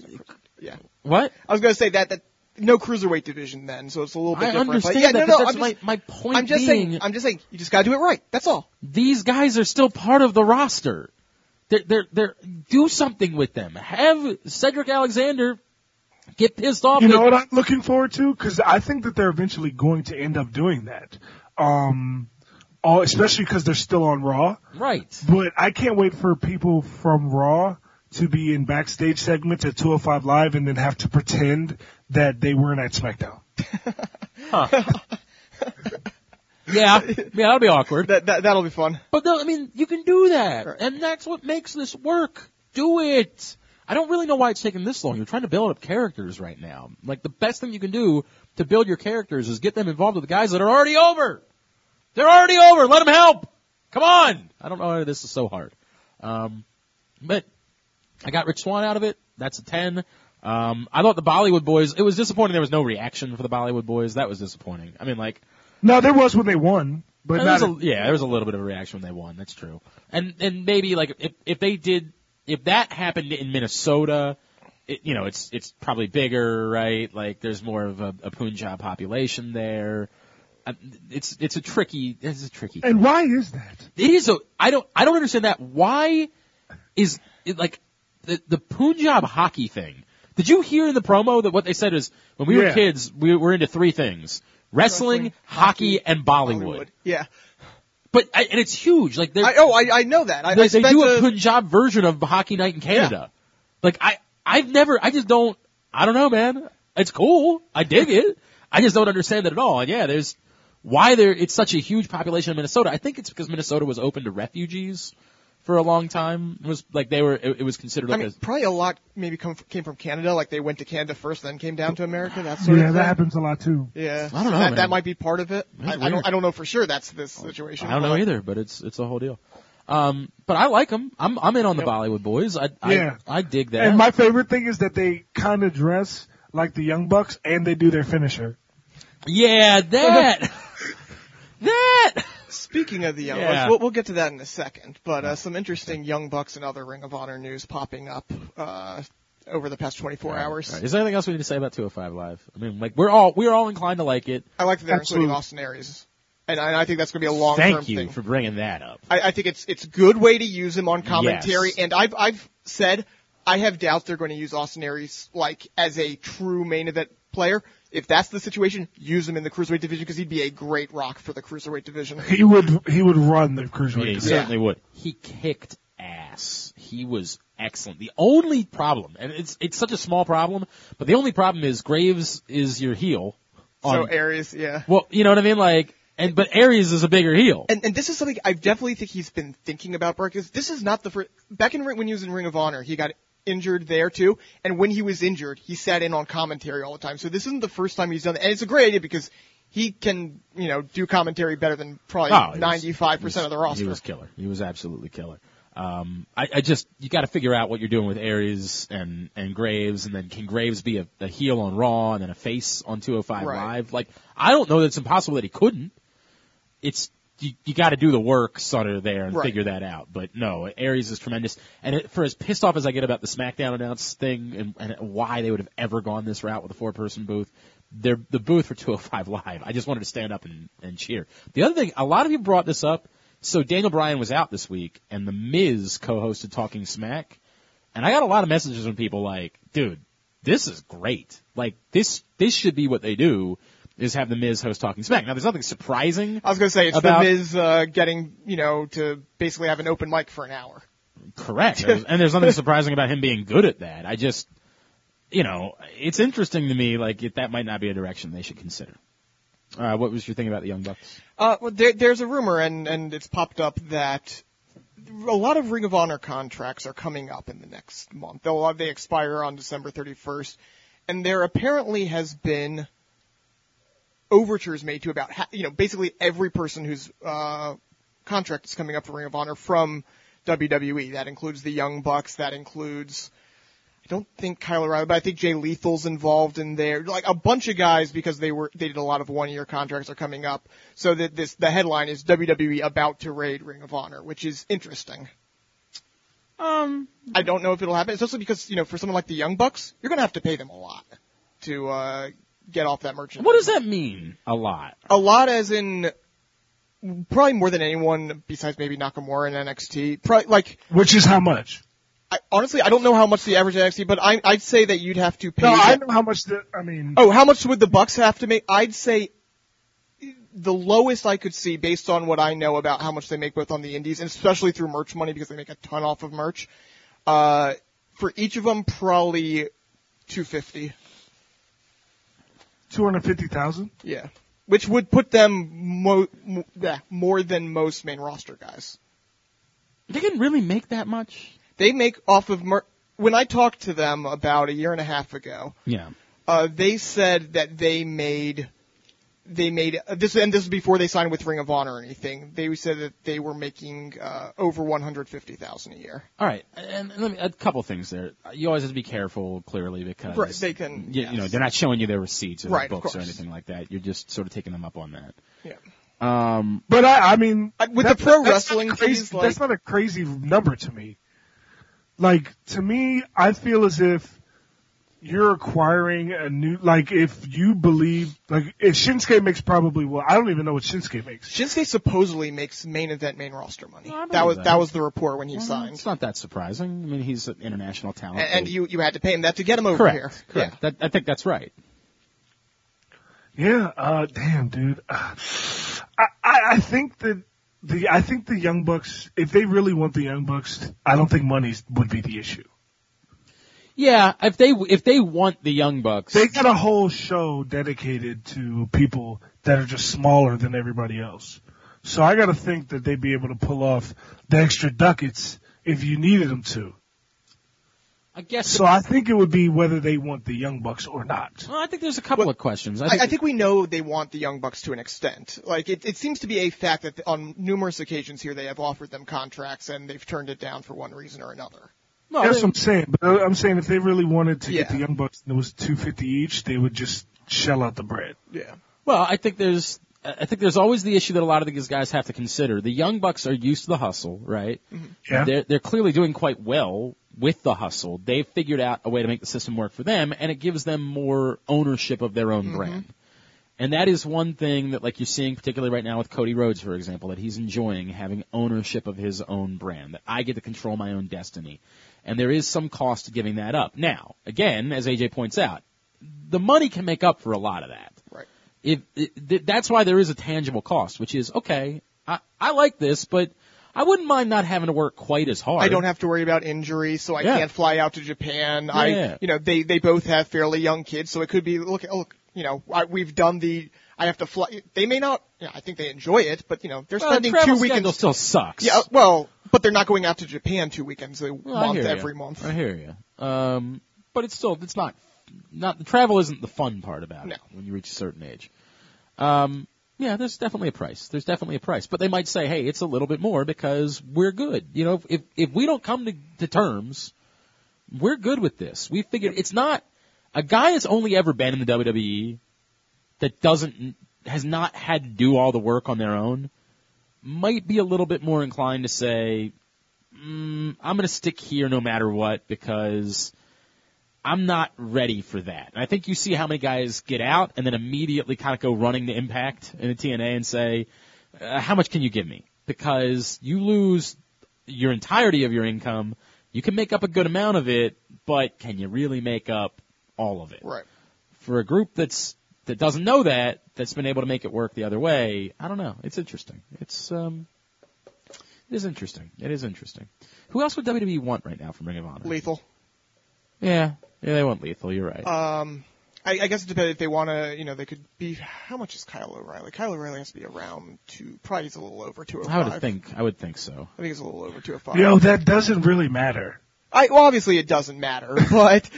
Speaker 1: yeah.
Speaker 2: what?
Speaker 1: I was gonna say that that no cruiserweight division then, so it's a little bit
Speaker 2: I
Speaker 1: different.
Speaker 2: understand
Speaker 1: but yeah,
Speaker 2: that,
Speaker 1: no, no,
Speaker 2: but
Speaker 1: I'm
Speaker 2: that's
Speaker 1: just,
Speaker 2: my- my point
Speaker 1: I'm just
Speaker 2: being-
Speaker 1: saying, I'm just saying, you just gotta do it right. That's all.
Speaker 2: these guys are still part of the roster. They're, they're, they're, do something with them. Have Cedric Alexander get pissed off.
Speaker 3: you
Speaker 2: at-
Speaker 3: know what I'm looking forward to because I think that they're eventually going to end up doing that. Um, all, especially because they're still on Raw.
Speaker 2: Right.
Speaker 3: But I can't wait for people from Raw to be in backstage segments at 205 Live and then have to pretend that they weren't at SmackDown.
Speaker 2: Yeah. Yeah, that'll be awkward.
Speaker 1: That, that that'll be fun.
Speaker 2: But no, I mean, you can do that. And that's what makes this work. Do it. I don't really know why it's taking this long. You're trying to build up characters right now. Like the best thing you can do to build your characters is get them involved with the guys that are already over. They're already over. Let them help. Come on. I don't know why this is so hard. Um, but I got Rich Swan out of it. That's a 10. Um, I thought the Bollywood boys, it was disappointing there was no reaction for the Bollywood boys. That was disappointing. I mean, like,
Speaker 3: No, there was when they won, but
Speaker 2: there
Speaker 3: not.
Speaker 2: was a, yeah, there was a little bit of a reaction when they won. That's true. And and maybe like if if they did if that happened in Minnesota, it, you know, it's it's probably bigger, right? Like there's more of a, a Punjab population there. Um, It's it's a tricky it's a tricky.
Speaker 3: and why is that?
Speaker 2: It is a I don't I don't understand that. Why is it like the the Punjab hockey thing? Did you hear in the promo that what they said is when we were
Speaker 3: Yeah.
Speaker 2: kids we were into three things: wrestling,
Speaker 1: Wrestling,
Speaker 2: hockey, and Bollywood.
Speaker 1: Yeah.
Speaker 2: But I, and it's huge. Like they're,
Speaker 1: I, oh, I I know that. I,
Speaker 2: they,
Speaker 1: I
Speaker 2: they
Speaker 1: spent
Speaker 2: do a
Speaker 1: a-
Speaker 2: Punjab version of Hockey Night in Canada. Like I, I've never, I just don't, I don't know, man. It's cool. I dig it. I just don't understand it at all. And yeah, there's why there, it's such a huge population in Minnesota. I think it's because Minnesota was open to refugees for a long time. It was like they were. It, it was considered
Speaker 1: I
Speaker 2: like
Speaker 1: mean,
Speaker 2: a.
Speaker 1: probably a lot maybe come, came from Canada. Like they went to Canada first, then came down to America. That sort
Speaker 3: Yeah,
Speaker 1: of
Speaker 3: that
Speaker 1: thing.
Speaker 3: happens a lot too.
Speaker 1: Yeah,
Speaker 2: I don't know,
Speaker 1: That,
Speaker 2: man.
Speaker 1: that might be part of it. I,
Speaker 2: That's
Speaker 1: I
Speaker 2: weird.
Speaker 1: don't. I don't know for sure. That's this situation.
Speaker 2: I don't know
Speaker 1: but-
Speaker 2: either, but it's it's a whole deal. Um, but I like them. I'm I'm in on the Bollywood boys. I I,
Speaker 3: Yeah.
Speaker 2: I dig that.
Speaker 3: And my favorite thing is that they kind of dress like the Young Bucks and they do their finisher.
Speaker 2: yeah, that that.
Speaker 1: Speaking of the Young
Speaker 2: Yeah.
Speaker 1: Bucks, we'll, we'll get to that in a second. But uh, some interesting Young Bucks and other Ring of Honor news popping up uh, over the past 24 hours.
Speaker 2: All right, Is there anything else we need to say about 205 Live? I mean, like we're all we're all inclined to like it.
Speaker 1: I like that they're
Speaker 3: Absolutely.
Speaker 1: including Austin Aries, and I, and I think that's going to be a long-term
Speaker 2: Thank you
Speaker 1: thing.
Speaker 2: for bringing that up.
Speaker 1: I, I think it's it's a good way to use him on commentary,
Speaker 2: Yes.
Speaker 1: and I've I've said I have doubts they're going to use Austin Aries like as a true main event player. If that's the situation, use him in the cruiserweight division because he'd be a great rock for the cruiserweight division.
Speaker 3: He would he would run the cruiserweight.
Speaker 2: Yeah, he
Speaker 3: division.
Speaker 2: certainly would. He kicked ass. He was excellent. The only problem, and it's it's such a small problem, but the only problem is Graves is your heel.
Speaker 1: So
Speaker 2: on-
Speaker 1: Aries, yeah.
Speaker 2: well, you know what I mean, like, and but Aries is a bigger heel.
Speaker 1: and and this is something I definitely think he's been thinking about, Brock. Is this is not the first back in Ring- when he was in Ring of Honor, he got injured there too, and when he was injured, he sat in on commentary all the time. So this isn't the first time he's done that, and it's a great idea because he can you know do commentary better than
Speaker 2: Oh, he
Speaker 1: probably
Speaker 2: was-
Speaker 1: ninety five percent of the roster.
Speaker 2: He was killer. He was absolutely killer. Um, I, I just you got to figure out what you're doing with Aries and and Graves, and then can Graves be a, a heel on Raw and then a face on 205
Speaker 1: Right.
Speaker 2: Live? Like I don't know that it's impossible that he couldn't. It's you, you got to do the work sort of there and
Speaker 1: Right.
Speaker 2: figure that out. But no, Aries is tremendous. And it, for as pissed off as I get about the SmackDown announce thing and, and why they would have ever gone this route with a four-person booth, their the booth for 205 Live. I just wanted to stand up and, and cheer. The other thing, a lot of you brought this up. So Daniel Bryan was out this week, and The Miz co-hosted Talking Smack, and I got a lot of messages from people like, "Dude, this is great. Like this this should be what they do." Is have the Miz host talking smack. Now, there's nothing surprising.
Speaker 1: I was gonna say it's
Speaker 2: about,
Speaker 1: the Miz uh, getting you know to basically have an open mic for an hour.
Speaker 2: Correct. There's- and there's nothing surprising about him being good at that. I just, you know, it's interesting to me, like, it, that might not be a direction they should consider. Uh, what was your thing about the Young Bucks?
Speaker 1: Uh, well, there, there's a rumor, and, and it's popped up that a lot of Ring of Honor contracts are coming up in the next month. They'll, they expire on December 31st, and there apparently has been overtures made to about, ha- you know, basically every person whose uh, contract is coming up for Ring of Honor from WWE. That includes the Young Bucks. That includes I don't think Kyle O'Reilly, but I think Jay Lethal's involved in there. Like a bunch of guys because they were they did a lot of one year contracts are coming up. So that this the headline is WWE about to raid Ring of Honor, which is interesting.
Speaker 2: Um,
Speaker 1: I don't know if it'll happen, especially because you know for someone like the Young Bucks, you're gonna have to pay them a lot to uh, get off that merchandise.
Speaker 2: what does that mean? A lot.
Speaker 1: A lot, as in probably more than anyone besides maybe Nakamura and NXT. Probably like
Speaker 3: Which is how much?
Speaker 1: I, honestly, I don't know how much the average NXT, but I, I'd say that you'd have to pay.
Speaker 3: No, I
Speaker 1: them-
Speaker 3: know how much the I mean
Speaker 1: Oh, how much would the Bucks have to make? I'd say the lowest I could see based on what I know about how much they make both on the indies and especially through merch money because they make a ton off of merch. Uh, for each of them, probably 250.
Speaker 3: two hundred fifty thousand.
Speaker 1: Yeah. Which would put them mo- mo- yeah, more than most main roster guys.
Speaker 2: They can really make that much?
Speaker 1: They make off of mer- when I talked to them about a year and a half ago,
Speaker 2: Yeah.
Speaker 1: uh, they said that they made they made uh, this and this was before they signed with Ring of Honor or anything. They said that they were making uh, over one hundred fifty thousand a year.
Speaker 2: All right, and and let me, a couple things there. You always have to be careful, clearly, because
Speaker 1: Right, they can-
Speaker 2: Uh, you, you know,
Speaker 1: yes.
Speaker 2: they're not showing you their receipts or
Speaker 1: Right, of
Speaker 2: their books or
Speaker 1: course.
Speaker 2: anything like that. You're just sort of taking them up on that.
Speaker 1: Yeah.
Speaker 2: Um,
Speaker 3: But I I mean
Speaker 1: I- with
Speaker 3: that-
Speaker 1: the pro
Speaker 3: that's not
Speaker 1: wrestling
Speaker 3: crazy,
Speaker 1: fees, like-
Speaker 3: that's not a crazy number to me. Like to me, I feel as if you're acquiring a new like if you believe like if Shinsuke makes probably well I don't even know what Shinsuke makes.
Speaker 1: Shinsuke supposedly makes main event main roster money.
Speaker 2: I believe Uh-huh.
Speaker 1: that was
Speaker 2: that.
Speaker 1: that. was the report when he signed.
Speaker 2: it's not that surprising. I mean, he's an international
Speaker 1: A-
Speaker 2: talent.
Speaker 1: and
Speaker 2: They-
Speaker 1: you you had to pay him that to get him over
Speaker 2: correct,
Speaker 1: here.
Speaker 2: correct.
Speaker 1: Yeah.
Speaker 2: That, I think that's right.
Speaker 3: Yeah, uh damn dude. Uh, I I I think that the I think the Young Bucks if they really want the Young Bucks, I don't think money would be the issue.
Speaker 2: Yeah, if they if they want the young bucks,
Speaker 3: They got a whole show dedicated to people that are just smaller than everybody else. So I got to think that they'd be able to pull off the extra ducats if you needed them to.
Speaker 10: I guess.
Speaker 3: So I think it would be whether they want the Young Bucks or not.
Speaker 10: Well, I think there's a couple of questions. I
Speaker 1: I,
Speaker 10: think,
Speaker 1: I think we know they want the Young Bucks to an extent. Like, it, it seems to be a fact that on numerous occasions here they have offered them contracts and they've turned it down for one reason or another.
Speaker 10: no,
Speaker 3: That's
Speaker 10: they-
Speaker 3: what I'm saying. But uh, I'm saying if they really wanted to get
Speaker 1: Yeah.
Speaker 3: the Young Bucks and it was 250 each, they would just shell out the bread.
Speaker 1: Yeah.
Speaker 10: Well, I think there's I think there's always the issue that a lot of these guys have to consider. The young bucks are used to the hustle, right?
Speaker 3: Yeah.
Speaker 10: They're they're clearly doing quite well with the hustle. They've figured out a way to make the system work for them, and it gives them more ownership of their own brand. And that is one thing that, like, you're seeing particularly right now with Cody Rhodes, for example, that he's enjoying having ownership of his own brand, that I get to control my own destiny. And there is some cost to giving that up. Now, again, as AJ points out, the money can make up for a lot of that.
Speaker 1: Right.
Speaker 10: If it, th- that's why there is a tangible cost, which is okay. I I like this, but I wouldn't mind not having to work quite as hard.
Speaker 1: I don't have to worry about injury, so I
Speaker 10: Yeah.
Speaker 1: can't fly out to Japan.
Speaker 10: Yeah.
Speaker 1: I, you know, they they both have fairly young kids, so it could be look, look, you know, I, we've done the. I have to fly. They may not. You know, I think they enjoy it, but you know, they're
Speaker 10: Well, the
Speaker 1: spending
Speaker 10: travel
Speaker 1: two
Speaker 10: schedule
Speaker 1: weekends.
Speaker 10: still sucks.
Speaker 1: Yeah, well, but they're not going out to Japan two weekends a
Speaker 10: Well, I
Speaker 1: month
Speaker 10: hear ya.
Speaker 1: every month.
Speaker 10: I hear you. Um, but it's still it's not not the travel isn't the fun part about
Speaker 1: No.
Speaker 10: it when you reach a certain age. Um, yeah, there's definitely a price. There's definitely a price, but they might say, hey, it's a little bit more because we're good. You know, if if we don't come to, to terms, we're good with this. We figured it's not a guy that's only ever been in the WWE that doesn't has not had to do all the work on their own might be a little bit more inclined to say, mm, I'm going to stick here no matter what because I'm not ready for that. And I think you see how many guys get out and then immediately kind of go running to Impact and the TNA and say, uh, how much can you give me? Because you lose your entirety of your income. You can make up a good amount of it, but can you really make up all of it?
Speaker 1: Right.
Speaker 10: For a group that's that doesn't know that, that's been able to make it work the other way, I don't know. It's interesting. It's um it is interesting. It is interesting. Who else would WWE want right now from Ring of Honor?
Speaker 1: Lethal.
Speaker 10: Yeah. Yeah, they want lethal, you're right.
Speaker 1: Um, I, I guess it depends if they want to. You know, they could be. How much is Kyle O'Reilly? Kyle O'Reilly has to be around two. Probably he's a little over two. oh
Speaker 10: I would think I would think so.
Speaker 1: I think he's a little over two. oh
Speaker 3: You know, that doesn't really matter.
Speaker 1: I, well, obviously it doesn't matter, but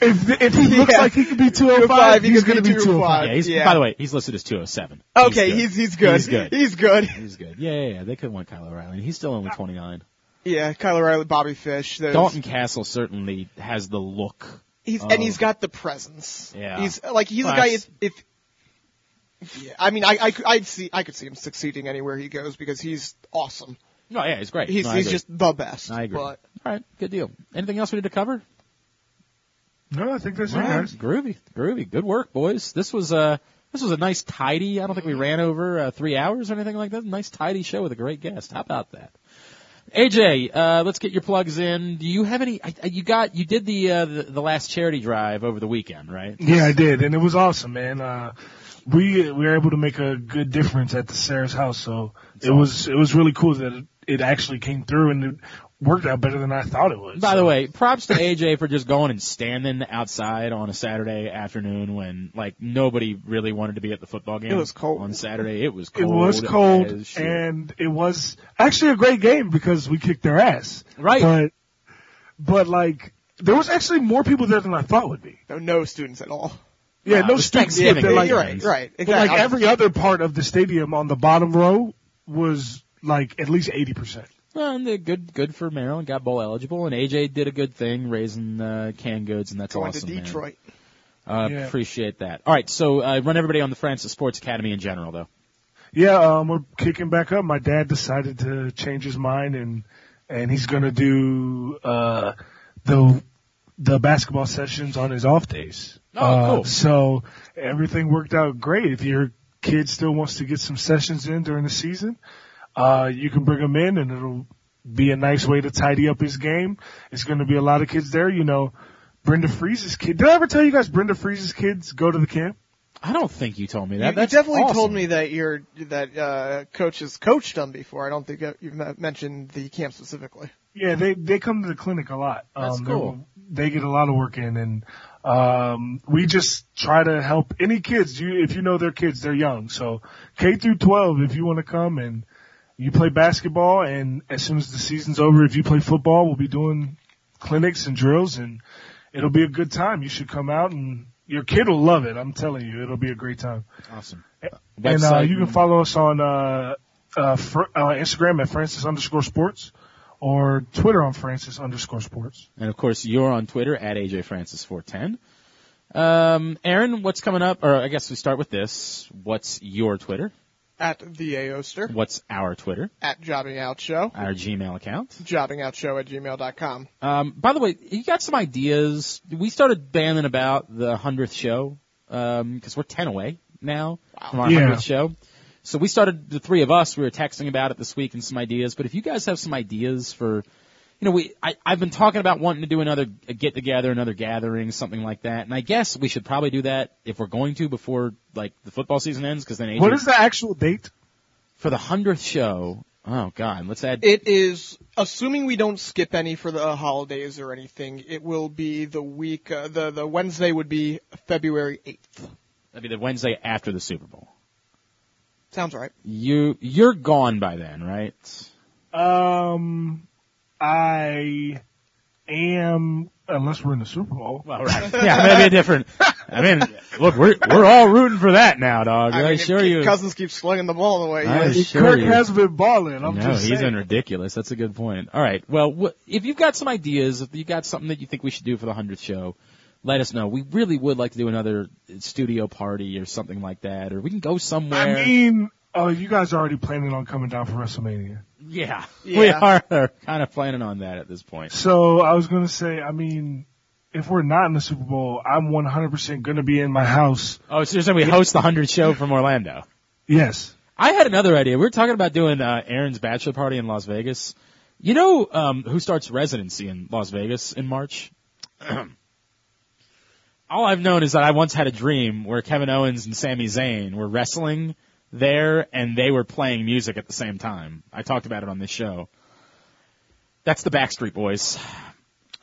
Speaker 3: If, if he looks
Speaker 1: Yeah.
Speaker 3: like he could be 205,
Speaker 1: 205, he
Speaker 3: he's
Speaker 1: could
Speaker 3: going to
Speaker 1: be oh
Speaker 3: be 205.
Speaker 10: Yeah, he's
Speaker 1: yeah.
Speaker 10: by the way, he's listed as two oh seven.
Speaker 1: okay, he's he's good.
Speaker 10: He's good.
Speaker 1: He's good.
Speaker 10: He's good. Yeah, yeah, yeah. They could want Kyle O'Reilly. He's still
Speaker 1: Uh,
Speaker 10: only twenty nine.
Speaker 1: Yeah, Kyle O'Reilly, Bobby Fish. Those,
Speaker 10: Dalton Castle certainly has the look.
Speaker 1: He's
Speaker 10: Oh.
Speaker 1: and he's got the presence.
Speaker 10: Yeah.
Speaker 1: He's like he's
Speaker 10: Well,
Speaker 1: a guy
Speaker 10: that's-
Speaker 1: if. if yeah, I mean, I, I, could- I'd see, I could see him succeeding anywhere he goes because he's awesome.
Speaker 10: No, yeah, he's great.
Speaker 1: He's,
Speaker 10: No, I
Speaker 1: he's
Speaker 10: agree.
Speaker 1: just the best.
Speaker 10: I agree.
Speaker 1: But
Speaker 10: All right, good deal. Anything else we need to cover?
Speaker 3: No, I think that's it,
Speaker 10: All right,
Speaker 3: guys.
Speaker 10: groovy, groovy. Good work, boys. This was uh this was a nice tidy. I don't think we ran over uh, three hours or anything like that. Nice tidy show with a great guest. How about that? AJ, uh, let's get your plugs in. Do you have any? I, I- you got you did the, uh, the the last charity drive over the weekend, right?
Speaker 3: Yeah, I did, and it was awesome, man. Uh, we we were able to make a good difference at the Sarah's house, so it was it was really cool that it, it actually came through and it worked out better than I thought it would.
Speaker 10: By the
Speaker 3: So,
Speaker 10: way, props to AJ for just going and standing outside on a Saturday afternoon when like nobody really wanted to be at the football game.
Speaker 1: It was cold.
Speaker 10: on Saturday. It was
Speaker 3: it
Speaker 10: cold.
Speaker 3: was cold,
Speaker 10: as shit.
Speaker 3: and it was actually a great game because we kicked their ass.
Speaker 10: Right.
Speaker 3: but but like there was actually more people there than I thought would be.
Speaker 1: no, no students at all.
Speaker 3: Yeah,
Speaker 10: Nah, it
Speaker 3: no
Speaker 10: was
Speaker 3: stinks.
Speaker 10: Thanksgiving.
Speaker 3: but like,
Speaker 10: You're
Speaker 1: right, right. Exactly.
Speaker 3: but, like every other part of the stadium on the bottom row was like at least eighty percent.
Speaker 10: Well, and they're good, good for Maryland. Got bowl eligible, and AJ did a good thing raising uh, canned goods, and that's
Speaker 1: going
Speaker 10: awesome.
Speaker 1: to
Speaker 10: man.
Speaker 1: Detroit.
Speaker 10: Uh,
Speaker 3: Yeah.
Speaker 10: Appreciate that. All right, so uh, run everybody on the Francis Sports Academy in general, though.
Speaker 3: Yeah, um, we're kicking back up. My dad decided to change his mind and and he's gonna do uh the the basketball sessions on his off days.
Speaker 10: Oh,
Speaker 3: Uh,
Speaker 10: cool.
Speaker 3: So everything worked out great. If your kid still wants to get some sessions in during the season, uh, you can bring him in and it'll be a nice way to tidy up his game. It's gonna be a lot of kids there, you know. Brenda Freeze's kid. Did I ever tell you guys Brenda Freeze's kids go to the camp?
Speaker 10: I don't think you told me
Speaker 1: You-
Speaker 10: that.
Speaker 1: you,
Speaker 10: That's
Speaker 1: definitely
Speaker 10: awesome.
Speaker 1: told me that your that uh, coach has coached them before. I don't think that you've not mentioned the camp specifically.
Speaker 3: Yeah, they they come to the clinic a lot. Um,
Speaker 10: That's
Speaker 3: they're-
Speaker 10: cool.
Speaker 3: They get a lot of work in, and Um, we just try to help any kids. You, if you know their kids, they're young. So K through 12, if you want to come and you play basketball and as soon as the season's over, if you play football, we'll be doing clinics and drills and it'll be a good time. You should come out and your kid will love it. I'm telling you, it'll be a great time.
Speaker 2: Awesome.
Speaker 3: And uh,
Speaker 2: Website
Speaker 3: you can
Speaker 2: and-
Speaker 3: follow us on uh, uh, fr- uh, Instagram at Francis underscore sports or Twitter on Francis underscore sports.
Speaker 2: And of course, you're on Twitter at AJFrancis410. Um, Aaron, what's coming up? Or I guess we start with this. What's your Twitter?
Speaker 1: At the Aoster.
Speaker 2: What's our Twitter?
Speaker 1: At Jobbing Out Show.
Speaker 2: Our Gmail account.
Speaker 1: Jobbingoutshow at gmail.com.
Speaker 2: Um, by the way, you got some ideas. We started banning about the hundredth show because we're ten away now from our
Speaker 3: Yeah.
Speaker 2: hundredth show. So we started the three of us. We were texting about it this week and some ideas. But if you guys have some ideas for, you know, we I, I've been talking about wanting to do another get together, another gathering, something like that. And I guess we should probably do that if we're going to before like the football season ends because then AJ,
Speaker 3: What is the actual date?
Speaker 2: for the hundredth show? Oh God, let's add.
Speaker 1: It is, assuming we don't skip any for the holidays or anything, it will be the week, uh, the, the Wednesday would be February 8th.
Speaker 2: That'd be the Wednesday after the Super Bowl.
Speaker 1: Sounds right.
Speaker 2: You you're gone by then, right?
Speaker 3: Um, I am unless we're in the Super Bowl.
Speaker 2: Well, right. Yeah, that'd be different. I mean, look, we're we're all rooting for that now, dog. I,
Speaker 1: mean, if
Speaker 2: assure
Speaker 1: Kirk
Speaker 2: you.
Speaker 1: Cousins keeps slugging the ball away.
Speaker 2: I
Speaker 1: you-
Speaker 2: assure
Speaker 3: Kirk
Speaker 2: you.
Speaker 3: has been balling. I'm
Speaker 2: no,
Speaker 3: just
Speaker 2: he's
Speaker 3: saying.
Speaker 2: in ridiculous. That's a good point. All right. Well, wh- if you've got some ideas, if you got something that you think we should do for the hundredth show, let us know. We really would like to do another studio party or something like that, or we can go somewhere.
Speaker 3: I mean, oh, you guys are already planning on coming down for WrestleMania.
Speaker 2: yeah, we
Speaker 1: Yeah.
Speaker 2: are kind of planning on that at this point.
Speaker 3: So I was gonna say, I mean, if we're not in the Super Bowl, I'm 100% gonna be in my house.
Speaker 2: Oh, so you're saying we host the hundredth show from Orlando?
Speaker 3: Yes.
Speaker 2: I had another idea. We were talking about doing uh, Aaron's bachelor party in Las Vegas. You know um, who starts residency in Las Vegas in March? All I've known is that I once had a dream where Kevin Owens and Sami Zayn were wrestling there, and they were playing music at the same time. I talked about it on this show. That's the Backstreet Boys.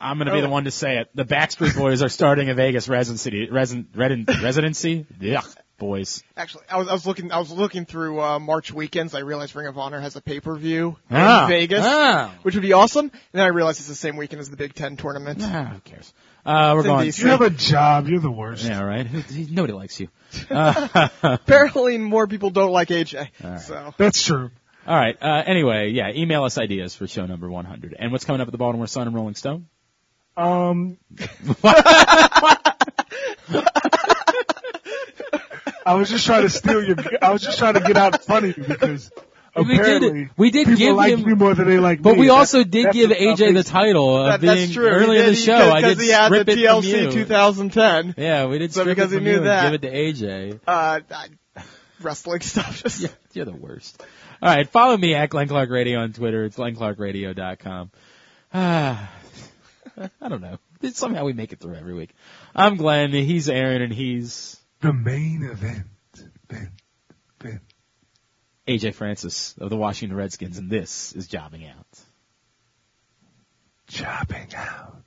Speaker 2: I'm gonna be the one to say it. The Backstreet Boys are starting a Vegas residency. Resin, resin, residency? Yuck, boys.
Speaker 1: Actually, I was, I was looking, I was looking through, uh, March weekends. I realized Ring of Honor has a pay-per-view
Speaker 2: Ah.
Speaker 1: in Vegas,
Speaker 2: Ah.
Speaker 1: which would be awesome. And then I realized it's the same weekend as the Big Ten tournament.
Speaker 2: Ah, who cares? Uh, we're
Speaker 1: It's in
Speaker 2: going.
Speaker 1: DC.
Speaker 3: You have a job. You're the worst.
Speaker 2: Yeah, right. Who- Nobody likes you.
Speaker 1: Apparently more people don't like AJ. So,
Speaker 3: That's true.
Speaker 2: All right. Uh, anyway, yeah. Email us ideas for show number 100. And what's coming up at the Baltimore Sun and Rolling Stone?
Speaker 3: Um. I was just trying to steal your. I was just trying to get out funny because
Speaker 2: did-
Speaker 3: apparently
Speaker 2: we did
Speaker 3: people
Speaker 2: give
Speaker 3: like
Speaker 2: him-
Speaker 3: me more than they like
Speaker 2: But
Speaker 3: me.
Speaker 2: we
Speaker 3: That-
Speaker 2: also did
Speaker 3: that's
Speaker 2: give
Speaker 3: the
Speaker 2: AJ the
Speaker 3: foundation.
Speaker 2: title of
Speaker 1: that,
Speaker 2: being
Speaker 1: that's true.
Speaker 2: early
Speaker 1: he
Speaker 2: in the
Speaker 1: did,
Speaker 2: show.
Speaker 1: Because
Speaker 2: I did
Speaker 1: he had
Speaker 2: strip
Speaker 1: the
Speaker 2: it from you.
Speaker 1: TLC 2010.
Speaker 2: Yeah, we did
Speaker 1: So
Speaker 2: strip
Speaker 1: because
Speaker 2: it
Speaker 1: he
Speaker 2: from
Speaker 1: knew
Speaker 2: you
Speaker 1: that.
Speaker 2: and give it to AJ.
Speaker 1: Uh, I- wrestling stuff. Just,
Speaker 2: Yeah, you're the worst. All right, follow me at Glenn Clark Radio on Twitter. It's glennclarkradio.com. Ah, I don't know. Somehow we make it through every week. I'm Glenn. He's Aaron, and he's
Speaker 3: the main event. Ben, Ben.
Speaker 2: AJ Francis of the Washington Redskins, and this is jobbing out.
Speaker 3: Chopping out.